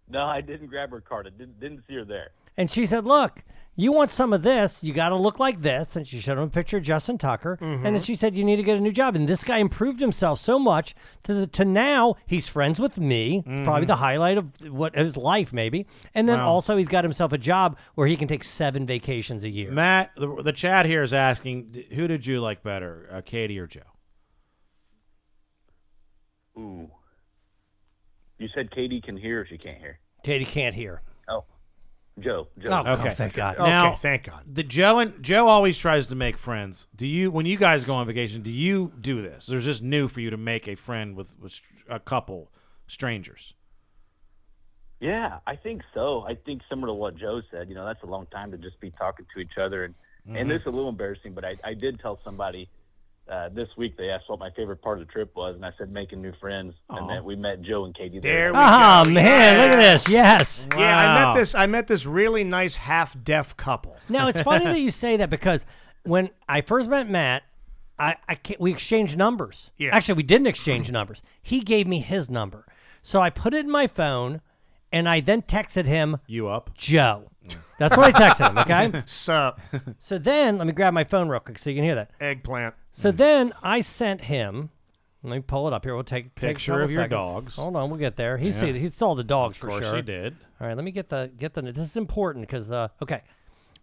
[SPEAKER 16] one. No, I didn't grab her card. I didn't didn't see her there.
[SPEAKER 10] And she said, Look, you want some of this, you got to look like this. And she showed him a picture of Justin Tucker.
[SPEAKER 5] Mm-hmm.
[SPEAKER 10] And then she said, You need to get a new job. And this guy improved himself so much to, the, to now he's friends with me. It's probably
[SPEAKER 5] Mm-hmm.
[SPEAKER 10] the highlight of what his life, maybe. And then
[SPEAKER 11] Wow.
[SPEAKER 10] also, he's got himself a job where he can take seven vacations a year.
[SPEAKER 11] Matt, the, the chat here is asking, d- who did you like better, uh, Katie or Joe?
[SPEAKER 16] Ooh. You said Katie can hear or she can't hear.
[SPEAKER 10] Katie can't hear.
[SPEAKER 16] Oh. Joe. Joe.
[SPEAKER 10] Oh,
[SPEAKER 11] Now,
[SPEAKER 5] Oh, thank God.
[SPEAKER 11] The Joe and Joe always tries to make friends. Do you, when you guys go on vacation, do you do this? There's just new for you to make a friend with, with str- a couple strangers.
[SPEAKER 16] Yeah, I think so. I think similar to what Joe said, you know, that's a long time to just be talking to each other. And and
[SPEAKER 17] Mhm.
[SPEAKER 16] this is a little embarrassing, but I, I did tell somebody uh, this week they asked what my favorite part of the trip was, and I said making new friends, and
[SPEAKER 5] Aw.
[SPEAKER 16] that we met Joe and Katie
[SPEAKER 5] There
[SPEAKER 16] there.
[SPEAKER 5] we
[SPEAKER 10] Ah,
[SPEAKER 5] go.
[SPEAKER 10] man, look at this. Yes.
[SPEAKER 5] Yeah, I
[SPEAKER 10] Wow.
[SPEAKER 5] met this. I met this really nice half deaf couple.
[SPEAKER 10] Now it's funny that you say that because when I first met Matt, I, I ca- we exchanged numbers.
[SPEAKER 5] Yeah.
[SPEAKER 10] Actually, we didn't exchange numbers. He gave me his number, so I put it in my phone, and I then texted him.
[SPEAKER 11] You up,
[SPEAKER 10] Joe? That's what I texted him. Okay.
[SPEAKER 5] Sup.
[SPEAKER 10] So then let me grab my phone real quick so you can hear that.
[SPEAKER 5] Eggplant.
[SPEAKER 10] So
[SPEAKER 11] Mm.
[SPEAKER 10] then I sent him. Let me pull it up here. We'll take take a
[SPEAKER 11] Picture
[SPEAKER 10] couple
[SPEAKER 11] of your
[SPEAKER 10] seconds.
[SPEAKER 11] dogs.
[SPEAKER 10] Hold on, we'll get there. He
[SPEAKER 11] Yeah.
[SPEAKER 10] see he saw the dogs
[SPEAKER 11] Of
[SPEAKER 10] for
[SPEAKER 11] course
[SPEAKER 10] sure.
[SPEAKER 11] he did.
[SPEAKER 10] All right, let me get the get the. This is important because uh, okay,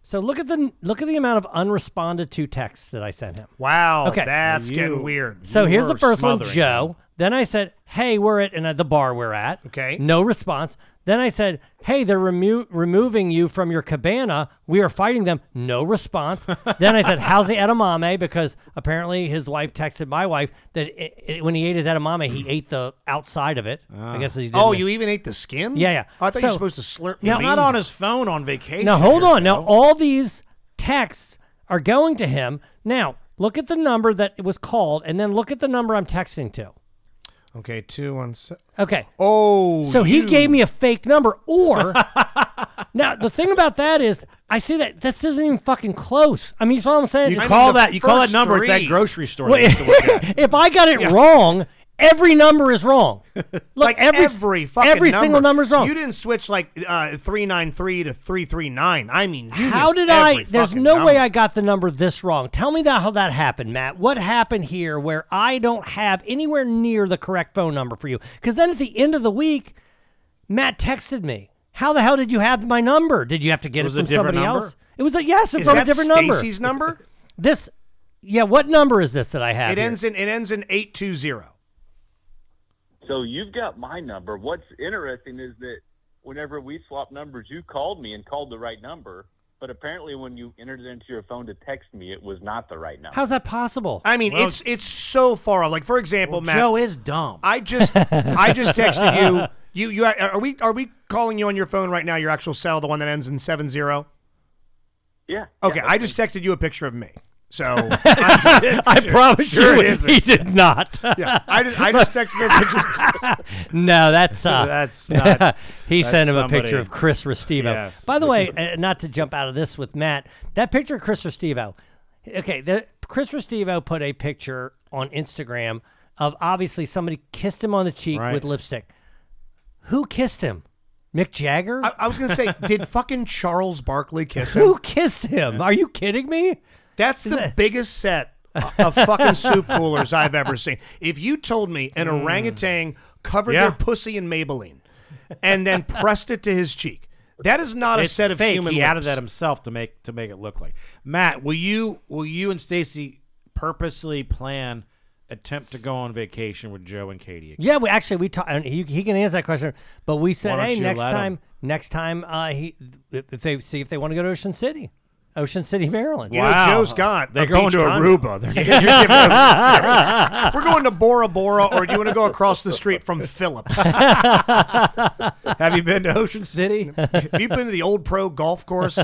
[SPEAKER 10] so look at the look at the amount of unresponded to texts that I sent him.
[SPEAKER 5] Wow,
[SPEAKER 10] Okay.
[SPEAKER 5] Oh, that's You- getting weird.
[SPEAKER 10] So
[SPEAKER 5] you
[SPEAKER 10] here's the
[SPEAKER 5] were
[SPEAKER 10] first one,
[SPEAKER 5] smothering
[SPEAKER 10] Joe. Then I said, "Hey, we're at and at the bar we're at."
[SPEAKER 5] Okay.
[SPEAKER 10] No response. Then I said, "Hey, they're remo- removing you from your cabana. We are fighting them." No response. then I said, "How's the edamame?" Because apparently his wife texted my wife that it, it- when he ate his edamame, he ate the outside of it. I guess he didn't.
[SPEAKER 5] Oh, you even ate the skin?
[SPEAKER 10] Yeah, yeah.
[SPEAKER 5] I thought you were
[SPEAKER 10] So-
[SPEAKER 5] supposed to slurp.
[SPEAKER 10] Now-
[SPEAKER 5] the
[SPEAKER 10] Not
[SPEAKER 5] beans
[SPEAKER 10] on
[SPEAKER 5] out.
[SPEAKER 11] his phone on vacation.
[SPEAKER 10] Now hold
[SPEAKER 11] here,
[SPEAKER 10] on. Now
[SPEAKER 11] Joe.
[SPEAKER 5] oh.
[SPEAKER 10] all these texts are going to him. Now look at the number that it was called, and then look at the number I'm texting to.
[SPEAKER 5] Okay, two one seven.
[SPEAKER 10] Okay.
[SPEAKER 5] Oh,
[SPEAKER 10] So he
[SPEAKER 5] you-
[SPEAKER 10] gave me a fake number, or now the thing about that is, I see that this isn't even fucking close. I mean, you saw what I'm saying?
[SPEAKER 11] You call that you call that number? It's that grocery store.
[SPEAKER 10] Wait,
[SPEAKER 11] they used to work at.
[SPEAKER 10] if I got it wrong, every number is wrong. Look,
[SPEAKER 5] like every fucking
[SPEAKER 10] every
[SPEAKER 5] number.
[SPEAKER 10] single number's wrong.
[SPEAKER 5] You didn't switch like uh, three nine three to three three nine. I mean, you
[SPEAKER 10] how
[SPEAKER 5] missed
[SPEAKER 10] did I?
[SPEAKER 5] every
[SPEAKER 10] There's
[SPEAKER 5] fucking
[SPEAKER 10] no way
[SPEAKER 5] number.
[SPEAKER 10] I got the number this wrong. Tell me that how that happened, Matt. What happened here where I don't have anywhere near the correct phone number for you? Because then at the end of the week, Matt texted me. How the hell did you have my number? Did you have to get it,
[SPEAKER 11] Was it
[SPEAKER 10] from
[SPEAKER 11] a different
[SPEAKER 10] somebody
[SPEAKER 11] number?
[SPEAKER 10] else? It was a, yes, it was
[SPEAKER 5] Is
[SPEAKER 10] from a
[SPEAKER 5] that
[SPEAKER 10] different
[SPEAKER 5] Stacy's
[SPEAKER 10] number.
[SPEAKER 5] number?
[SPEAKER 10] This, yeah. What number is this that I have?
[SPEAKER 5] It
[SPEAKER 10] here?
[SPEAKER 5] ends in it ends in eight two zero.
[SPEAKER 16] So you've got my number. What's interesting is that whenever we swapped numbers, you called me and called the right number. But apparently, when you entered it into your phone to text me, it was not the right number.
[SPEAKER 10] How's that possible?
[SPEAKER 5] I mean,
[SPEAKER 16] Well-
[SPEAKER 5] it's it's so far off. Like for example, Matt,
[SPEAKER 11] Joe is dumb.
[SPEAKER 5] I just I just texted you. You you are we are we calling you on your phone right now? Your actual cell, the one that ends in seven zero.
[SPEAKER 16] Yeah.
[SPEAKER 5] Okay, I just texted you a picture of me. So I'm-
[SPEAKER 10] I promise
[SPEAKER 5] Sure
[SPEAKER 10] you,
[SPEAKER 5] it isn't.
[SPEAKER 10] he did not.
[SPEAKER 5] yeah, I just I just texted her a picture.
[SPEAKER 10] No, that's uh,
[SPEAKER 5] That's not-
[SPEAKER 10] he
[SPEAKER 5] that's
[SPEAKER 10] sent him a
[SPEAKER 5] somebody-
[SPEAKER 10] picture of Chris Restivo.
[SPEAKER 5] Yes.
[SPEAKER 10] By the way, uh, not to jump out of this with Matt, that picture of Chris Restivo. Okay, the, Chris Restivo put a picture on Instagram of obviously somebody kissed him on the cheek
[SPEAKER 11] Right.
[SPEAKER 10] with lipstick. Who kissed him? Mick Jagger?
[SPEAKER 5] I, I was gonna say, did fucking Charles Barkley kiss him?
[SPEAKER 10] Who kissed him? Are you kidding me?
[SPEAKER 5] That's the biggest set of fucking soup coolers I've ever seen. If you told me an orangutan covered
[SPEAKER 11] Mm. Yeah.
[SPEAKER 5] their pussy in Maybelline and then pressed it to his cheek, that is not a
[SPEAKER 11] It's
[SPEAKER 5] set of
[SPEAKER 11] fake.
[SPEAKER 5] human
[SPEAKER 11] He
[SPEAKER 5] lips.
[SPEAKER 11] added that himself to make to make it look like Matt. Will you will you and Stacy purposely plan attempt to go on vacation with Joe and Katie? Again?
[SPEAKER 10] Yeah, we actually we talk, and he, he can answer that question. But we
[SPEAKER 11] Why
[SPEAKER 10] said,
[SPEAKER 11] don't
[SPEAKER 10] hey,
[SPEAKER 11] you
[SPEAKER 10] next
[SPEAKER 11] let him?
[SPEAKER 10] time, next time, uh, he if if they see if they want to go to Ocean City, Ocean City, Maryland.
[SPEAKER 5] You know, Joe's got.
[SPEAKER 11] They're
[SPEAKER 5] a
[SPEAKER 11] going
[SPEAKER 5] beach
[SPEAKER 11] to
[SPEAKER 5] condo.
[SPEAKER 11] Aruba. They're
[SPEAKER 5] Yeah, you're giving them- We're going to Bora Bora, or do you want to go across the street from Phillips?
[SPEAKER 11] Have you been to Ocean City?
[SPEAKER 5] We've been to the Old Pro Golf Course.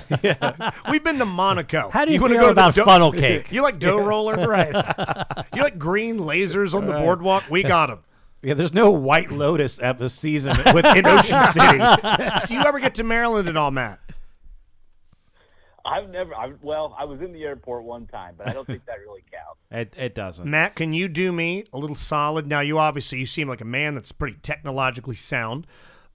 [SPEAKER 5] We've been to Monaco.
[SPEAKER 10] How do you
[SPEAKER 5] wanna
[SPEAKER 10] feel
[SPEAKER 5] go to the
[SPEAKER 10] about
[SPEAKER 5] dough-
[SPEAKER 10] funnel cake?
[SPEAKER 5] You like dough roller,
[SPEAKER 10] Right.
[SPEAKER 5] You like green lasers on the boardwalk? We got them.
[SPEAKER 11] Yeah, there's no White Lotus at the season within Ocean City.
[SPEAKER 5] do you ever get to Maryland at all, Matt?
[SPEAKER 16] I've never. I, well, I was in the airport one time, but I don't think that really counts.
[SPEAKER 11] It, it doesn't.
[SPEAKER 5] Matt, can you do me a little solid? Now, you obviously you seem like a man that's pretty technologically sound.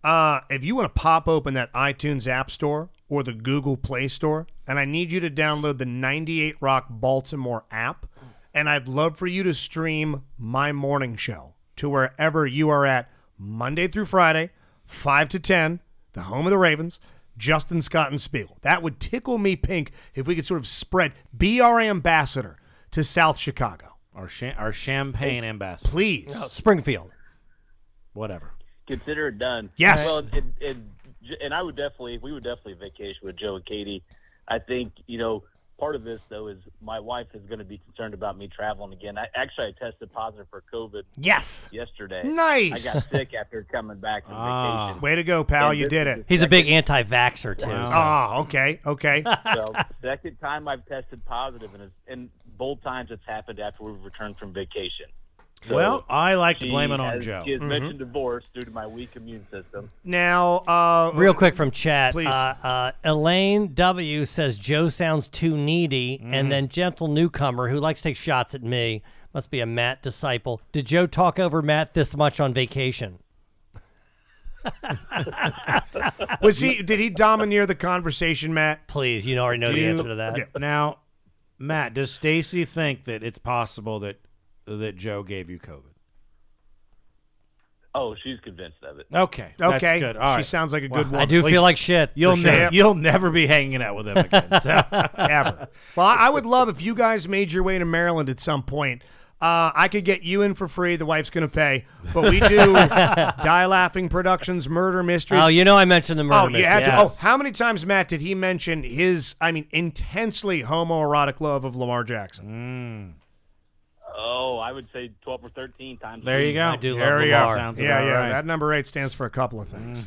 [SPEAKER 5] Uh, if you want to pop open that iTunes App Store or the Google Play Store, and I need you to download the 98 Rock Baltimore app, and I'd love for you to stream my morning show to wherever you are at Monday through Friday, 5 to 10, the home of the Ravens, Justin Scott and Spiegel. That would tickle me pink if we could sort of spread, be our ambassador to South Chicago.
[SPEAKER 11] Our cha- our champagne ambassador.
[SPEAKER 5] Please.
[SPEAKER 10] Oh,
[SPEAKER 16] Oh,
[SPEAKER 10] Springfield.
[SPEAKER 11] Whatever.
[SPEAKER 16] Consider it done.
[SPEAKER 11] Yes.
[SPEAKER 16] Well, it, it, and I would definitely, we would definitely vacation with Joe and Katie. I think you know part of this though is my wife is going to be concerned about me traveling again. I actually I tested positive for COVID.
[SPEAKER 10] Yes.
[SPEAKER 16] Yesterday.
[SPEAKER 5] Nice. Ah,
[SPEAKER 16] I got sick after coming back from vacation.
[SPEAKER 5] Way to go, pal.
[SPEAKER 16] And
[SPEAKER 5] You
[SPEAKER 16] this
[SPEAKER 5] did
[SPEAKER 16] is
[SPEAKER 5] it.
[SPEAKER 10] He's a big anti-vaxxer too.
[SPEAKER 5] Oh, okay. Okay.
[SPEAKER 16] So second time I've tested positive, and it's, and both times it's happened after we've returned from vacation. So
[SPEAKER 11] well, I like to
[SPEAKER 16] she
[SPEAKER 11] blame it on
[SPEAKER 16] has-
[SPEAKER 11] Joe.
[SPEAKER 16] She has
[SPEAKER 5] Mm-hmm.
[SPEAKER 16] mentioned divorce due to my weak immune system.
[SPEAKER 5] Now, uh,
[SPEAKER 10] Real quick from chat,
[SPEAKER 5] Please.
[SPEAKER 10] Uh, uh, Elaine W says Joe sounds too needy,
[SPEAKER 5] Mm-hmm.
[SPEAKER 10] and then gentle newcomer who likes to take shots at me must be a Matt disciple. Did Joe talk over Matt this much on vacation?
[SPEAKER 5] was he? Did he domineer the conversation, Matt?
[SPEAKER 10] Please, you already know
[SPEAKER 11] Do
[SPEAKER 10] the
[SPEAKER 11] you-
[SPEAKER 10] answer to that.
[SPEAKER 11] Yeah. Now, Matt, does Stacy think that it's possible that that Joe gave you COVID?
[SPEAKER 16] Oh, she's convinced of it.
[SPEAKER 11] Okay. that's
[SPEAKER 5] Okay.
[SPEAKER 11] good. All
[SPEAKER 5] She
[SPEAKER 11] right.
[SPEAKER 5] sounds like a good
[SPEAKER 11] Wow.
[SPEAKER 5] woman. I do
[SPEAKER 10] feel like shit,
[SPEAKER 11] You'll
[SPEAKER 10] for
[SPEAKER 11] ne-
[SPEAKER 10] sure.
[SPEAKER 11] you'll never be hanging out with him again. So.
[SPEAKER 5] Ever. Well, I I would love if you guys made your way to Maryland at some point. Uh, I could get you in for free. The wife's going to pay, but we do Die Laughing Productions murder mysteries.
[SPEAKER 10] Oh, you know I mentioned the murder.
[SPEAKER 5] Oh, you
[SPEAKER 10] mystery.
[SPEAKER 5] had to-
[SPEAKER 10] Yes.
[SPEAKER 5] oh, how many times, Matt, did he mention his? I mean, intensely homoerotic love of Lamar Jackson.
[SPEAKER 16] Oh, I would say twelve or thirteen
[SPEAKER 10] Mm,
[SPEAKER 16] times.
[SPEAKER 11] There you go.
[SPEAKER 10] I do
[SPEAKER 5] There
[SPEAKER 10] love
[SPEAKER 5] you go.
[SPEAKER 10] Lamar.
[SPEAKER 11] Sounds
[SPEAKER 5] yeah,
[SPEAKER 11] about
[SPEAKER 5] yeah.
[SPEAKER 11] right. Mm.
[SPEAKER 5] That number eight stands for a couple of things.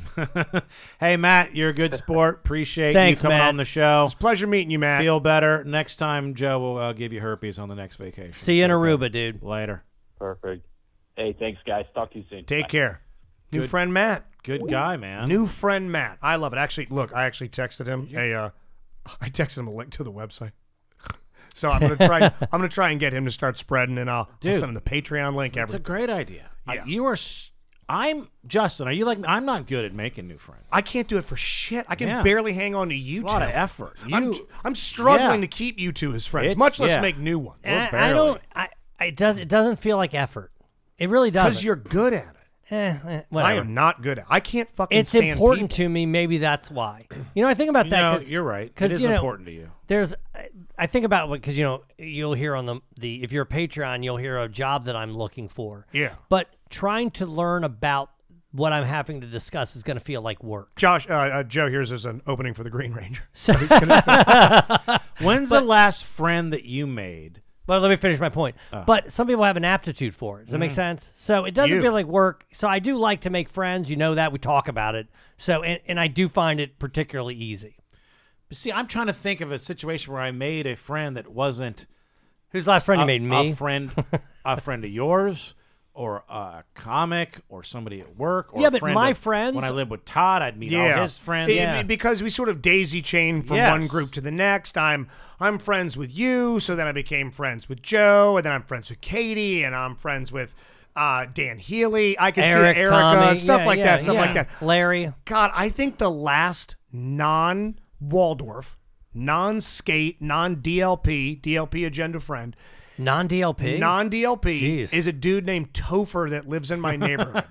[SPEAKER 11] hey, Matt, you're a good sport. Appreciate
[SPEAKER 10] Thanks,
[SPEAKER 11] you coming
[SPEAKER 10] Matt.
[SPEAKER 11] on the show.
[SPEAKER 5] It's a pleasure meeting you, Matt.
[SPEAKER 11] Feel better. Next time, Joe will uh, give you herpes on the next vacation.
[SPEAKER 10] See you in
[SPEAKER 11] So,
[SPEAKER 10] Aruba, dude.
[SPEAKER 11] Later.
[SPEAKER 16] Perfect. Hey, thanks, guys. Talk to you soon.
[SPEAKER 5] Take
[SPEAKER 16] Bye.
[SPEAKER 5] care. New
[SPEAKER 16] Good-
[SPEAKER 5] friend Matt.
[SPEAKER 11] Good guy, man.
[SPEAKER 5] New friend Matt. I love it. Actually, look, I actually texted him a uh, I texted him a link to the website. So I'm gonna try I'm gonna try and get him to start spreading and I'll, I'll
[SPEAKER 11] Dude.
[SPEAKER 5] send him the Patreon link
[SPEAKER 11] It's a
[SPEAKER 5] every
[SPEAKER 11] great idea. I- you are. s- I'm Justin. Are you like? I'm not good at making new friends.
[SPEAKER 5] I can't do it for shit. I can
[SPEAKER 11] Yeah.
[SPEAKER 5] barely hang on to you
[SPEAKER 11] A lot of
[SPEAKER 5] two.
[SPEAKER 11] effort.
[SPEAKER 5] I'm,
[SPEAKER 11] You-
[SPEAKER 5] I'm struggling to
[SPEAKER 11] Yeah.
[SPEAKER 5] keep you two as friends,
[SPEAKER 11] It's-
[SPEAKER 5] much less
[SPEAKER 11] yeah.
[SPEAKER 5] make new ones.
[SPEAKER 11] We're
[SPEAKER 10] I, I don't. I, I it does. It doesn't feel like effort. It really doesn't.
[SPEAKER 5] Because you're good at
[SPEAKER 10] it. Eh, eh,
[SPEAKER 5] I
[SPEAKER 10] whatever.
[SPEAKER 5] am not good at I can't fucking
[SPEAKER 10] It's
[SPEAKER 5] stand
[SPEAKER 10] important to me. Maybe that's why. You know, I think about
[SPEAKER 11] You
[SPEAKER 10] that.
[SPEAKER 11] know,
[SPEAKER 10] 'cause-
[SPEAKER 11] you're right. It
[SPEAKER 10] 'cause,
[SPEAKER 11] is
[SPEAKER 10] you know,
[SPEAKER 11] important to you.
[SPEAKER 10] There's, I- I think about what because you know you'll hear on the the if you're a Patreon you'll hear a job that I'm looking for.
[SPEAKER 5] Yeah.
[SPEAKER 10] But trying to learn about what I'm having to discuss is going to feel like work.
[SPEAKER 5] Josh, uh, uh, Joe, here's is an opening for the Green Ranger.
[SPEAKER 11] When's the last friend that you made?
[SPEAKER 10] Well, let me finish my point. But some people have an aptitude for it. Does that make
[SPEAKER 11] Mhm.
[SPEAKER 10] sense? So it doesn't
[SPEAKER 11] Ah. You.
[SPEAKER 10] feel like work. So I do like to make friends. You know that we talk about it. So and, and I do find it particularly easy.
[SPEAKER 11] See, I'm trying to think of a situation where I made a friend that wasn't.
[SPEAKER 10] Whose last friend you
[SPEAKER 11] a-
[SPEAKER 10] made? Me?
[SPEAKER 11] A friend, a friend of yours, or a comic, or somebody at work. Or
[SPEAKER 10] Yeah,
[SPEAKER 11] a
[SPEAKER 10] but
[SPEAKER 11] friend
[SPEAKER 10] my
[SPEAKER 11] of-
[SPEAKER 10] friends-
[SPEAKER 11] When I lived with Todd, I'd meet all his friends.
[SPEAKER 5] It- because we sort of daisy chain from
[SPEAKER 11] Yes.
[SPEAKER 5] one group to the next. I'm I'm friends with you, so then I became friends with Joe, and then I'm friends with Katie, and I'm friends with uh, Dan Healy. I can
[SPEAKER 10] Eric,
[SPEAKER 5] see Erica,
[SPEAKER 10] Tommy.
[SPEAKER 5] stuff
[SPEAKER 10] Yeah,
[SPEAKER 5] like
[SPEAKER 10] yeah,
[SPEAKER 5] that, stuff like
[SPEAKER 10] yeah.
[SPEAKER 5] that.
[SPEAKER 10] Larry,
[SPEAKER 5] God, I think the last non Waldorf, non skate, non DLP, DLP agenda friend.
[SPEAKER 10] Non DLP?
[SPEAKER 5] Non DLP
[SPEAKER 10] Jeez.
[SPEAKER 5] is a dude named Topher that lives in my neighborhood.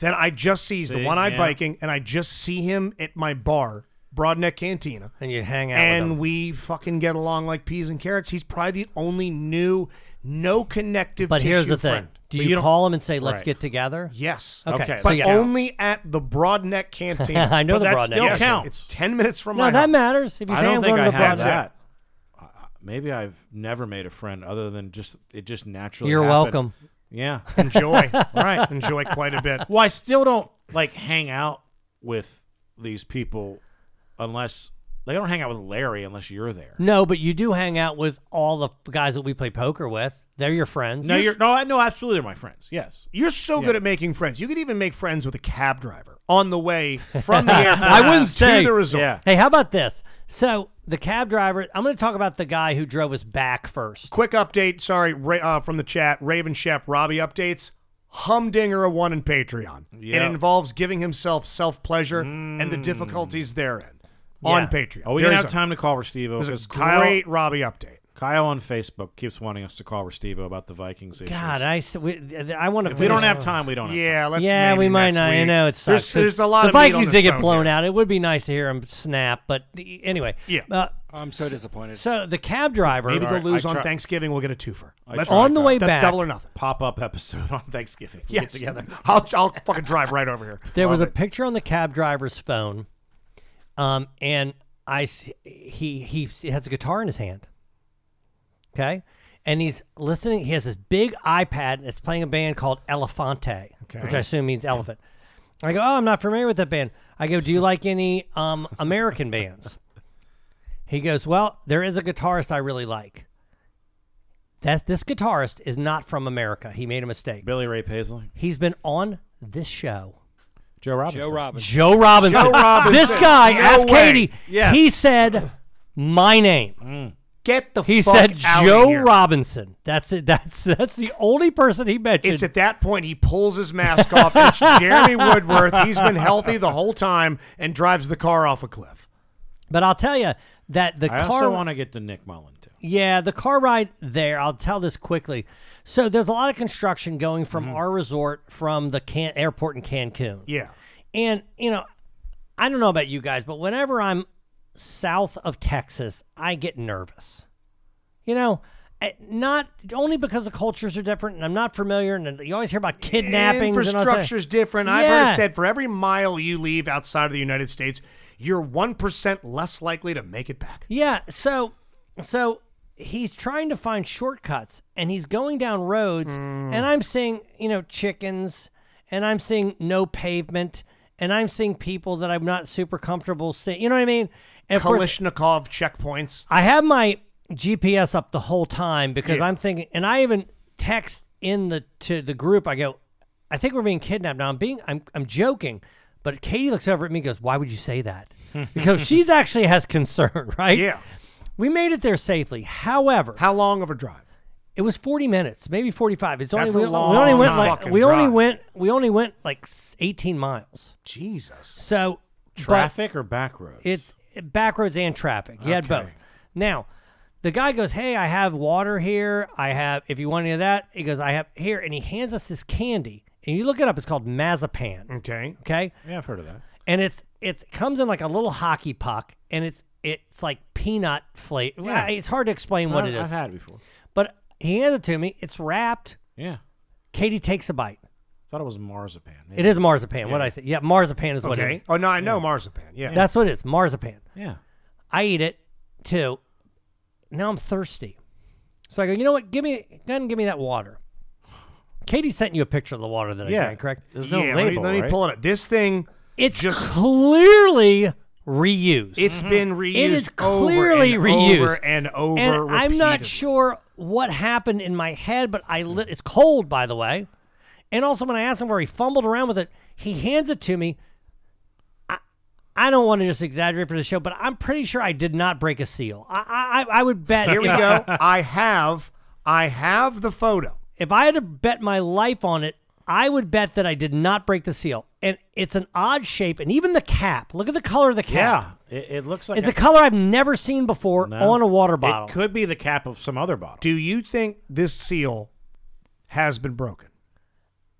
[SPEAKER 5] then I just see he's the
[SPEAKER 10] See,
[SPEAKER 5] one eyed
[SPEAKER 10] yeah.
[SPEAKER 5] Viking, and I just see him at my bar, Broadneck Cantina.
[SPEAKER 10] and you hang out. with
[SPEAKER 5] And
[SPEAKER 10] them.
[SPEAKER 5] we fucking get along like peas and carrots. He's probably the only new, no connective
[SPEAKER 10] But here's
[SPEAKER 5] tissue
[SPEAKER 10] the thing:
[SPEAKER 5] friend.
[SPEAKER 10] Do
[SPEAKER 5] But
[SPEAKER 10] you,
[SPEAKER 5] don't-
[SPEAKER 10] call them and say, "Let's
[SPEAKER 5] Right.
[SPEAKER 10] get together"?
[SPEAKER 5] Yes.
[SPEAKER 10] Okay. so
[SPEAKER 5] But
[SPEAKER 10] you-
[SPEAKER 5] only at the Broadneck Canteen.
[SPEAKER 10] I know
[SPEAKER 5] But
[SPEAKER 10] the
[SPEAKER 5] that
[SPEAKER 10] Broadneck
[SPEAKER 5] still
[SPEAKER 10] Canteen.
[SPEAKER 5] counts. It's ten minutes from
[SPEAKER 10] No,
[SPEAKER 5] my.
[SPEAKER 10] that
[SPEAKER 5] house.
[SPEAKER 10] matters. If you
[SPEAKER 11] I
[SPEAKER 10] say
[SPEAKER 11] don't
[SPEAKER 10] I'm
[SPEAKER 11] think
[SPEAKER 10] going
[SPEAKER 11] I
[SPEAKER 10] to the
[SPEAKER 11] had
[SPEAKER 10] Broadway-
[SPEAKER 11] that. I- I- Maybe I've never made a friend other than just it just naturally.
[SPEAKER 10] You're
[SPEAKER 11] happened.
[SPEAKER 10] welcome.
[SPEAKER 11] Yeah,
[SPEAKER 5] Enjoy.
[SPEAKER 11] All right,
[SPEAKER 5] Enjoy quite a bit.
[SPEAKER 11] Well, I still don't like hang out with these people unless they don't hang out with Larry unless you're there.
[SPEAKER 10] No, but you do hang out with all the f- guys that we play poker with. They're your friends.
[SPEAKER 11] No, you're no, I no, absolutely they're my friends. Yes,
[SPEAKER 5] You're so
[SPEAKER 11] Yeah.
[SPEAKER 5] good at making friends. You could even make friends with a cab driver on the way from the airport.
[SPEAKER 10] I wouldn't
[SPEAKER 5] to
[SPEAKER 10] say.
[SPEAKER 5] the resort.
[SPEAKER 10] Hey, how about this? So the cab driver. I'm going to talk about the guy who drove us back first.
[SPEAKER 5] Quick update. Sorry, Ra- uh, from the chat. Raven Chef Robbie updates. Humdinger a one in Patreon.
[SPEAKER 11] Yeah.
[SPEAKER 5] It involves giving himself self pleasure and the difficulties therein on
[SPEAKER 11] Mm. Yeah.
[SPEAKER 5] Patreon.
[SPEAKER 11] Oh, we
[SPEAKER 5] There's
[SPEAKER 11] didn't have
[SPEAKER 5] a-
[SPEAKER 11] time to call Restivo.
[SPEAKER 5] There's a
[SPEAKER 11] 'cause Kyle-
[SPEAKER 5] great Robbie update.
[SPEAKER 11] Kyle on Facebook keeps wanting us to call Restivo about the Vikings. Issues.
[SPEAKER 10] God, I s- we, th- I want to.
[SPEAKER 11] If we don't have time, we don't. Have
[SPEAKER 5] Yeah, let's.
[SPEAKER 10] yeah,
[SPEAKER 5] maybe
[SPEAKER 10] we might
[SPEAKER 5] next
[SPEAKER 10] not. I
[SPEAKER 5] week.
[SPEAKER 10] know it
[SPEAKER 5] There's,
[SPEAKER 10] sucks.
[SPEAKER 5] there's a lot
[SPEAKER 10] the
[SPEAKER 5] of meat on
[SPEAKER 10] Vikings
[SPEAKER 5] this
[SPEAKER 10] did get
[SPEAKER 5] bone
[SPEAKER 10] blown
[SPEAKER 5] here.
[SPEAKER 10] out. It would be nice to hear them snap, but the, anyway.
[SPEAKER 5] Yeah.
[SPEAKER 10] Uh,
[SPEAKER 12] I'm so disappointed.
[SPEAKER 10] so the cab driver.
[SPEAKER 5] Maybe they'll
[SPEAKER 11] Sorry,
[SPEAKER 5] lose
[SPEAKER 11] I
[SPEAKER 5] on
[SPEAKER 11] try-
[SPEAKER 5] Thanksgiving. We'll get a twofer.
[SPEAKER 11] I
[SPEAKER 5] Let's
[SPEAKER 11] tried,
[SPEAKER 10] On the
[SPEAKER 11] Kyle.
[SPEAKER 10] way
[SPEAKER 5] That's
[SPEAKER 10] back-
[SPEAKER 5] double or nothing.
[SPEAKER 11] Pop-up episode on Thanksgiving. We
[SPEAKER 5] Yes.
[SPEAKER 11] Get together.
[SPEAKER 5] I'll, I'll fucking drive right over here.
[SPEAKER 10] There was
[SPEAKER 5] Love
[SPEAKER 10] a picture on the cab driver's phone, um, and I s- he he has a guitar in his hand. Okay, and he's listening. He has this big iPad, and it's playing a band called Elefante, which I assume means elephant. I go, oh, I'm not familiar with that band. I go, do you like any um, American bands? He goes, well, there is a guitarist I really like. That this guitarist is not from America. He made a mistake.
[SPEAKER 11] Billy Ray Paisley,
[SPEAKER 10] He's been on this show.
[SPEAKER 11] Joe Robinson. Joe Robinson.
[SPEAKER 10] Joe Robinson.
[SPEAKER 5] Joe Robinson.
[SPEAKER 10] This guy
[SPEAKER 5] No
[SPEAKER 10] asked
[SPEAKER 5] way.
[SPEAKER 10] Katie.
[SPEAKER 5] Yes.
[SPEAKER 10] He said my name.
[SPEAKER 5] Get the
[SPEAKER 10] He
[SPEAKER 5] fuck
[SPEAKER 10] said
[SPEAKER 5] outta
[SPEAKER 10] Joe
[SPEAKER 5] here.
[SPEAKER 10] Robinson. That's it. That's that's the only person he mentioned.
[SPEAKER 5] It's at that point he pulls his mask off. It's Jeremy Woodworth. He's been healthy the whole time and drives the car off a cliff.
[SPEAKER 10] but I'll tell you that the
[SPEAKER 11] I
[SPEAKER 10] car.
[SPEAKER 11] also want to get to Nick Mullen too.
[SPEAKER 10] yeah, the car ride there. I'll tell this quickly. So there's a lot of construction going from
[SPEAKER 11] Mm-hmm.
[SPEAKER 10] our resort from the Can- airport in Cancun.
[SPEAKER 5] Yeah.
[SPEAKER 10] And, you know, I don't know about you guys, but whenever I'm south of Texas, I get nervous. You know, eh, not only because the cultures are different and I'm not familiar, and you always hear about kidnappings. and all that.
[SPEAKER 5] Eh, Infrastructure's different. I've heard
[SPEAKER 10] Yeah.
[SPEAKER 5] it said for every mile you leave outside of the United States, you're 1% less likely to make it back.
[SPEAKER 10] Yeah, so so he's trying to find shortcuts and he's going down roads
[SPEAKER 5] Hmm.
[SPEAKER 10] and I'm seeing, you know, chickens and I'm seeing no pavement and I'm seeing people that I'm not super comfortable seeing. You know what I mean? And of course,
[SPEAKER 5] Kalishnikov checkpoints.
[SPEAKER 10] I have my GPS up the whole time because I'm thinking and I even text in the to the group I go, I think we're being kidnapped now. I'm being I'm I'm joking. But Katie looks over at me and goes, Why would you say that? Because she's actually has concern, right?
[SPEAKER 5] Yeah.
[SPEAKER 10] We made it there safely. However,
[SPEAKER 5] how long of a drive?
[SPEAKER 10] It was 40 minutes, maybe 45. It's only
[SPEAKER 5] That's
[SPEAKER 10] we,
[SPEAKER 5] a long
[SPEAKER 10] we only went like
[SPEAKER 5] fucking
[SPEAKER 10] we only
[SPEAKER 5] drive.
[SPEAKER 10] went we only went like 18 miles.
[SPEAKER 5] Jesus.
[SPEAKER 10] So but
[SPEAKER 11] Traffic or back roads?
[SPEAKER 10] It's back roads and traffic. You had both. Now, the guy goes, "Hey, I have water here. I have if you want any of that." He goes, "I have here," and he hands us this candy. And you look it up; it's called mazapan.
[SPEAKER 5] Okay.
[SPEAKER 10] Okay.
[SPEAKER 11] Yeah, I've heard of that.
[SPEAKER 10] And it's it comes in like a little hockey puck, and it's it's like peanut flavor.
[SPEAKER 11] Yeah.
[SPEAKER 10] It's hard to explain what
[SPEAKER 11] I've-
[SPEAKER 10] it is.
[SPEAKER 11] I've
[SPEAKER 5] Uh-huh.
[SPEAKER 11] had it before.
[SPEAKER 10] But he hands it to me. It's wrapped.
[SPEAKER 11] Yeah.
[SPEAKER 10] Katie takes a bite.
[SPEAKER 11] thought it was marzipan.
[SPEAKER 10] It is marzipan. What
[SPEAKER 11] Yeah.
[SPEAKER 10] I say? Yeah, marzipan is what it
[SPEAKER 5] Okay.
[SPEAKER 10] is.
[SPEAKER 5] Oh, no, I know marzipan. Yeah.
[SPEAKER 10] That's what it is. Marzipan.
[SPEAKER 11] Yeah.
[SPEAKER 10] I eat it too. Now I'm thirsty. So I go, you know what? Give me go ahead and give me that water. Katie sent you a picture of the water that I
[SPEAKER 5] Yeah.
[SPEAKER 10] drank, correct?
[SPEAKER 5] There's no Yeah, let me- label, let me right? pull it up. This thing
[SPEAKER 10] It's just clearly reused.
[SPEAKER 5] It's
[SPEAKER 10] It's
[SPEAKER 5] been reused.
[SPEAKER 10] It is
[SPEAKER 5] over
[SPEAKER 10] clearly
[SPEAKER 5] and
[SPEAKER 10] reused.
[SPEAKER 5] over and over.
[SPEAKER 10] And I'm not
[SPEAKER 5] repeatedly.
[SPEAKER 10] sure what happened in my head, but I lit it's cold, by the way. And also when I asked him where he fumbled around with it, he hands it to me. I I don't want to just exaggerate for the show, but I'm pretty sure I did not break a seal. I I, I would bet.
[SPEAKER 5] Here we
[SPEAKER 10] if-
[SPEAKER 5] go. I have, I have the photo.
[SPEAKER 10] If I had to bet my life on it, I would bet that I did not break the seal. And it's an odd shape, and even the cap. Look at the color of the cap.
[SPEAKER 11] Yeah. It, it looks like
[SPEAKER 10] it's a, color I've never seen before on a water bottle.
[SPEAKER 11] It could be the cap of some other bottle.
[SPEAKER 5] Do you think this seal has been broken?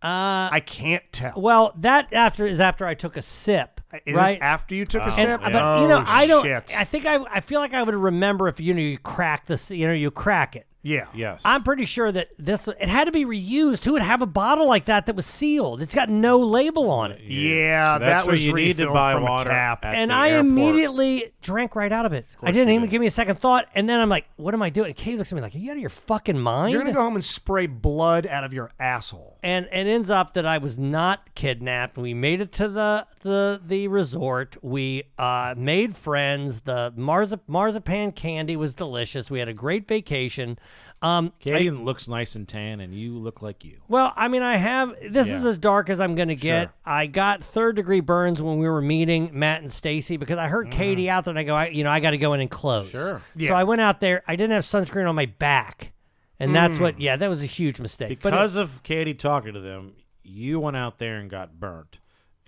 [SPEAKER 10] Uh,
[SPEAKER 5] I can't tell.
[SPEAKER 10] Well, that after is after I took a sip.
[SPEAKER 5] Uh, Is this
[SPEAKER 10] right
[SPEAKER 5] after you
[SPEAKER 11] Ah,
[SPEAKER 5] took a
[SPEAKER 10] And- uh,
[SPEAKER 5] sip?
[SPEAKER 10] but you know,
[SPEAKER 5] Oh,
[SPEAKER 10] I don't.
[SPEAKER 5] shit.
[SPEAKER 10] I think I. I feel like I would remember if you know you crack this. You know, you crack it.
[SPEAKER 5] Yeah.
[SPEAKER 11] Yes.
[SPEAKER 10] I'm pretty sure that this it had to be reused. Who would have a bottle like that that was sealed? It's got no label on it.
[SPEAKER 5] Yeah,
[SPEAKER 11] That's
[SPEAKER 5] that
[SPEAKER 11] where
[SPEAKER 5] was
[SPEAKER 11] you need to
[SPEAKER 5] refilled
[SPEAKER 11] buy
[SPEAKER 5] from
[SPEAKER 11] water
[SPEAKER 5] a tap.
[SPEAKER 11] at
[SPEAKER 10] and
[SPEAKER 11] the
[SPEAKER 10] I
[SPEAKER 11] airport.
[SPEAKER 10] immediately drank right out of it. I
[SPEAKER 11] course
[SPEAKER 10] didn't
[SPEAKER 11] you
[SPEAKER 10] even give me a second thought. And then I'm like, what am I doing? And Katie looks at me like, are you out of your fucking mind?
[SPEAKER 5] You're gonna go home and spray blood out of your asshole.
[SPEAKER 10] and it ends up that I was not kidnapped. We made it to the the, the resort. We uh, made friends. The marzi- marzipan candy was delicious. We had a great vacation. Um, I-
[SPEAKER 11] Katie looks nice and tan, and you look like you.
[SPEAKER 10] well, I mean, I have this is
[SPEAKER 11] Yeah.
[SPEAKER 10] as dark as I'm going to get.
[SPEAKER 11] Sure.
[SPEAKER 10] I got third degree burns when we were meeting Matt and Stacy because I heard Katie out there and I go, I, you know, I got to go in and close.
[SPEAKER 11] Mm. Sure.
[SPEAKER 10] So
[SPEAKER 11] Yeah.
[SPEAKER 10] I went out there. I didn't have sunscreen on my back. And that's what, yeah, that was a huge mistake. But it-
[SPEAKER 11] Mm. Because of Katie talking to them, you went out there and got burnt,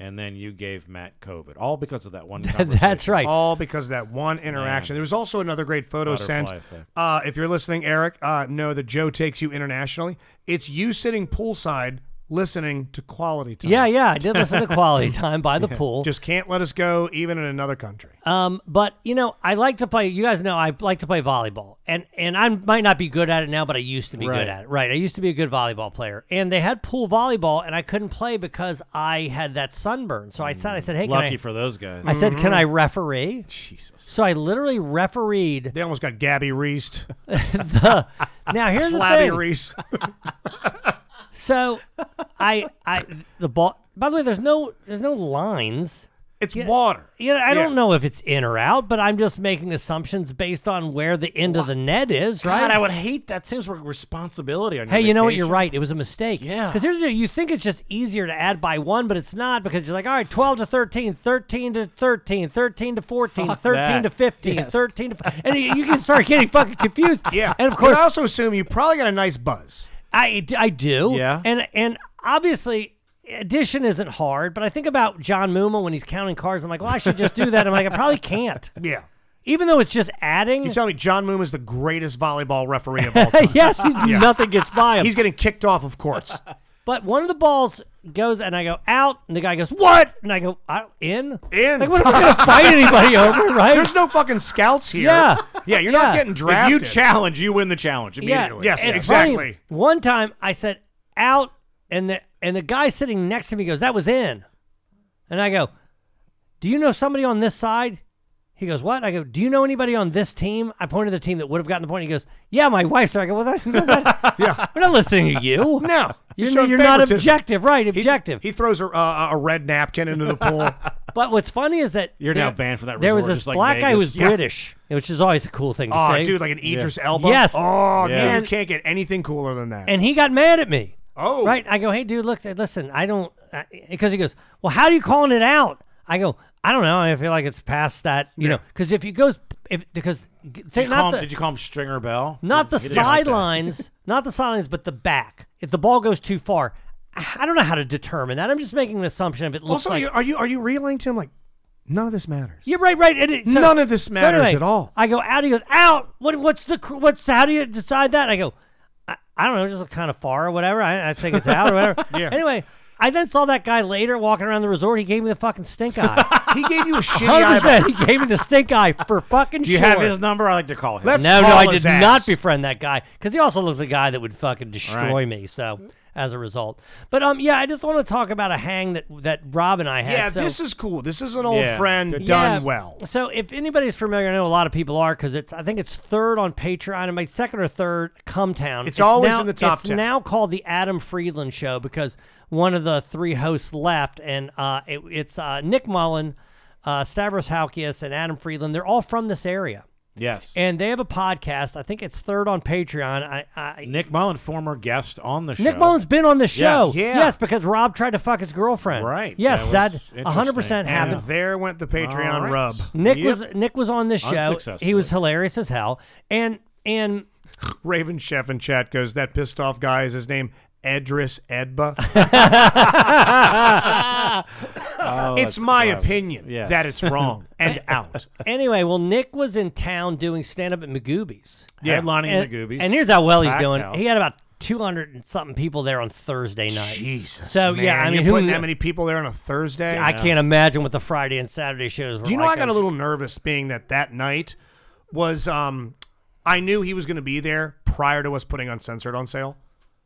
[SPEAKER 11] and then you gave Matt COVID, all because of that one. conversation.
[SPEAKER 10] That's right.
[SPEAKER 5] All because of that one interaction. There was also another great photo
[SPEAKER 11] Butterfly
[SPEAKER 5] sent.
[SPEAKER 11] effect.
[SPEAKER 5] Uh, if you're listening, Eric, uh, know that Joe takes you internationally. It's you sitting poolside listening to quality time.
[SPEAKER 10] yeah, yeah, I did listen to Quality Time by the
[SPEAKER 5] Yeah.
[SPEAKER 10] pool.
[SPEAKER 5] Just can't let us go, even in another country.
[SPEAKER 10] Um, but you know, I like to play. You guys know I like to play volleyball, and and I might not be good at it now, but I used to be
[SPEAKER 11] Right.
[SPEAKER 10] good at it. Right, I used to be a good volleyball player, and they had pool volleyball, and I couldn't play because I had that sunburn. So I said, I said, hey,
[SPEAKER 11] Lucky
[SPEAKER 10] can I,
[SPEAKER 11] for those guys. Mm-hmm.
[SPEAKER 10] I said, can I referee?
[SPEAKER 11] Jesus.
[SPEAKER 10] So I literally refereed.
[SPEAKER 5] They almost got Gabby Reist,
[SPEAKER 10] the, now here's
[SPEAKER 5] Flabby
[SPEAKER 10] the thing.
[SPEAKER 5] Reese.
[SPEAKER 10] So I I the ball. By the way, there's no there's no lines.
[SPEAKER 5] It's water.
[SPEAKER 10] You know, I
[SPEAKER 5] Yeah.
[SPEAKER 10] don't know if it's in or out, but I'm just making assumptions based on where the end of the net is, right?
[SPEAKER 11] God, I would hate that. Seems like responsibility on your
[SPEAKER 10] Hey, you know what?
[SPEAKER 11] vacation.
[SPEAKER 10] You're right. It was a mistake.
[SPEAKER 11] Yeah.
[SPEAKER 10] Because here's the you think it's just easier to add by one, but it's not because you're like, all right, 12 to 13, 13 to 13, 13 to 14,
[SPEAKER 11] Fuck
[SPEAKER 10] 13
[SPEAKER 11] that.
[SPEAKER 10] to 15,
[SPEAKER 11] Yes.
[SPEAKER 10] 13 to. f- And you you can start getting fucking confused.
[SPEAKER 5] Yeah.
[SPEAKER 10] And
[SPEAKER 5] But
[SPEAKER 10] of course,
[SPEAKER 5] I also assume you probably got a nice buzz.
[SPEAKER 10] I, I do.
[SPEAKER 11] Yeah.
[SPEAKER 10] And and obviously addition isn't hard, but I think about John Muma when he's counting cards. I'm like, well, I should just do that. I'm like, I probably can't.
[SPEAKER 5] Yeah.
[SPEAKER 10] Even though it's just adding.
[SPEAKER 5] You tell me John Moom is the greatest volleyball referee of all time.
[SPEAKER 10] yes, he's,
[SPEAKER 5] Yeah.
[SPEAKER 10] nothing gets by him.
[SPEAKER 5] He's getting kicked off of courts.
[SPEAKER 10] but one of the balls goes, and I go out, and the guy goes, "What?" And I go, I, "In,
[SPEAKER 5] In.
[SPEAKER 10] Like, what am I going to fight anybody over? Right?
[SPEAKER 5] There's no fucking scouts here.
[SPEAKER 10] Yeah.
[SPEAKER 5] Yeah, you're
[SPEAKER 10] Yeah.
[SPEAKER 5] not getting
[SPEAKER 10] If you
[SPEAKER 5] drafted.
[SPEAKER 13] challenge, you win the challenge
[SPEAKER 10] yeah,
[SPEAKER 13] immediately.
[SPEAKER 5] Yes,
[SPEAKER 10] it's
[SPEAKER 5] exactly.
[SPEAKER 10] funny. One time, I said out, and the and the guy sitting next to me goes, "That was in," and I go, "Do you know somebody on this side?" He goes, "What?" I go, "Do you know anybody on this team?" I pointed to the team that would have gotten the point. He goes, "Yeah, my wife's." there." I go, "Well, that, yeah, we're not listening to you.
[SPEAKER 5] No.
[SPEAKER 10] You're,
[SPEAKER 5] showing
[SPEAKER 10] you're not
[SPEAKER 5] favoritism.
[SPEAKER 10] objective, right?
[SPEAKER 5] He-
[SPEAKER 10] Objective.
[SPEAKER 5] He, throws a, uh, a red napkin into the pool.
[SPEAKER 10] But what's funny is that
[SPEAKER 11] You're now banned from that
[SPEAKER 10] There was
[SPEAKER 11] resort,
[SPEAKER 10] this
[SPEAKER 11] just like
[SPEAKER 10] black guy who was
[SPEAKER 11] Vegas. Yeah.
[SPEAKER 10] British, which is always a cool thing to
[SPEAKER 5] oh,
[SPEAKER 10] say.
[SPEAKER 5] dude, like an Idris Elba.
[SPEAKER 10] Yes.
[SPEAKER 5] Oh, dude,
[SPEAKER 11] Yeah.
[SPEAKER 5] you can't get anything cooler than that.
[SPEAKER 10] and he got mad at me.
[SPEAKER 5] Oh.
[SPEAKER 10] Right. I go, hey, dude, look, listen, I don't, because he goes, well, how do you calling it out? I go, I don't know. I feel like it's past that, you know, because if he goes, if because
[SPEAKER 11] did you,
[SPEAKER 10] not
[SPEAKER 11] him,
[SPEAKER 10] the,
[SPEAKER 11] did you call him Stringer Bell?
[SPEAKER 10] Not the
[SPEAKER 11] He didn't like that.
[SPEAKER 10] sidelines, not the sidelines, but the back. If the ball goes too far, I I don't know how to determine that. I'm just making an assumption. If it looks
[SPEAKER 5] Also,
[SPEAKER 10] like
[SPEAKER 5] you- are you are you relaying to him like none of this matters?
[SPEAKER 10] Yeah, right, right. And it- so-
[SPEAKER 5] None of this
[SPEAKER 10] so
[SPEAKER 5] matters
[SPEAKER 10] anyway,
[SPEAKER 5] at all.
[SPEAKER 10] I go out. He goes out. What? What's the? cr- What's the, how do you decide that? I go, I, I don't know, just kind of far or whatever. I, I think it's out or whatever.
[SPEAKER 5] Yeah.
[SPEAKER 10] Anyway, I then saw that guy later walking around the resort. He gave me the fucking stink eye.
[SPEAKER 5] He gave you a shitty
[SPEAKER 10] Hundred
[SPEAKER 5] eyebrow.
[SPEAKER 10] He gave me the stink eye for fucking.
[SPEAKER 11] Do you have
[SPEAKER 10] sure.
[SPEAKER 11] his number? I like to call him.
[SPEAKER 5] Let's
[SPEAKER 10] no,
[SPEAKER 5] call
[SPEAKER 10] no, I
[SPEAKER 5] his
[SPEAKER 10] did
[SPEAKER 5] ass.
[SPEAKER 10] not befriend that guy because he also looked like a guy that would fucking destroy
[SPEAKER 11] Right.
[SPEAKER 10] me. So as a result, but um, yeah, I just want to talk about a hang that that Rob and I had.
[SPEAKER 5] Yeah,
[SPEAKER 10] So-
[SPEAKER 5] this is cool. This is an old
[SPEAKER 10] Yeah.
[SPEAKER 5] friend done
[SPEAKER 10] Yeah.
[SPEAKER 5] well.
[SPEAKER 10] So if anybody's familiar, I know a lot of people are because it's I think it's third on Patreon. It might second or third come town.
[SPEAKER 5] It's always
[SPEAKER 10] now-
[SPEAKER 5] in the top
[SPEAKER 10] It's
[SPEAKER 5] 10.
[SPEAKER 10] now called the Adam Friedland Show because one of the three hosts left, and uh, it, it's uh, Nick Mullen, uh, Stavros Halkias, and Adam Friedland. They're all from this area.
[SPEAKER 11] Yes.
[SPEAKER 10] And they have a podcast. I think it's third on Patreon. I, I
[SPEAKER 11] Nick Mullen, former guest on the show.
[SPEAKER 10] Nick Mullen's been on the show.
[SPEAKER 11] Yes. Yeah.
[SPEAKER 10] Yes, because Rob tried to fuck his girlfriend.
[SPEAKER 11] Right.
[SPEAKER 10] Yes,
[SPEAKER 11] That
[SPEAKER 10] that,
[SPEAKER 11] was
[SPEAKER 10] 100%
[SPEAKER 11] interesting.
[SPEAKER 10] happened.
[SPEAKER 5] And there went the Patreon
[SPEAKER 11] All right.
[SPEAKER 5] rub.
[SPEAKER 10] Nick
[SPEAKER 5] Yep.
[SPEAKER 10] was Nick was on this show.
[SPEAKER 5] Unsuccessfully.
[SPEAKER 10] He was hilarious as hell. And and
[SPEAKER 5] Raven Chef in chat goes, that pissed off guy is his name Edris Edba. it's
[SPEAKER 10] Oh, that's
[SPEAKER 5] my
[SPEAKER 10] clever.
[SPEAKER 5] opinion
[SPEAKER 10] Yes.
[SPEAKER 5] that it's wrong and out.
[SPEAKER 10] anyway, well, Nick was in town doing stand up at Magoobies.
[SPEAKER 11] Yeah. Headlining
[SPEAKER 10] and,
[SPEAKER 11] Magoobies.
[SPEAKER 10] And here's how well he's
[SPEAKER 11] Packed
[SPEAKER 10] doing.
[SPEAKER 11] house.
[SPEAKER 10] He had about two hundred and something people there on Thursday night.
[SPEAKER 5] Jesus.
[SPEAKER 10] So yeah,
[SPEAKER 5] man.
[SPEAKER 10] I mean,
[SPEAKER 5] You're
[SPEAKER 10] who,
[SPEAKER 5] putting that many people there on a Thursday?
[SPEAKER 10] I can't imagine what the Friday and Saturday shows were.
[SPEAKER 5] Do you know
[SPEAKER 10] like
[SPEAKER 5] I got
[SPEAKER 10] on-
[SPEAKER 5] a little nervous being that that night was um I knew he was going to be there prior to us putting Uncensored on sale.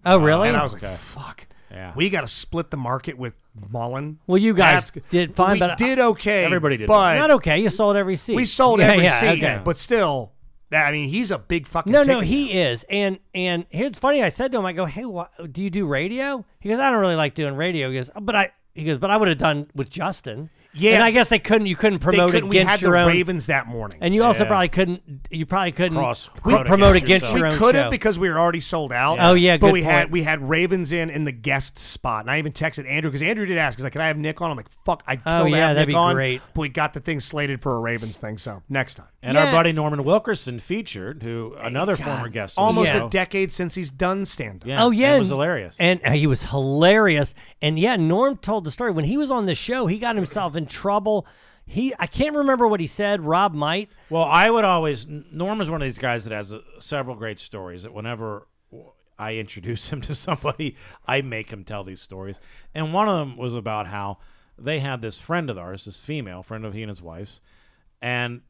[SPEAKER 10] Oh really?
[SPEAKER 5] And I was like,
[SPEAKER 11] Okay.
[SPEAKER 5] fuck.
[SPEAKER 11] Yeah.
[SPEAKER 5] We got to split the market with Mullen.
[SPEAKER 10] Well, you guys
[SPEAKER 5] That's-
[SPEAKER 10] did fine,
[SPEAKER 5] we
[SPEAKER 10] but
[SPEAKER 5] did okay.
[SPEAKER 11] Everybody did
[SPEAKER 5] but
[SPEAKER 10] not okay. You sold every seat.
[SPEAKER 5] We sold
[SPEAKER 10] Yeah,
[SPEAKER 5] every
[SPEAKER 10] yeah,
[SPEAKER 5] seat,
[SPEAKER 10] okay.
[SPEAKER 5] but still, I mean, he's a big fucking.
[SPEAKER 10] No, no,
[SPEAKER 5] ticket.
[SPEAKER 10] he is. And and here's funny. I said to him, I go, hey, wha do you do radio? He goes, I don't really like doing radio. He goes, "Oh, but I. He goes, but I would have done with Justin.
[SPEAKER 5] Yeah.
[SPEAKER 10] and I guess they couldn't. You couldn't
[SPEAKER 5] They
[SPEAKER 10] promote
[SPEAKER 5] couldn't-
[SPEAKER 10] against
[SPEAKER 5] we had
[SPEAKER 10] your
[SPEAKER 5] the
[SPEAKER 10] own.
[SPEAKER 5] Ravens that morning.
[SPEAKER 10] And you also
[SPEAKER 11] Yeah.
[SPEAKER 10] probably couldn't. You probably couldn't
[SPEAKER 11] Cross-
[SPEAKER 10] pr-
[SPEAKER 11] promote
[SPEAKER 10] promote
[SPEAKER 11] against
[SPEAKER 10] against,
[SPEAKER 11] yourself.
[SPEAKER 10] your
[SPEAKER 5] we
[SPEAKER 10] own
[SPEAKER 5] couldn't
[SPEAKER 10] show.
[SPEAKER 5] because we were already sold out.
[SPEAKER 10] Yeah. Oh, yeah,
[SPEAKER 5] but
[SPEAKER 10] good
[SPEAKER 5] we had
[SPEAKER 10] point.
[SPEAKER 5] we had Ravens in in the guest spot, and I even texted Andrew because Andrew did ask, "Cause like, can I have Nick on?" I'm like, "Fuck, I'd kill
[SPEAKER 10] Oh,
[SPEAKER 5] to
[SPEAKER 10] yeah,
[SPEAKER 5] have
[SPEAKER 10] that'd
[SPEAKER 5] Nick
[SPEAKER 10] be
[SPEAKER 5] on."
[SPEAKER 10] great.
[SPEAKER 5] But we got the thing slated for a Ravens thing, so next time.
[SPEAKER 11] And
[SPEAKER 10] Yeah.
[SPEAKER 11] our buddy Norman Wilkerson featured, who uh, another former guest. on the
[SPEAKER 5] Almost
[SPEAKER 11] show.
[SPEAKER 5] a decade since he's done stand up.
[SPEAKER 11] Yeah,
[SPEAKER 10] oh yeah,
[SPEAKER 11] it was
[SPEAKER 10] and-
[SPEAKER 11] hilarious.
[SPEAKER 10] and uh, he was hilarious. And yeah, Norm told the story when he was on the show. He got himself in trouble. He I can't remember what he said. Rob might.
[SPEAKER 11] Well, I would always. Norm is one of these guys that has uh several great stories. That whenever I introduce him to somebody, I make him tell these stories. And one of them was about how they had this friend of ours, this female friend of he and his wife's, and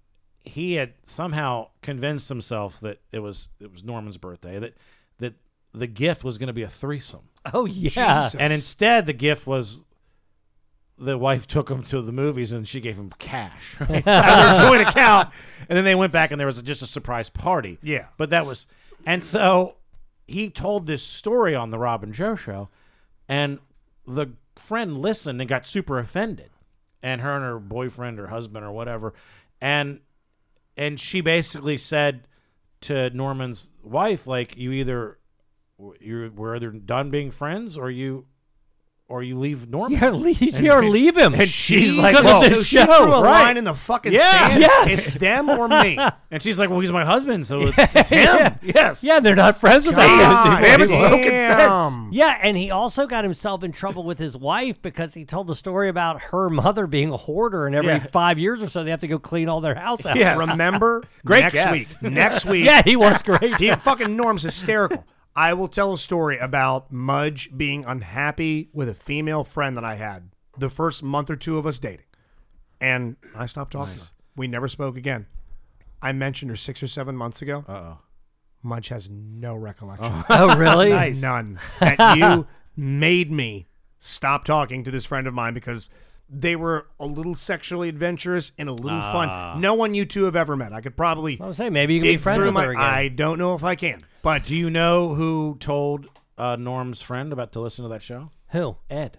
[SPEAKER 11] he had somehow convinced himself that it was it was Norman's birthday that that the gift was going to be a threesome.
[SPEAKER 10] Oh yeah,
[SPEAKER 5] Jesus.
[SPEAKER 11] And instead, the gift was the wife took him to the movies and she gave him cash right? out of her joint account. And then they went back and there was just a surprise party.
[SPEAKER 5] Yeah.
[SPEAKER 11] But that was, and so he told this story on the Robin Joe show, and the friend listened and got super offended, and her and her boyfriend or husband or whatever, and and she basically said to Norman's wife, like, you either you're we're either done being friends or you or you leave Norman.
[SPEAKER 10] yeah, leave, yeah, leave him.
[SPEAKER 11] And she's like,
[SPEAKER 10] Because of
[SPEAKER 11] well,
[SPEAKER 10] the
[SPEAKER 5] so she
[SPEAKER 10] show,
[SPEAKER 5] threw a
[SPEAKER 10] right.
[SPEAKER 5] line in the fucking
[SPEAKER 11] Yeah.
[SPEAKER 5] sand.
[SPEAKER 10] Yes.
[SPEAKER 5] It's them or me.
[SPEAKER 11] and she's like, well, he's my husband, so it's, it's him.
[SPEAKER 10] Yeah.
[SPEAKER 11] Yes.
[SPEAKER 10] Yeah, they're not friends with
[SPEAKER 5] God,
[SPEAKER 10] that.
[SPEAKER 11] They haven't spoken
[SPEAKER 5] damn.
[SPEAKER 11] since.
[SPEAKER 10] Yeah, and he also got himself in trouble with his wife because he told the story about her mother being a hoarder, and every
[SPEAKER 11] Yeah.
[SPEAKER 10] five years or so they have to go clean all their house out.
[SPEAKER 11] Yes.
[SPEAKER 5] Remember
[SPEAKER 11] Great
[SPEAKER 5] next
[SPEAKER 11] guess.
[SPEAKER 5] week. Next week.
[SPEAKER 10] Yeah, he was great.
[SPEAKER 5] He fucking Norm's hysterical. I will tell a story about Mudge being unhappy with a female friend that I had the first month or two of us dating. And I stopped talking to her. We never spoke again. I mentioned her six or seven months ago.
[SPEAKER 11] Uh oh.
[SPEAKER 5] Mudge has no recollection.
[SPEAKER 10] Oh, really?
[SPEAKER 5] None. That you made me stop talking to this friend of mine because they were a little sexually adventurous and a little fun. No one you two have ever met. I could probably
[SPEAKER 10] I was saying maybe you can be
[SPEAKER 5] dig
[SPEAKER 10] friends
[SPEAKER 5] through
[SPEAKER 10] with
[SPEAKER 5] my.
[SPEAKER 10] her again.
[SPEAKER 5] I don't know if I can, but
[SPEAKER 11] Do you know who told uh, Norm's friend about to listen to that show?
[SPEAKER 10] Who?
[SPEAKER 11] Ed.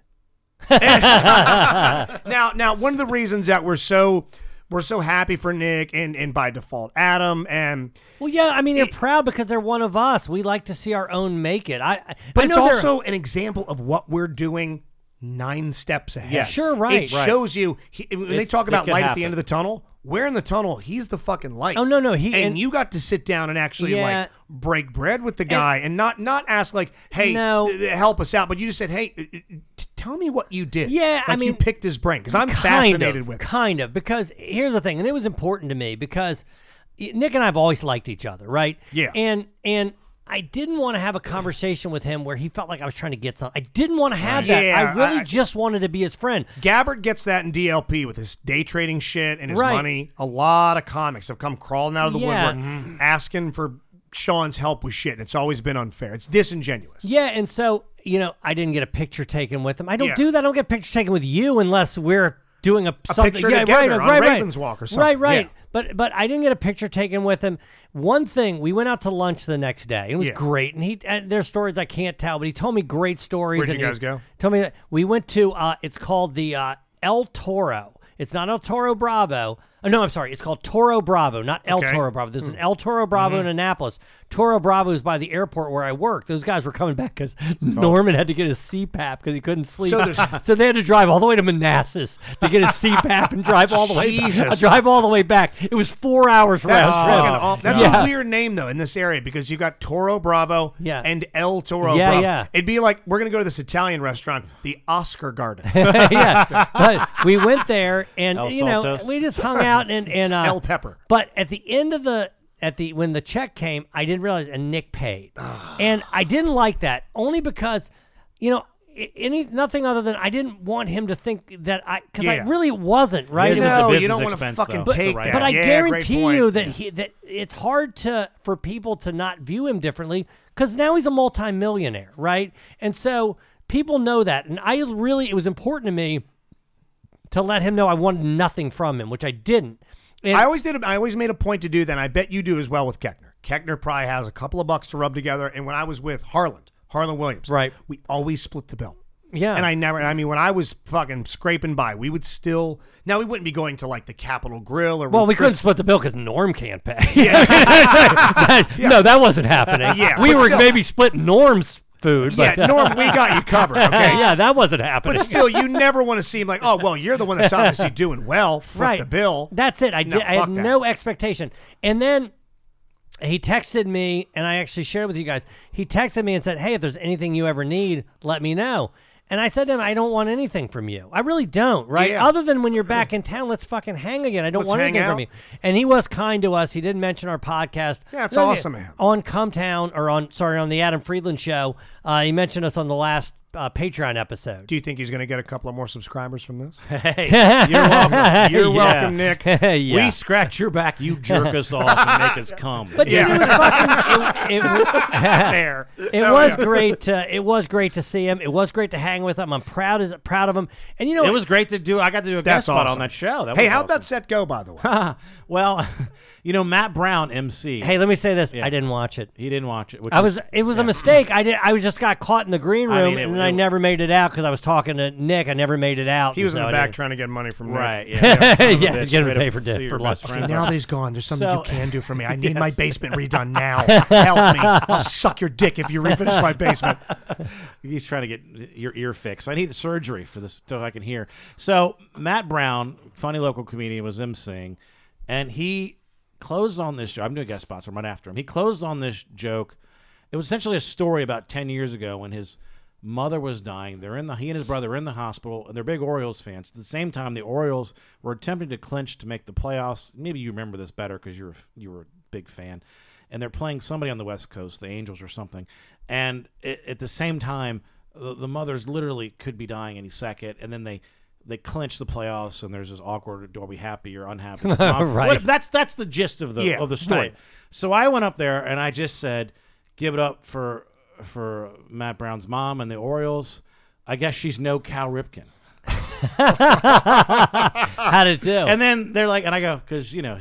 [SPEAKER 5] now, now one of the reasons that we're so we're so happy for Nick and and by default Adam and
[SPEAKER 10] well yeah I mean you're proud because they're one of us we like to see our own make it I, I
[SPEAKER 5] but
[SPEAKER 10] I
[SPEAKER 5] it's
[SPEAKER 10] know they're-
[SPEAKER 5] also an example of what we're doing nine steps ahead.
[SPEAKER 10] Yes. Sure, right.
[SPEAKER 5] It
[SPEAKER 10] Right.
[SPEAKER 5] shows you he, when they
[SPEAKER 10] It's-
[SPEAKER 5] talk
[SPEAKER 10] it
[SPEAKER 5] about
[SPEAKER 10] could
[SPEAKER 5] light at
[SPEAKER 10] happen.
[SPEAKER 5] the end of the tunnel. We're in the tunnel. He's the fucking light.
[SPEAKER 10] Oh, no, no, he-
[SPEAKER 5] and,
[SPEAKER 10] and-
[SPEAKER 5] you got to sit down and actually
[SPEAKER 10] Yeah.
[SPEAKER 5] like break bread with the guy and, not not ask like, hey,
[SPEAKER 10] No.
[SPEAKER 5] th- th- help us out. But you just said, hey, uh, uh, t- tell me what you did.
[SPEAKER 10] Yeah, I
[SPEAKER 5] Like, you
[SPEAKER 10] mean-
[SPEAKER 5] picked his brain because I'm
[SPEAKER 10] Kind
[SPEAKER 5] fascinated
[SPEAKER 10] of,
[SPEAKER 5] with. it.
[SPEAKER 10] kind of because here's the thing, and it was important to me because Nick and I have always liked each other, right?
[SPEAKER 5] Yeah.
[SPEAKER 10] and and. I didn't want to have a conversation with him where he felt like I was trying to get something. I didn't want to have that.
[SPEAKER 5] Yeah,
[SPEAKER 10] I really
[SPEAKER 5] I-
[SPEAKER 10] just wanted to be his friend.
[SPEAKER 5] Gabbard gets that in DLP with his day trading shit and his
[SPEAKER 10] Right.
[SPEAKER 5] money. A lot of comics have come crawling out of the
[SPEAKER 10] Yeah. Mm-hmm.
[SPEAKER 5] woodwork asking for Sean's help with shit, and it's always been unfair. It's disingenuous.
[SPEAKER 10] Yeah, and so you know, I didn't get a picture taken with him. I don't
[SPEAKER 5] Yeah.
[SPEAKER 10] do that. I don't get pictures taken with you unless we're doing a,
[SPEAKER 5] A
[SPEAKER 10] something.
[SPEAKER 5] picture
[SPEAKER 10] yeah,
[SPEAKER 5] together
[SPEAKER 10] right,
[SPEAKER 5] on
[SPEAKER 10] right,
[SPEAKER 5] Ravens
[SPEAKER 10] right.
[SPEAKER 5] Walk or
[SPEAKER 10] Right,
[SPEAKER 5] something.
[SPEAKER 10] right.
[SPEAKER 5] Yeah.
[SPEAKER 10] But but I didn't get a picture taken with him. One thing, we went out to lunch the next day. It was
[SPEAKER 5] Yeah.
[SPEAKER 10] great, and he and there's stories I can't tell, but he told me great stories.
[SPEAKER 5] Where'd
[SPEAKER 10] and
[SPEAKER 5] you
[SPEAKER 10] he
[SPEAKER 5] guys go?
[SPEAKER 10] Told me that we went to. Uh, it's called the uh, El Toro. It's not El Toro Bravo. Oh, no, I'm sorry. It's called Toro Bravo, not El
[SPEAKER 5] Okay.
[SPEAKER 10] Toro Bravo. There's an
[SPEAKER 5] Hmm.
[SPEAKER 10] El Toro Bravo
[SPEAKER 5] Mhm.
[SPEAKER 10] in Annapolis. Toro Bravo is by the airport where I work. Those guys were coming back because Norman had to get his CPAP because he couldn't sleep.
[SPEAKER 5] So
[SPEAKER 10] So,
[SPEAKER 5] there's-
[SPEAKER 10] they had to drive all the way to Manassas to get his CPAP and drive all the way
[SPEAKER 5] Jesus.
[SPEAKER 10] drive all the way back. It was four hours
[SPEAKER 5] That's
[SPEAKER 10] round trip.
[SPEAKER 5] fucking awful. That's
[SPEAKER 10] Oh.
[SPEAKER 5] a
[SPEAKER 10] Yeah.
[SPEAKER 5] weird name though in this area because you got Toro Bravo
[SPEAKER 10] Yeah.
[SPEAKER 5] and El Toro
[SPEAKER 10] Yeah,
[SPEAKER 5] Bravo.
[SPEAKER 10] yeah.
[SPEAKER 5] It'd be like we're gonna go to this Italian restaurant, the Oscar Garden.
[SPEAKER 10] yeah, but we went there and
[SPEAKER 5] El
[SPEAKER 10] you know
[SPEAKER 5] Saltos.
[SPEAKER 10] we just hung out and and uh,
[SPEAKER 5] El Pepper.
[SPEAKER 10] But at the end of the at the when the check came, I didn't realize and Nick paid,
[SPEAKER 5] Ah.
[SPEAKER 10] and I didn't like that only because you know. i- Any nothing other than I didn't want him to think that I because
[SPEAKER 5] Yeah.
[SPEAKER 10] I really wasn't right.
[SPEAKER 5] It is
[SPEAKER 10] It was-
[SPEAKER 5] just a No, you business don't wanna expense, fucking though.
[SPEAKER 10] But,
[SPEAKER 5] take
[SPEAKER 10] but
[SPEAKER 5] that.
[SPEAKER 10] I
[SPEAKER 5] Yeah, great
[SPEAKER 10] guarantee
[SPEAKER 5] point.
[SPEAKER 10] you that he that it's hard to for people to not view him differently because now he's a multimillionaire, right? And so people know that, and I really it was important to me to let him know I wanted nothing from him, which I didn't. And-
[SPEAKER 5] I always did. I always made a point to do that. and I bet you do as well with Keckner. Keckner probably has a couple of bucks to rub together. And when I was with Harland, Harlan Williams, right, we always split the bill.
[SPEAKER 10] Yeah.
[SPEAKER 5] And I never. I mean, when I was fucking scraping by, we would still. Now we wouldn't be going to like the Capitol Grill or
[SPEAKER 10] well, we
[SPEAKER 5] Ruth's
[SPEAKER 10] couldn't
[SPEAKER 5] Chris-
[SPEAKER 10] split the bill because Norm can't pay. That- No, that wasn't happening.
[SPEAKER 5] Yeah,
[SPEAKER 10] we
[SPEAKER 5] but
[SPEAKER 10] were
[SPEAKER 5] still-
[SPEAKER 10] maybe splitting Norm's food.
[SPEAKER 5] Yeah,
[SPEAKER 10] but, uh,
[SPEAKER 5] Norm, we got you covered. Okay.
[SPEAKER 10] yeah, that wasn't happening.
[SPEAKER 5] But still, you never want to seem like, oh, well, you're the one that's obviously doing well. Flip
[SPEAKER 10] right.
[SPEAKER 5] the bill.
[SPEAKER 10] That's it. I
[SPEAKER 5] No,
[SPEAKER 10] did. I had
[SPEAKER 5] fuck that.
[SPEAKER 10] no expectation. And then he texted me, and I actually shared with you guys. He texted me and said, "Hey, if there's anything you ever need, let me know." And I said to him, "I don't want anything from you. I really don't. Right?
[SPEAKER 5] Yeah.
[SPEAKER 10] Other than when you're back in town, let's fucking hang again. I don't
[SPEAKER 5] Let's
[SPEAKER 10] want
[SPEAKER 5] hang
[SPEAKER 10] anything
[SPEAKER 5] out.
[SPEAKER 10] from you." And he was kind to us. He didn't mention our podcast.
[SPEAKER 5] Yeah, it's
[SPEAKER 10] Nothing-
[SPEAKER 5] awesome, man.
[SPEAKER 10] On Cumtown or on sorry on the Adam Friedland show, uh, he mentioned us on the last uh, Patreon episode.
[SPEAKER 5] Do you think he's going to get a couple of more subscribers from this?
[SPEAKER 11] Hey,
[SPEAKER 5] you're welcome. You're
[SPEAKER 11] Yeah.
[SPEAKER 5] welcome, Nick.
[SPEAKER 10] Yeah.
[SPEAKER 11] We scratch your back, you jerk us off, and make us come.
[SPEAKER 10] But dude, it was fucking. It, it,
[SPEAKER 11] Fair.
[SPEAKER 10] It
[SPEAKER 11] Oh,
[SPEAKER 10] was
[SPEAKER 11] yeah.
[SPEAKER 10] great. To, it was great to see him. It was great to hang with him. I'm proud as proud of him. And you know,
[SPEAKER 11] it was great to do. I got to do a
[SPEAKER 5] That's
[SPEAKER 11] guest spot
[SPEAKER 5] awesome.
[SPEAKER 11] on that show. That
[SPEAKER 5] hey,
[SPEAKER 11] was
[SPEAKER 5] how'd
[SPEAKER 11] awesome.
[SPEAKER 5] that set go, by the way?
[SPEAKER 11] well, you know Matt Brown MC.
[SPEAKER 10] Hey, let me say this. I didn't watch it.
[SPEAKER 11] He didn't watch it. Which
[SPEAKER 10] I was. It was a mistake. I did. I was just got caught in the green room,
[SPEAKER 11] I mean, it- it-
[SPEAKER 10] and I never made it out because I was talking to Nick. I never made it out.
[SPEAKER 5] He was
[SPEAKER 10] and
[SPEAKER 5] in
[SPEAKER 10] so
[SPEAKER 5] the
[SPEAKER 10] I
[SPEAKER 5] back
[SPEAKER 10] didn't-
[SPEAKER 5] trying to get money from
[SPEAKER 10] Right,
[SPEAKER 5] Nick.
[SPEAKER 10] yeah.
[SPEAKER 5] son of a
[SPEAKER 10] Yeah,
[SPEAKER 5] bitch.
[SPEAKER 10] get him to
[SPEAKER 5] Way
[SPEAKER 10] pay for di-
[SPEAKER 5] see your
[SPEAKER 10] for
[SPEAKER 5] best
[SPEAKER 10] lunch.
[SPEAKER 5] friend.
[SPEAKER 10] Okay,
[SPEAKER 5] now that he's gone, there's something you
[SPEAKER 10] So-
[SPEAKER 5] can do for me. I need my
[SPEAKER 11] Yes.
[SPEAKER 5] basement redone now. Help me. I'll suck your dick if you refinish my basement.
[SPEAKER 11] He's trying to get your ear fixed. I need surgery for this so I can hear. So Matt Brown, funny local comedian, was emceeing, and he closed on this joke. I'm doing guest spots. I'm right after him. He closed on this joke. It was essentially a story about ten years ago when his mother was dying. They're in the he and his brother are in the hospital, and they're big Orioles fans. At the same time, the Orioles were attempting to clinch to make the playoffs. Maybe you remember this better because you were you were a big fan and they're playing somebody on the West Coast, the Angels or something. And it, at the same time, the, the mothers literally could be dying any second, and then they they clinch the playoffs, and there's this awkward, "Are we happy or unhappy?"
[SPEAKER 10] Right.
[SPEAKER 11] What- that's that's the gist of the
[SPEAKER 10] Yeah,
[SPEAKER 11] of the story.
[SPEAKER 10] right.
[SPEAKER 11] So I went up there and I just said, "Give it up for for Matt Brown's mom and the Orioles." I guess she's no Cal Ripken.
[SPEAKER 10] How'd it do?
[SPEAKER 11] And then they're like, and I go, because you know,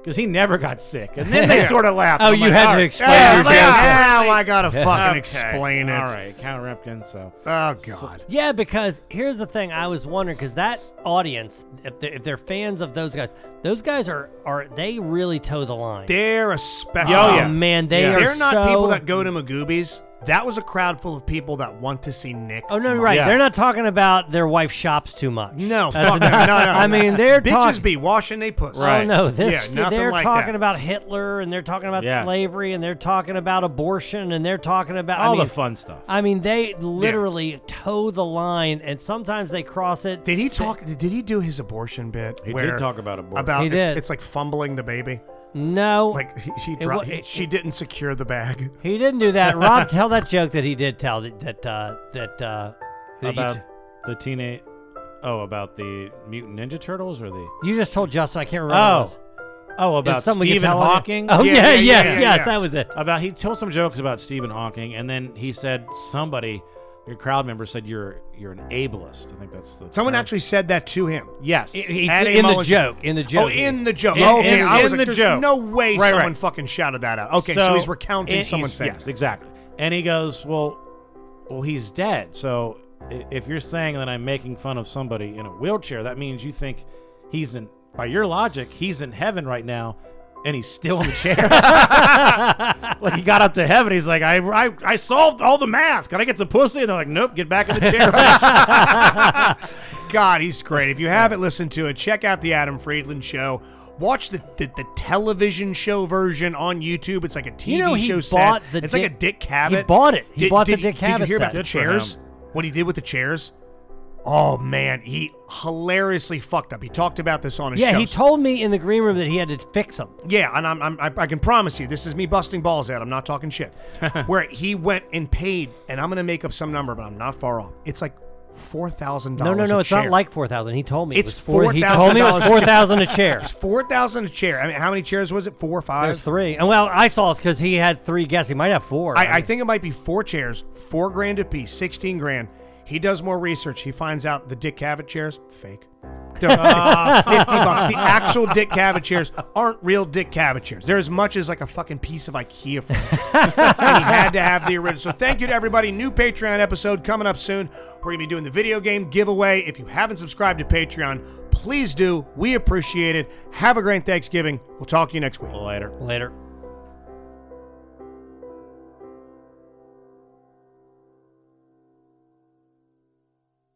[SPEAKER 11] because he never got sick. And then they sort of laughed.
[SPEAKER 10] Oh,
[SPEAKER 11] I'm
[SPEAKER 10] you
[SPEAKER 11] like,
[SPEAKER 10] had
[SPEAKER 11] "All
[SPEAKER 10] to
[SPEAKER 11] right,
[SPEAKER 10] explain
[SPEAKER 11] yeah,
[SPEAKER 10] your
[SPEAKER 11] I'm like,
[SPEAKER 10] joke.
[SPEAKER 11] "Ah,
[SPEAKER 5] Now I gotta
[SPEAKER 11] okay,
[SPEAKER 5] fucking explain it."
[SPEAKER 11] All right, Count Repkin. So,
[SPEAKER 5] oh god,
[SPEAKER 10] Yeah, because here's the thing I was wondering because that audience, if they're, if they're fans of those guys, those guys are are they really toe the line?
[SPEAKER 5] They're a special.
[SPEAKER 10] Oh, yeah. man, they are
[SPEAKER 5] They're not
[SPEAKER 10] so-
[SPEAKER 5] people that go to Magoobies. That was a crowd full of people that want to see Nick.
[SPEAKER 10] Oh no, right.
[SPEAKER 5] Yeah.
[SPEAKER 10] They're not talking about their wife shops too much.
[SPEAKER 5] No,
[SPEAKER 10] That's
[SPEAKER 5] fuck no,
[SPEAKER 10] another-
[SPEAKER 5] no, no.
[SPEAKER 10] I mean, they're
[SPEAKER 5] bitches
[SPEAKER 10] talking.
[SPEAKER 5] be washing they pussy.
[SPEAKER 10] Oh no, this
[SPEAKER 5] yeah, nothing
[SPEAKER 10] they're
[SPEAKER 5] like
[SPEAKER 10] talking
[SPEAKER 5] that.
[SPEAKER 10] about Hitler and they're talking about
[SPEAKER 5] Yes.
[SPEAKER 10] slavery and they're talking about abortion and they're talking about I
[SPEAKER 11] All the
[SPEAKER 10] mean-
[SPEAKER 11] fun stuff.
[SPEAKER 10] I mean, they literally toe the line and sometimes they cross it.
[SPEAKER 5] Did he talk? Did he do his abortion bit?
[SPEAKER 11] He did
[SPEAKER 5] where-
[SPEAKER 11] talk about abortion.
[SPEAKER 5] About
[SPEAKER 10] He
[SPEAKER 5] it's,
[SPEAKER 10] did.
[SPEAKER 5] it's like fumbling the baby.
[SPEAKER 10] No,
[SPEAKER 5] like he, she
[SPEAKER 10] It
[SPEAKER 5] dropped.
[SPEAKER 10] wa-
[SPEAKER 5] he-
[SPEAKER 10] it-
[SPEAKER 5] she didn't secure the bag.
[SPEAKER 10] He didn't do that. Rob, tell that joke that he did tell that that uh, that, uh, that you
[SPEAKER 11] about
[SPEAKER 10] t-
[SPEAKER 11] the teenage. Oh, about the mutant ninja turtles or the.
[SPEAKER 10] you, just told Justin. I can't remember. what it
[SPEAKER 11] Oh.
[SPEAKER 10] was.
[SPEAKER 11] Oh,
[SPEAKER 10] If
[SPEAKER 11] about
[SPEAKER 10] someone could
[SPEAKER 11] Stephen
[SPEAKER 10] tell him-
[SPEAKER 11] Hawking.
[SPEAKER 10] Oh yeah, yeah, yes, that was it.
[SPEAKER 11] About he told some jokes about Stephen Hawking, and then he said somebody, your crowd member said you're you're an ableist. I think that's the
[SPEAKER 5] Someone
[SPEAKER 11] term.
[SPEAKER 5] actually said that to him.
[SPEAKER 11] Yes.
[SPEAKER 5] At
[SPEAKER 11] He-
[SPEAKER 5] a
[SPEAKER 11] in the
[SPEAKER 5] mulligan.
[SPEAKER 11] joke, in the joke.
[SPEAKER 5] Oh, in the joke.
[SPEAKER 11] In-
[SPEAKER 5] okay,
[SPEAKER 11] in-
[SPEAKER 5] I was
[SPEAKER 11] in
[SPEAKER 5] like,
[SPEAKER 11] the
[SPEAKER 5] there's
[SPEAKER 11] joke.
[SPEAKER 5] No way.
[SPEAKER 11] Right,
[SPEAKER 5] someone
[SPEAKER 11] right.
[SPEAKER 5] fucking shouted that out. Okay, so, he's recounting
[SPEAKER 11] and
[SPEAKER 5] someone
[SPEAKER 11] he's-
[SPEAKER 5] saying.
[SPEAKER 11] Yes,
[SPEAKER 5] that.
[SPEAKER 11] exactly. And he goes, "Well, well, he's dead. So i- if you're saying that I'm making fun of somebody in a wheelchair, that means you think he's in. By your logic, he's in heaven right now." And he's still in the chair. like he got up to heaven. He's like, I, I, I solved all the math. Can I get some pussy? And they're like, Nope, get back in the chair.
[SPEAKER 5] God, he's great. If you haven't listened to it, check out the Adam Friedland show. Watch the, the, the television show version on YouTube. It's like a TV
[SPEAKER 10] You know, he
[SPEAKER 5] show
[SPEAKER 10] bought
[SPEAKER 5] set.
[SPEAKER 10] the
[SPEAKER 5] it's like a Dick
[SPEAKER 10] Dick-
[SPEAKER 5] Cavett.
[SPEAKER 10] he bought it. He
[SPEAKER 5] did,
[SPEAKER 10] bought the
[SPEAKER 5] did you-
[SPEAKER 10] Dick
[SPEAKER 5] Did you
[SPEAKER 10] Cavett
[SPEAKER 5] hear about
[SPEAKER 10] set.
[SPEAKER 5] the
[SPEAKER 10] Good for
[SPEAKER 5] chairs?
[SPEAKER 10] him.
[SPEAKER 5] What he did with the chairs? Oh man, he hilariously fucked up. He talked about this on his
[SPEAKER 10] Yeah,
[SPEAKER 5] show.
[SPEAKER 10] he told me in the green room that he had to fix them.
[SPEAKER 5] Yeah, and I'm, I'm, I, I can promise you, this is me busting balls out. I'm not talking shit. Where he went and paid, and I'm going to make up some number, but I'm not far off. It's like four thousand
[SPEAKER 10] No,
[SPEAKER 5] dollars.
[SPEAKER 10] no, no.
[SPEAKER 5] a
[SPEAKER 10] It's
[SPEAKER 5] chair.
[SPEAKER 10] not like four thousand. He told me
[SPEAKER 5] It's
[SPEAKER 10] it was four. He
[SPEAKER 5] $4,000
[SPEAKER 10] told me it was
[SPEAKER 5] a chair.
[SPEAKER 10] four thousand a chair.
[SPEAKER 5] It's four thousand a chair. I mean, how many chairs was it? Four, five.
[SPEAKER 10] There's three. And well, I saw it because he had three guests. He might have four.
[SPEAKER 5] I, I think it might be four chairs, four grand a piece, sixteen grand. He does more research. He finds out the Dick Cavett chairs fake. They're
[SPEAKER 10] Ah.
[SPEAKER 5] fifty bucks. The actual Dick Cavett chairs aren't real Dick Cavett chairs. They're as much as like a fucking piece of IKEA furniture. and he had to have the original. So thank you to everybody. New Patreon episode coming up soon. We're gonna be doing the video game giveaway. If you haven't subscribed to Patreon, please do. We appreciate it. Have a great Thanksgiving. We'll talk to you next week.
[SPEAKER 11] Later.
[SPEAKER 10] Later.